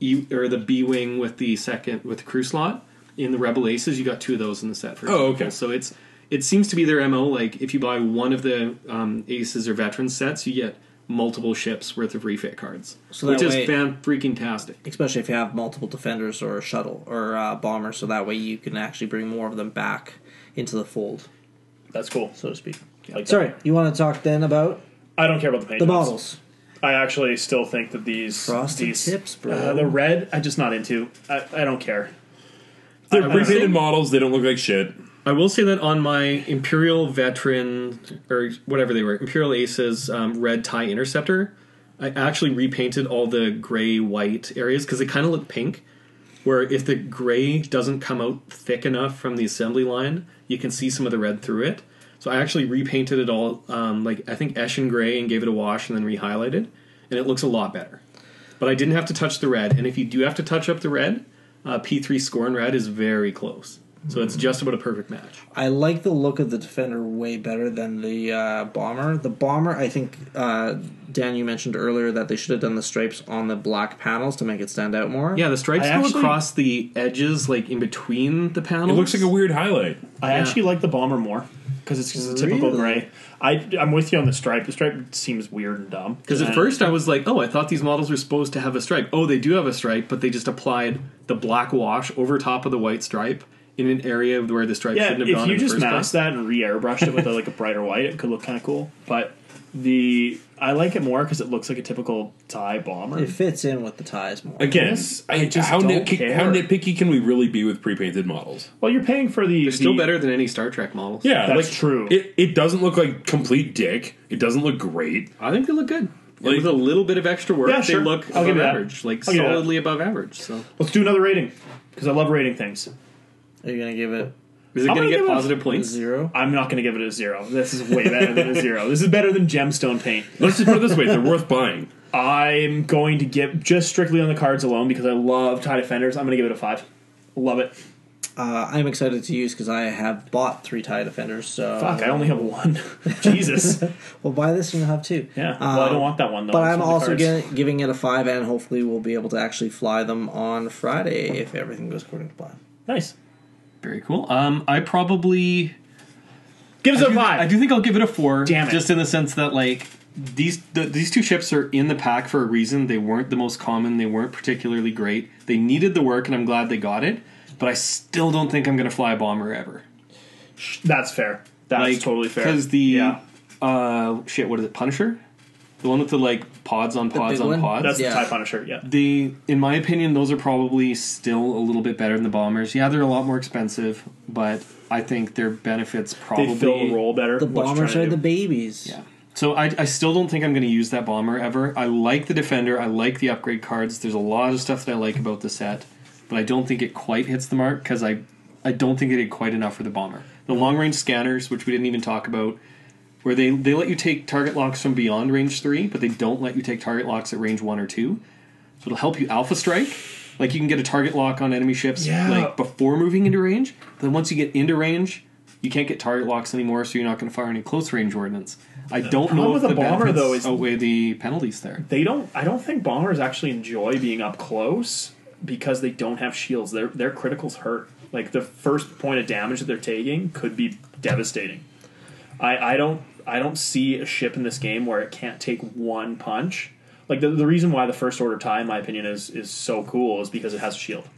Speaker 4: e, or the B wing with the second with the crew slot. in the Rebel Aces, you got two of those in the set. For
Speaker 1: Oh,
Speaker 4: example.
Speaker 1: okay.
Speaker 4: So it's it seems to be their mo. Like if you buy one of the um, Aces or Veterans sets, you get multiple ships worth of refit cards,
Speaker 3: So
Speaker 4: which
Speaker 3: that
Speaker 4: is
Speaker 3: way-
Speaker 4: fan freaking tastic.
Speaker 3: especially if you have multiple defenders or shuttle or uh, bombers, so that way you can actually bring more of them back into the fold,
Speaker 2: That's cool.
Speaker 3: so to speak.
Speaker 2: Like
Speaker 3: Sorry, you want to talk then about
Speaker 2: I don't care about the paint
Speaker 3: the
Speaker 2: jobs.
Speaker 3: models?
Speaker 2: I actually still think that these
Speaker 3: Frosted
Speaker 2: these,
Speaker 3: tips, bro.
Speaker 2: Uh, the red, I'm just not into. I, I don't care.
Speaker 1: They're
Speaker 2: I-
Speaker 1: repainted models. They don't look like shit.
Speaker 4: I will say that on my Imperial Veteran or whatever they were, Imperial Aces um, Red Tie Interceptor, I actually repainted all the gray white areas because they kind of look pink. Where if the gray doesn't come out thick enough from the assembly line, you can see some of the red through it. So I actually repainted it all, um, like I think Eschen gray, and gave it a wash and then rehighlighted, and it looks a lot better. But I didn't have to touch the red, and if you do have to touch up the red, uh, P3 Scorn Red is very close. So it's just about a perfect match.
Speaker 3: I like the look of the defender way better than the uh, bomber. The bomber, I think, uh, Dan, you mentioned earlier that they should have done the stripes on the black panels to make it stand out more.
Speaker 4: Yeah, the stripes
Speaker 2: I
Speaker 4: go
Speaker 2: actually-
Speaker 4: across the edges, like in between the panels.
Speaker 1: It looks like a weird highlight.
Speaker 2: I actually like the bomber more because it's just a typical
Speaker 3: Really?
Speaker 2: gray. I I'm with you on the stripe. The stripe seems weird and dumb.
Speaker 4: Because at
Speaker 2: And-
Speaker 4: first I was like, oh, I thought these models were supposed to have a stripe. Oh, they do have a stripe, but they just applied the black wash over top of the white stripe in an area where the stripe
Speaker 2: yeah,
Speaker 4: shouldn't have
Speaker 2: if
Speaker 4: gone.
Speaker 2: you
Speaker 4: in the
Speaker 2: just
Speaker 4: first
Speaker 2: masked
Speaker 4: place.
Speaker 2: that and re-airbrushed it with a, like a brighter white, it could look kind of cool. But the I like it more because it looks like a typical tie bomber.
Speaker 3: It fits in with the ties more.
Speaker 1: Again,
Speaker 2: Yes,
Speaker 1: I,
Speaker 2: I just
Speaker 1: how,
Speaker 2: don't
Speaker 1: nitpick, how
Speaker 2: care.
Speaker 1: nitpicky can we really be with pre-painted models?
Speaker 2: well, you're paying for the
Speaker 4: It's still
Speaker 2: the-
Speaker 4: better than any Star Trek models.
Speaker 1: Yeah,
Speaker 2: That's
Speaker 1: like
Speaker 2: true.
Speaker 1: It it doesn't look like complete dick. It doesn't look great.
Speaker 4: I think they look good. And
Speaker 1: Like-
Speaker 4: with a little bit of extra work,
Speaker 2: Yeah, sure.
Speaker 4: they look
Speaker 2: I'll
Speaker 4: above
Speaker 2: give you that.
Speaker 4: average, like
Speaker 2: I'll give you that.
Speaker 4: solidly above average. So
Speaker 2: Let's do another rating because I love rating things.
Speaker 3: Are you going to give it
Speaker 4: is it
Speaker 2: I'm
Speaker 4: going to get
Speaker 2: gonna give it a
Speaker 4: positive
Speaker 3: a
Speaker 4: points?
Speaker 3: zero?
Speaker 2: I'm not going to give it a zero. This is way better than a zero. This is better than gemstone paint.
Speaker 1: Let's just put it this way: they're worth buying.
Speaker 2: I'm going to give just strictly on the cards alone because I love tie defenders. I'm going to give it a five. Love it.
Speaker 3: Uh, I'm excited to use because I have bought three tie defenders. So
Speaker 2: Fuck, I only have one. Jesus.
Speaker 3: Well, buy this and you'll have two.
Speaker 2: Yeah. Well, I
Speaker 3: Um,
Speaker 4: Uh,
Speaker 2: don't want that one though.
Speaker 3: But
Speaker 2: I just
Speaker 3: I'm
Speaker 2: want the
Speaker 3: also
Speaker 2: cards.
Speaker 3: gi- giving it a five, and hopefully we'll be able to actually fly them on Friday if everything goes according to plan.
Speaker 2: nice.
Speaker 4: Very cool. Um, I probably
Speaker 2: Give us
Speaker 4: I
Speaker 2: a
Speaker 4: do-
Speaker 2: five.
Speaker 4: I do think I'll give it a four.
Speaker 2: Damn it.
Speaker 4: Just in the sense that like these th these two ships are in the pack for a reason. They weren't the most common. They weren't particularly great. They needed the work, and I'm glad they got it. But I still don't think I'm going to fly a bomber ever.
Speaker 2: That's fair. That's totally fair.
Speaker 4: Because the
Speaker 2: yeah,
Speaker 4: uh, shit, what is it? Punisher, the one with the like pods on pods
Speaker 3: big
Speaker 4: on
Speaker 3: one?
Speaker 4: pods.
Speaker 2: that's
Speaker 3: yeah.
Speaker 2: the tie punisher. Yeah.
Speaker 4: They, in my opinion, those are probably still a little bit better than the bombers. Yeah, they're a lot more expensive, but I think their benefits probably
Speaker 2: They fill the role better.
Speaker 3: The
Speaker 2: what you're
Speaker 3: bombers
Speaker 2: trying
Speaker 3: are
Speaker 2: to
Speaker 3: the
Speaker 2: do.
Speaker 3: babies.
Speaker 4: Yeah. So I, I still don't think I'm going to use that bomber ever. I like the defender. I like the upgrade cards. There's a lot of stuff that I like about the set, but I don't think it quite hits the mark because I I don't think they did quite enough for the bomber. The long range scanners, which we didn't even talk about, where they they let you take target locks from beyond range three, but they don't let you take target locks at range one or two. So it'll help you alpha strike. Like you can get a target lock on enemy ships
Speaker 2: Yeah.
Speaker 4: like before moving into range. Then once you get into range, you can't get target locks anymore, so you're not going to fire any close range ordnance. I don't
Speaker 2: problem
Speaker 4: know
Speaker 2: with
Speaker 4: if
Speaker 2: the
Speaker 4: the,
Speaker 2: bomber,
Speaker 4: benefits
Speaker 2: though, is-
Speaker 4: outweigh the penalties there.
Speaker 2: They don't. I don't think bombers actually enjoy being up close because they don't have shields. Their their criticals hurt. Like the first point of damage that they're taking could be devastating. I I don't I don't see a ship in this game where it can't take one punch. Like the, the reason why the first order tie, in my opinion, is is so cool is because it has a shield.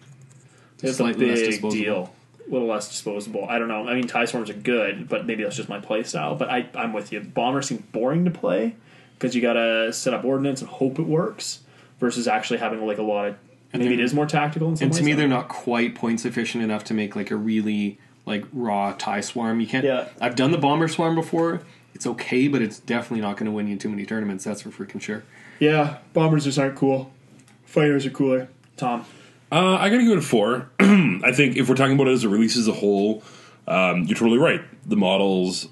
Speaker 2: It's a
Speaker 4: Slightly less
Speaker 2: big
Speaker 4: disposable.
Speaker 2: deal. A little less disposable. I don't know. I mean, tie swarms are good, but maybe that's just my play style. But I, I'm with you. Bombers seem boring to play because you got to set up ordnance and hope it works versus actually having like a lot of. Maybe it
Speaker 4: they're-
Speaker 2: is more tactical in some
Speaker 4: And to
Speaker 2: ways.
Speaker 4: me, they're not quite points efficient enough to make like a really like raw tie swarm. You can't.
Speaker 2: Yeah.
Speaker 4: I've done the bomber swarm before. It's okay, but it's definitely not going to win you too many tournaments. That's for freaking sure.
Speaker 2: yeah, bombers just aren't cool. Fighters are cooler. Tom,
Speaker 1: Uh, I gotta give it a four. I think if we're talking about it as a release as a whole, um, you're totally right. The models,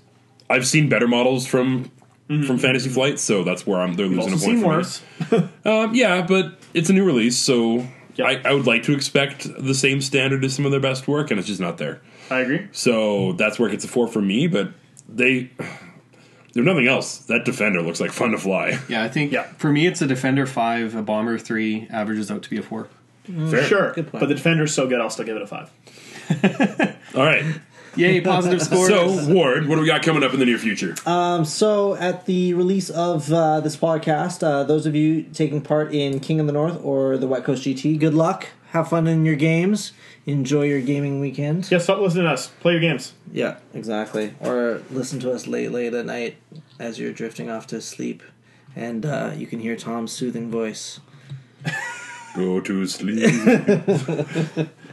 Speaker 1: I've seen better models from from Fantasy Flight, so that's where I'm. They're losing
Speaker 2: Mm-hmm. also
Speaker 1: a point
Speaker 2: seen
Speaker 1: for me.
Speaker 2: worse.
Speaker 1: Um, yeah, but it's a new release, so
Speaker 2: Yeah.
Speaker 1: I, I would like to expect the same standard as some of their best work, and it's just not there.
Speaker 2: I agree.
Speaker 1: So that's where it gets a four for me. But they, if nothing else, that defender looks like fun to fly.
Speaker 4: Yeah, I think
Speaker 2: Yeah.
Speaker 4: for me, it's a defender five, a bomber three, averages out to be a four.
Speaker 1: Fair.
Speaker 2: Sure,
Speaker 3: Good point.
Speaker 2: but the defender's so good, I'll still give it a five.
Speaker 1: All right.
Speaker 4: Yay, positive score.
Speaker 1: So Ward, what do we got coming up in the near future?
Speaker 3: Um, so, at the release of uh, this podcast, uh, those of you taking part in King of the North or the West Coast GT, good luck. Have fun in your games. Enjoy your gaming weekend.
Speaker 2: Yeah, stop listening to us. Play your games.
Speaker 3: Yeah, exactly. Or listen to us late, late at night as you're drifting off to sleep, and uh, you can hear Tom's soothing voice.
Speaker 1: Go to sleep.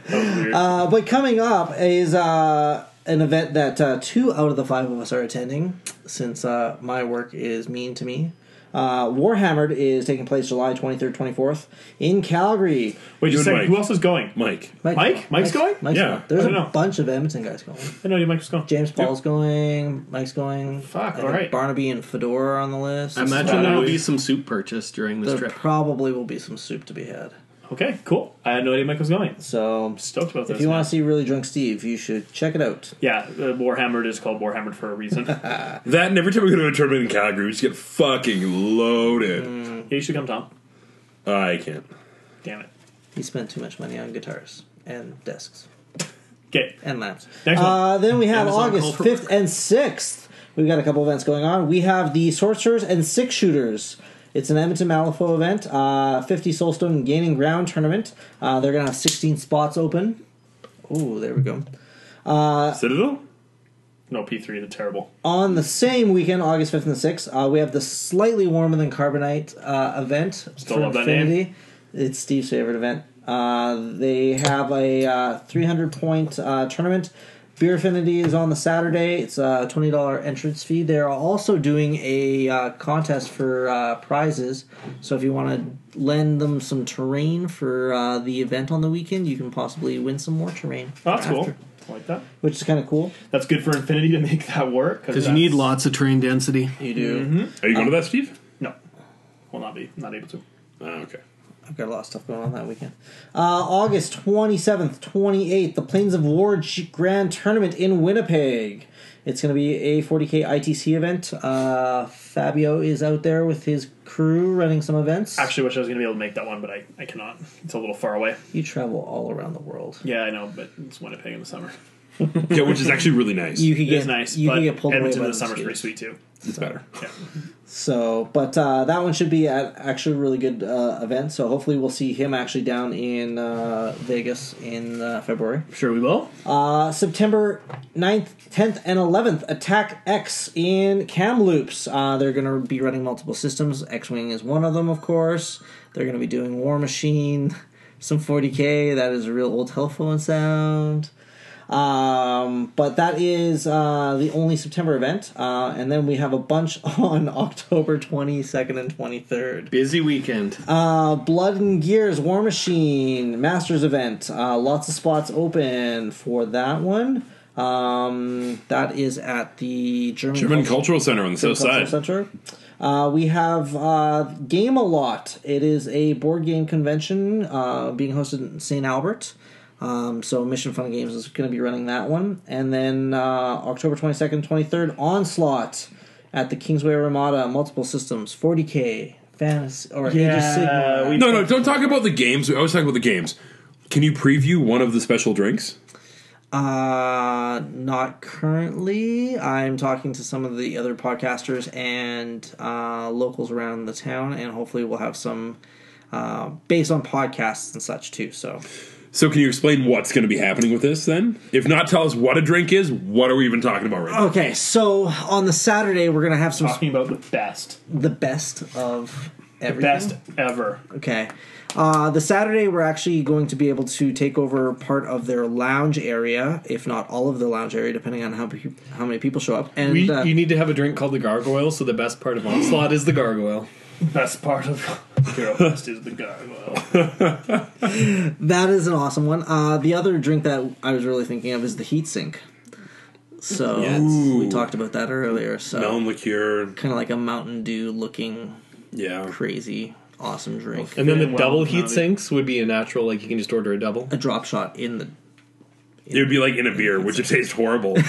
Speaker 3: Uh, but coming up is uh, an event that uh, two out of the five of us are attending, since uh, my work is mean to me. Uh, Warhammered is taking place July 23rd, 24th in Calgary.
Speaker 2: Wait,
Speaker 1: You
Speaker 2: just a
Speaker 1: and
Speaker 2: second.
Speaker 1: Mike.
Speaker 2: Who else is going?
Speaker 1: Mike.
Speaker 3: Mike?
Speaker 2: Mike? Mike's going?
Speaker 3: Mike's
Speaker 1: Yeah,
Speaker 3: going. There's
Speaker 2: I
Speaker 3: a
Speaker 2: don't know.
Speaker 3: bunch of Edmonton guys going.
Speaker 2: I know you, Mike's going.
Speaker 3: James Paul's going. Mike's going.
Speaker 2: Fuck,
Speaker 3: I
Speaker 2: all
Speaker 3: think
Speaker 2: right.
Speaker 3: Barnaby and Fedora are on the list.
Speaker 4: I imagine there will be some soup purchased during this
Speaker 3: there
Speaker 4: trip.
Speaker 3: probably will be some soup to be had.
Speaker 2: Okay, cool. I had no idea Mike was going.
Speaker 3: So,
Speaker 2: Stoked about this.
Speaker 3: if you
Speaker 2: man.
Speaker 3: want to see Really Drunk Steve, you should check it out.
Speaker 2: yeah, uh, Warhammered is called Warhammered for a reason. yeah,
Speaker 1: That and every time we go to a tournament in Calgary, we just get fucking loaded.
Speaker 2: you should come, Tom.
Speaker 1: I can't.
Speaker 2: Damn it.
Speaker 3: He spent too much money on guitars and desks.
Speaker 2: Okay.
Speaker 3: and lamps.
Speaker 2: Next one.
Speaker 3: Uh, then we have
Speaker 4: Amazon
Speaker 3: August
Speaker 4: call for
Speaker 3: 5th and 6th. We've got a couple events going on. We have the Sorcerers and Six Shooters. It's an Edmonton Malifaux event, uh, 50 Soulstone Gaining Ground tournament. Uh, they're going to have 16 spots open. Ooh, there we go. Ah.
Speaker 1: Citadel?
Speaker 2: No, P3, the terrible. Oh,
Speaker 3: On the same weekend, August 5th and 6th, uh, we have the Slightly Warmer Than Carbonite uh, event
Speaker 2: Still love that name.
Speaker 3: It's Steve's favorite event. Uh, they have a uh, 300 point uh, tournament. Beer Affinity is on the Saturday. It's a $20 entrance fee. They're also doing a uh, contest for uh, prizes. So if you want to lend them some terrain for uh, the event on the weekend, you can possibly win some more terrain.
Speaker 2: Oh, that's
Speaker 3: after,
Speaker 2: cool. I like that.
Speaker 3: Which is kind of cool.
Speaker 2: That's good for Infinity to make that work.
Speaker 4: Because you need lots of terrain density.
Speaker 3: You do.
Speaker 2: Mm-hmm.
Speaker 1: Are you going to that, Steve?
Speaker 2: No. Will not be. Not able to.
Speaker 1: Ah, okay.
Speaker 3: I've got a lot of stuff going on that weekend. Uh, August 27th, 28th, the Plains of War G- Grand Tournament in Winnipeg. It's going to be a 40K ITC event. Uh, Fabio is out there with his crew running some events.
Speaker 2: Actually, wish I was going to be able to make that one, but I, I cannot. It's a little far away.
Speaker 3: you travel all around the world.
Speaker 2: Yeah, I know, but it's Winnipeg in the summer.
Speaker 1: Yeah, which is actually really nice.
Speaker 3: You could
Speaker 2: It is
Speaker 3: get
Speaker 2: nice,
Speaker 3: You
Speaker 2: but
Speaker 3: could get pulled away
Speaker 2: Edmonton
Speaker 3: by
Speaker 2: in the summer is
Speaker 3: mosquitoes.
Speaker 2: pretty sweet too.
Speaker 1: it's better.
Speaker 3: So, but uh, that one should be at actually a really good uh, event. So hopefully we'll see him actually down in uh, Vegas in uh, February.
Speaker 2: Sure, we will.
Speaker 3: Uh, September 9th, 10th, and 11th, Attack X in Kamloops. Uh, they're going to be running multiple systems. X Wing is one of them, of course. They're going to be doing War Machine, some 40K. That is a real old telephone sound. Um, but that is uh, the only September event. Uh, and then we have a bunch on October 22nd and 23rd.
Speaker 4: Busy weekend.
Speaker 3: Uh, Blood and Gears War Machine Masters event. Uh, lots of spots open for that one. Um, that is at the German,
Speaker 1: German
Speaker 3: Cultural-
Speaker 1: Cultural Center on the south
Speaker 3: Cultural
Speaker 1: side.
Speaker 3: Center. Uh, we have uh, Game a Lot. It is a board game convention uh, being hosted in St. Albert. Um, so Mission Fun Games is going to be running that one. And then uh, October 22nd, 23rd, Onslaught at the Kingsway Ramada, multiple systems, 40K, Fantasy, or Age of
Speaker 2: Yeah,
Speaker 3: Sigmar.
Speaker 2: uh, we-
Speaker 1: No, no, don't talk about the games. We always talk about the games. Can you preview one of the special drinks?
Speaker 3: Uh, not currently. I'm talking to some of the other podcasters and uh, locals around the town, and hopefully we'll have some uh, based on podcasts and such too. So
Speaker 1: So, can you explain what's going to be happening with this then? If not, tell us what a drink is. What are we even talking about right now?
Speaker 3: okay, so on the Saturday we're gonna have some
Speaker 2: Talking about the best,
Speaker 3: the best of everything.
Speaker 2: best ever.
Speaker 3: Okay. Uh, the Saturday, we're actually going to be able to take over part of their lounge area, if not all of the lounge area, depending on how pe- how many people show up. And
Speaker 4: We,
Speaker 3: uh,
Speaker 4: you need to have a drink called the gargoyle, so the best part of Onslaught is the gargoyle.
Speaker 2: Best part of Hero Quest is the gargoyle.
Speaker 3: That is an awesome one. Uh, the other drink that I was really thinking of is the heat sink. So
Speaker 1: Yes.
Speaker 3: we
Speaker 1: Ooh.
Speaker 3: talked about that earlier. So
Speaker 1: Oh. Melon liqueur.
Speaker 3: kind of like a Mountain Dew looking
Speaker 1: Yeah.
Speaker 3: crazy awesome drink.
Speaker 4: And then the
Speaker 2: Well,
Speaker 4: double
Speaker 2: mounted.
Speaker 4: heat sinks would be a natural, like you can just order a double.
Speaker 3: A drop shot in the
Speaker 1: It would be like in a beer, which would taste horrible. But-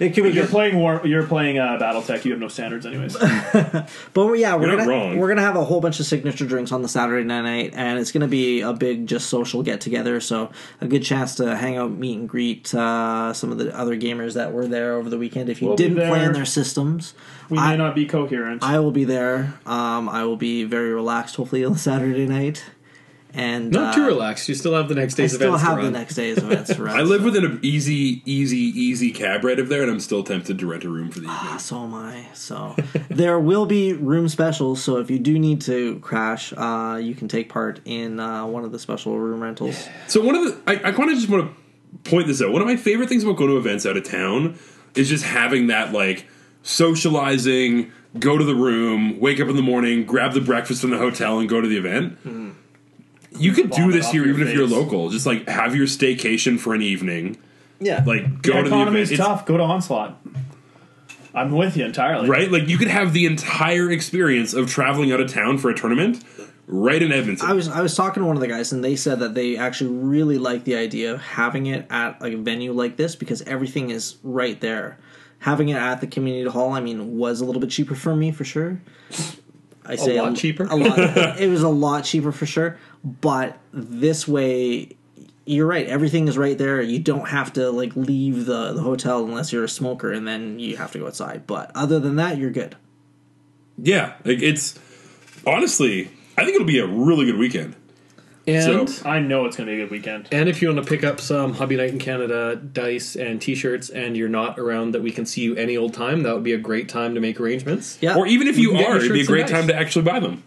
Speaker 5: It could be
Speaker 2: You're
Speaker 5: good.
Speaker 2: playing war. You're playing uh, BattleTech. You have no standards, anyways.
Speaker 3: But we- yeah, we're
Speaker 1: You're not
Speaker 3: gonna
Speaker 1: wrong.
Speaker 3: we're gonna have a whole bunch of signature drinks on the Saturday night, night, and it's gonna be a big just social get together. So a good chance to hang out, meet and greet uh, some of the other gamers that were there over the weekend. If you
Speaker 2: We'll be
Speaker 3: didn't play in
Speaker 2: there.
Speaker 3: their systems,
Speaker 2: We
Speaker 3: I,
Speaker 2: may not be coherent.
Speaker 3: I will be there. Um, I will be very relaxed, hopefully on Saturday night, and
Speaker 4: Not too
Speaker 3: uh,
Speaker 4: relaxed. You still have the next
Speaker 3: I
Speaker 4: day's
Speaker 3: still
Speaker 4: events
Speaker 3: have
Speaker 4: to run.
Speaker 3: the next day's events to run.
Speaker 1: I live within an easy, easy, easy cab ride of there, and I'm still tempted to rent a room for the evening.
Speaker 3: Ah, So am I. So there will be room specials. So if you do need to crash, uh, you can take part in uh, one of the special room rentals.
Speaker 1: So one of the I, I kind of just want to point this out. One of my favorite things about going to events out of town is just having that like socializing, go to the room, wake up in the morning, grab the breakfast from the hotel, and go to the event.
Speaker 2: Mm-hmm.
Speaker 1: You could do
Speaker 2: Vomit
Speaker 1: this
Speaker 2: off
Speaker 1: here
Speaker 2: your
Speaker 1: even if you're
Speaker 2: face.
Speaker 1: local. Just like have your staycation for an evening,
Speaker 3: Yeah.
Speaker 1: like go
Speaker 2: The
Speaker 1: to the event.
Speaker 2: economy's
Speaker 1: It's-
Speaker 2: tough. Go to Onslaught. I'm with you entirely.
Speaker 1: Right? Like you could have the entire experience of traveling out of town for a tournament right in Edmonton.
Speaker 3: I was I was talking to one of the guys and they said that they actually really like the idea of having it at like, a venue like this because everything is right there. Having it at the community hall, I mean, was a little bit cheaper for me for sure. I say
Speaker 4: lot cheaper?
Speaker 3: A lot. it was a lot cheaper for sure. But this way, you're right. Everything is right there. You don't have to like leave the, the hotel unless you're a smoker, and then you have to go outside. But other than that, you're good.
Speaker 1: yeah, like it's honestly, I think it'll be a really good weekend.
Speaker 4: And
Speaker 1: So-
Speaker 2: I know it's going to be a good weekend.
Speaker 4: and if you want to pick up some Hobby Night in Canada dice and T-shirts, and you're not around that we can see you any old time, that would be a great time to make arrangements.
Speaker 3: Yeah.
Speaker 1: Or even if
Speaker 4: can
Speaker 1: you
Speaker 4: get
Speaker 1: are,
Speaker 4: your
Speaker 1: it'd be a
Speaker 4: shirts and
Speaker 1: great
Speaker 4: dice.
Speaker 1: time to actually buy them.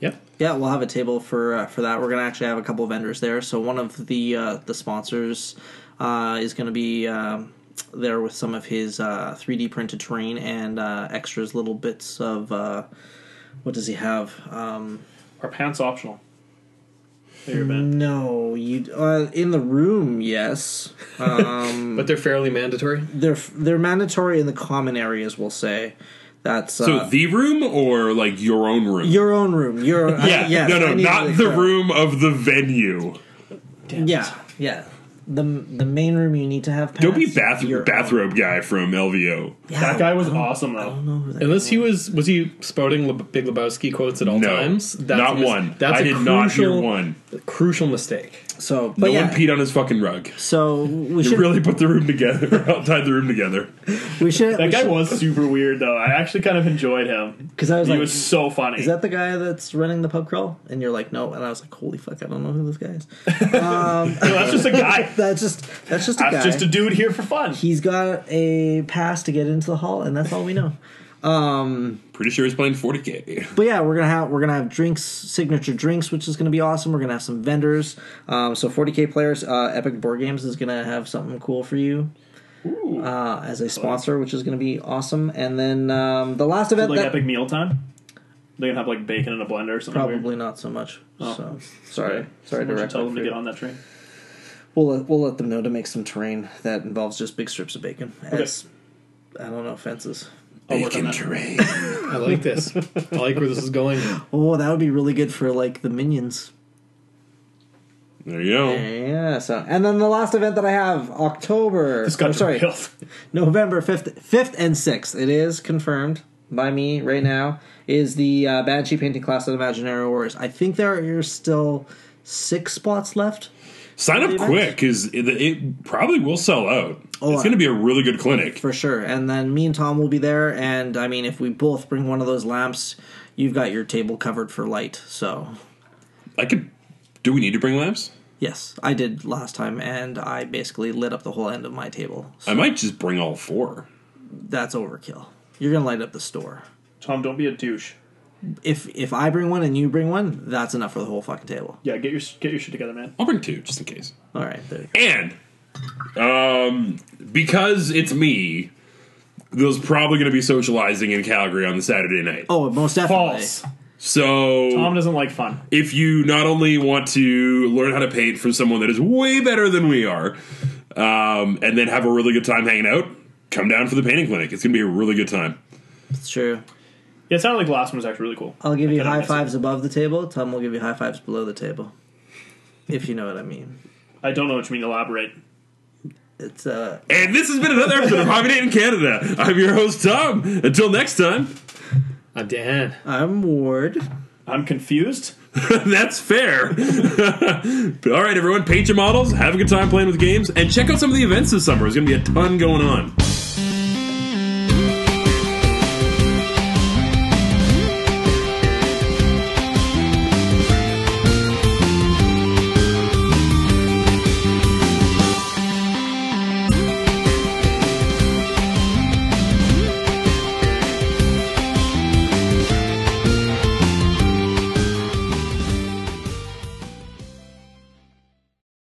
Speaker 4: Yep.
Speaker 3: Yeah, we'll have a table for uh, for that. We're gonna actually have a couple vendors there. So one of the uh, the sponsors uh, is gonna be um, there with some of his uh, 3D printed terrain and uh, extras, little bits of uh, what does he have? Um,
Speaker 2: Our pants optional. At your event.
Speaker 3: no, you uh, in the room, yes. Um,
Speaker 4: But they're fairly mandatory.
Speaker 3: they're they're mandatory in the common areas. We'll say that's
Speaker 1: So
Speaker 3: uh,
Speaker 1: the room or like your own room?
Speaker 3: your own room. Your
Speaker 1: yeah,
Speaker 3: uh, yes,
Speaker 1: no,
Speaker 3: I
Speaker 1: no,
Speaker 3: needed to
Speaker 1: not the
Speaker 3: clarify.
Speaker 1: room of the venue.
Speaker 3: Yeah, yeah. The the main room you need to have. Pants,
Speaker 1: Don't be bath-
Speaker 3: your own.
Speaker 1: bathrobe guy from LVO.
Speaker 3: Mm, Yeah,
Speaker 2: That guy was
Speaker 3: I don't-
Speaker 2: awesome
Speaker 3: I
Speaker 2: though.
Speaker 3: don't know who that
Speaker 4: Unless
Speaker 3: guy
Speaker 4: he
Speaker 3: was.
Speaker 4: was was he spouting Le- Big Lebowski quotes at all
Speaker 1: No,
Speaker 4: times?
Speaker 1: not
Speaker 4: a mis-
Speaker 1: one.
Speaker 4: That's
Speaker 1: I
Speaker 4: a
Speaker 1: did
Speaker 4: crucial,
Speaker 1: not hear one.
Speaker 4: Crucial mistake.
Speaker 3: So,
Speaker 1: No
Speaker 3: but yeah.
Speaker 1: one peed on his fucking rug.
Speaker 3: so
Speaker 1: You
Speaker 3: we should
Speaker 1: really put the room together, all tied the room together.
Speaker 3: we should
Speaker 2: That guy was super weird though. I actually kind of enjoyed him.
Speaker 3: because I was
Speaker 2: he
Speaker 3: like,
Speaker 2: was so funny.
Speaker 3: is that the guy that's running the pub crawl? And you're like, no. And I was like, holy fuck, I don't know who this guy is.
Speaker 2: No, that's just a guy.
Speaker 3: That's just that's just a guy.
Speaker 2: that's just a dude here for fun.
Speaker 3: He's got a pass to get into the hall, and that's all we know.
Speaker 1: Pretty sure he's playing 40k.
Speaker 3: But yeah, we're gonna have we're gonna have drinks, signature drinks, which is gonna be awesome. We're gonna have some vendors. Um, so 40k players, uh, Epic Board Games is gonna have something cool for you uh, as a sponsor, which is gonna be awesome. And then um, the last event
Speaker 2: like
Speaker 3: that
Speaker 2: epic meal time. They can have like bacon in a blender or something. weird.
Speaker 3: probably not so much.
Speaker 2: Oh.
Speaker 3: So sorry, sorry to
Speaker 2: Someone should
Speaker 3: direct.
Speaker 2: tell them to get on that train.
Speaker 3: We'll let, we'll let them know to make some terrain that involves just big strips of bacon. As, I don't know offenses.
Speaker 2: I'll work
Speaker 1: Bacon
Speaker 2: on that.
Speaker 1: terrain.
Speaker 4: I like this. I like where this is going.
Speaker 3: Oh, that would be really good for like the minions.
Speaker 1: there you go.
Speaker 3: Yeah. So uh, and then the last event that I have October.
Speaker 2: This got
Speaker 3: or Oh, sorry.
Speaker 2: derailed.
Speaker 3: November 5th, 5th and 6th. It is confirmed by me right now is the uh, Banshee painting class at Imaginary Wars. I think there are still six spots left.
Speaker 1: Sign up quick because it, it probably will sell out.
Speaker 3: Oh,
Speaker 1: it's going to be a really good clinic.
Speaker 3: For sure. And then me and Tom will be there and I mean if we both bring one of those lamps, you've got your table covered for light. So,
Speaker 1: I could. Do we need to bring lamps?
Speaker 3: yes, I did last time and I basically lit up the whole end of my table. So
Speaker 1: I might just bring all four.
Speaker 3: that's overkill. You're going to light up the store.
Speaker 2: Tom, don't be a douche.
Speaker 3: If if I bring one and you bring one, that's enough for the whole fucking table.
Speaker 2: Yeah, get your get your shit together, man.
Speaker 1: I'll bring two just in case.
Speaker 3: All right, there you
Speaker 1: And
Speaker 3: go.
Speaker 1: um, because it's me, there's probably going to be socializing in Calgary on the Saturday night.
Speaker 3: Oh, most definitely.
Speaker 2: False.
Speaker 1: So
Speaker 2: Tom doesn't like fun.
Speaker 1: if you not only want to learn how to paint from someone that is way better than we are, um, and then have a really good time hanging out, come down for the painting clinic. It's going to be a really good time.
Speaker 3: It's true.
Speaker 2: Yeah, it sounded like the last one was actually really cool.
Speaker 3: I'll give you
Speaker 2: cannot
Speaker 3: high
Speaker 2: miss it.
Speaker 3: fives above the table. Tom will give you high fives below the table. If you know what I mean.
Speaker 2: I don't know what you mean. Elaborate.
Speaker 3: It's uh,
Speaker 1: And this has been another episode of Hobby Night in Canada. I'm your host, Tom. Until next time,
Speaker 4: I'm Dan.
Speaker 3: I'm Ward.
Speaker 2: I'm confused.
Speaker 1: that's fair. All right, everyone, paint your models, have a good time playing with games, and check out some of the events this summer. There's going to be a ton going on.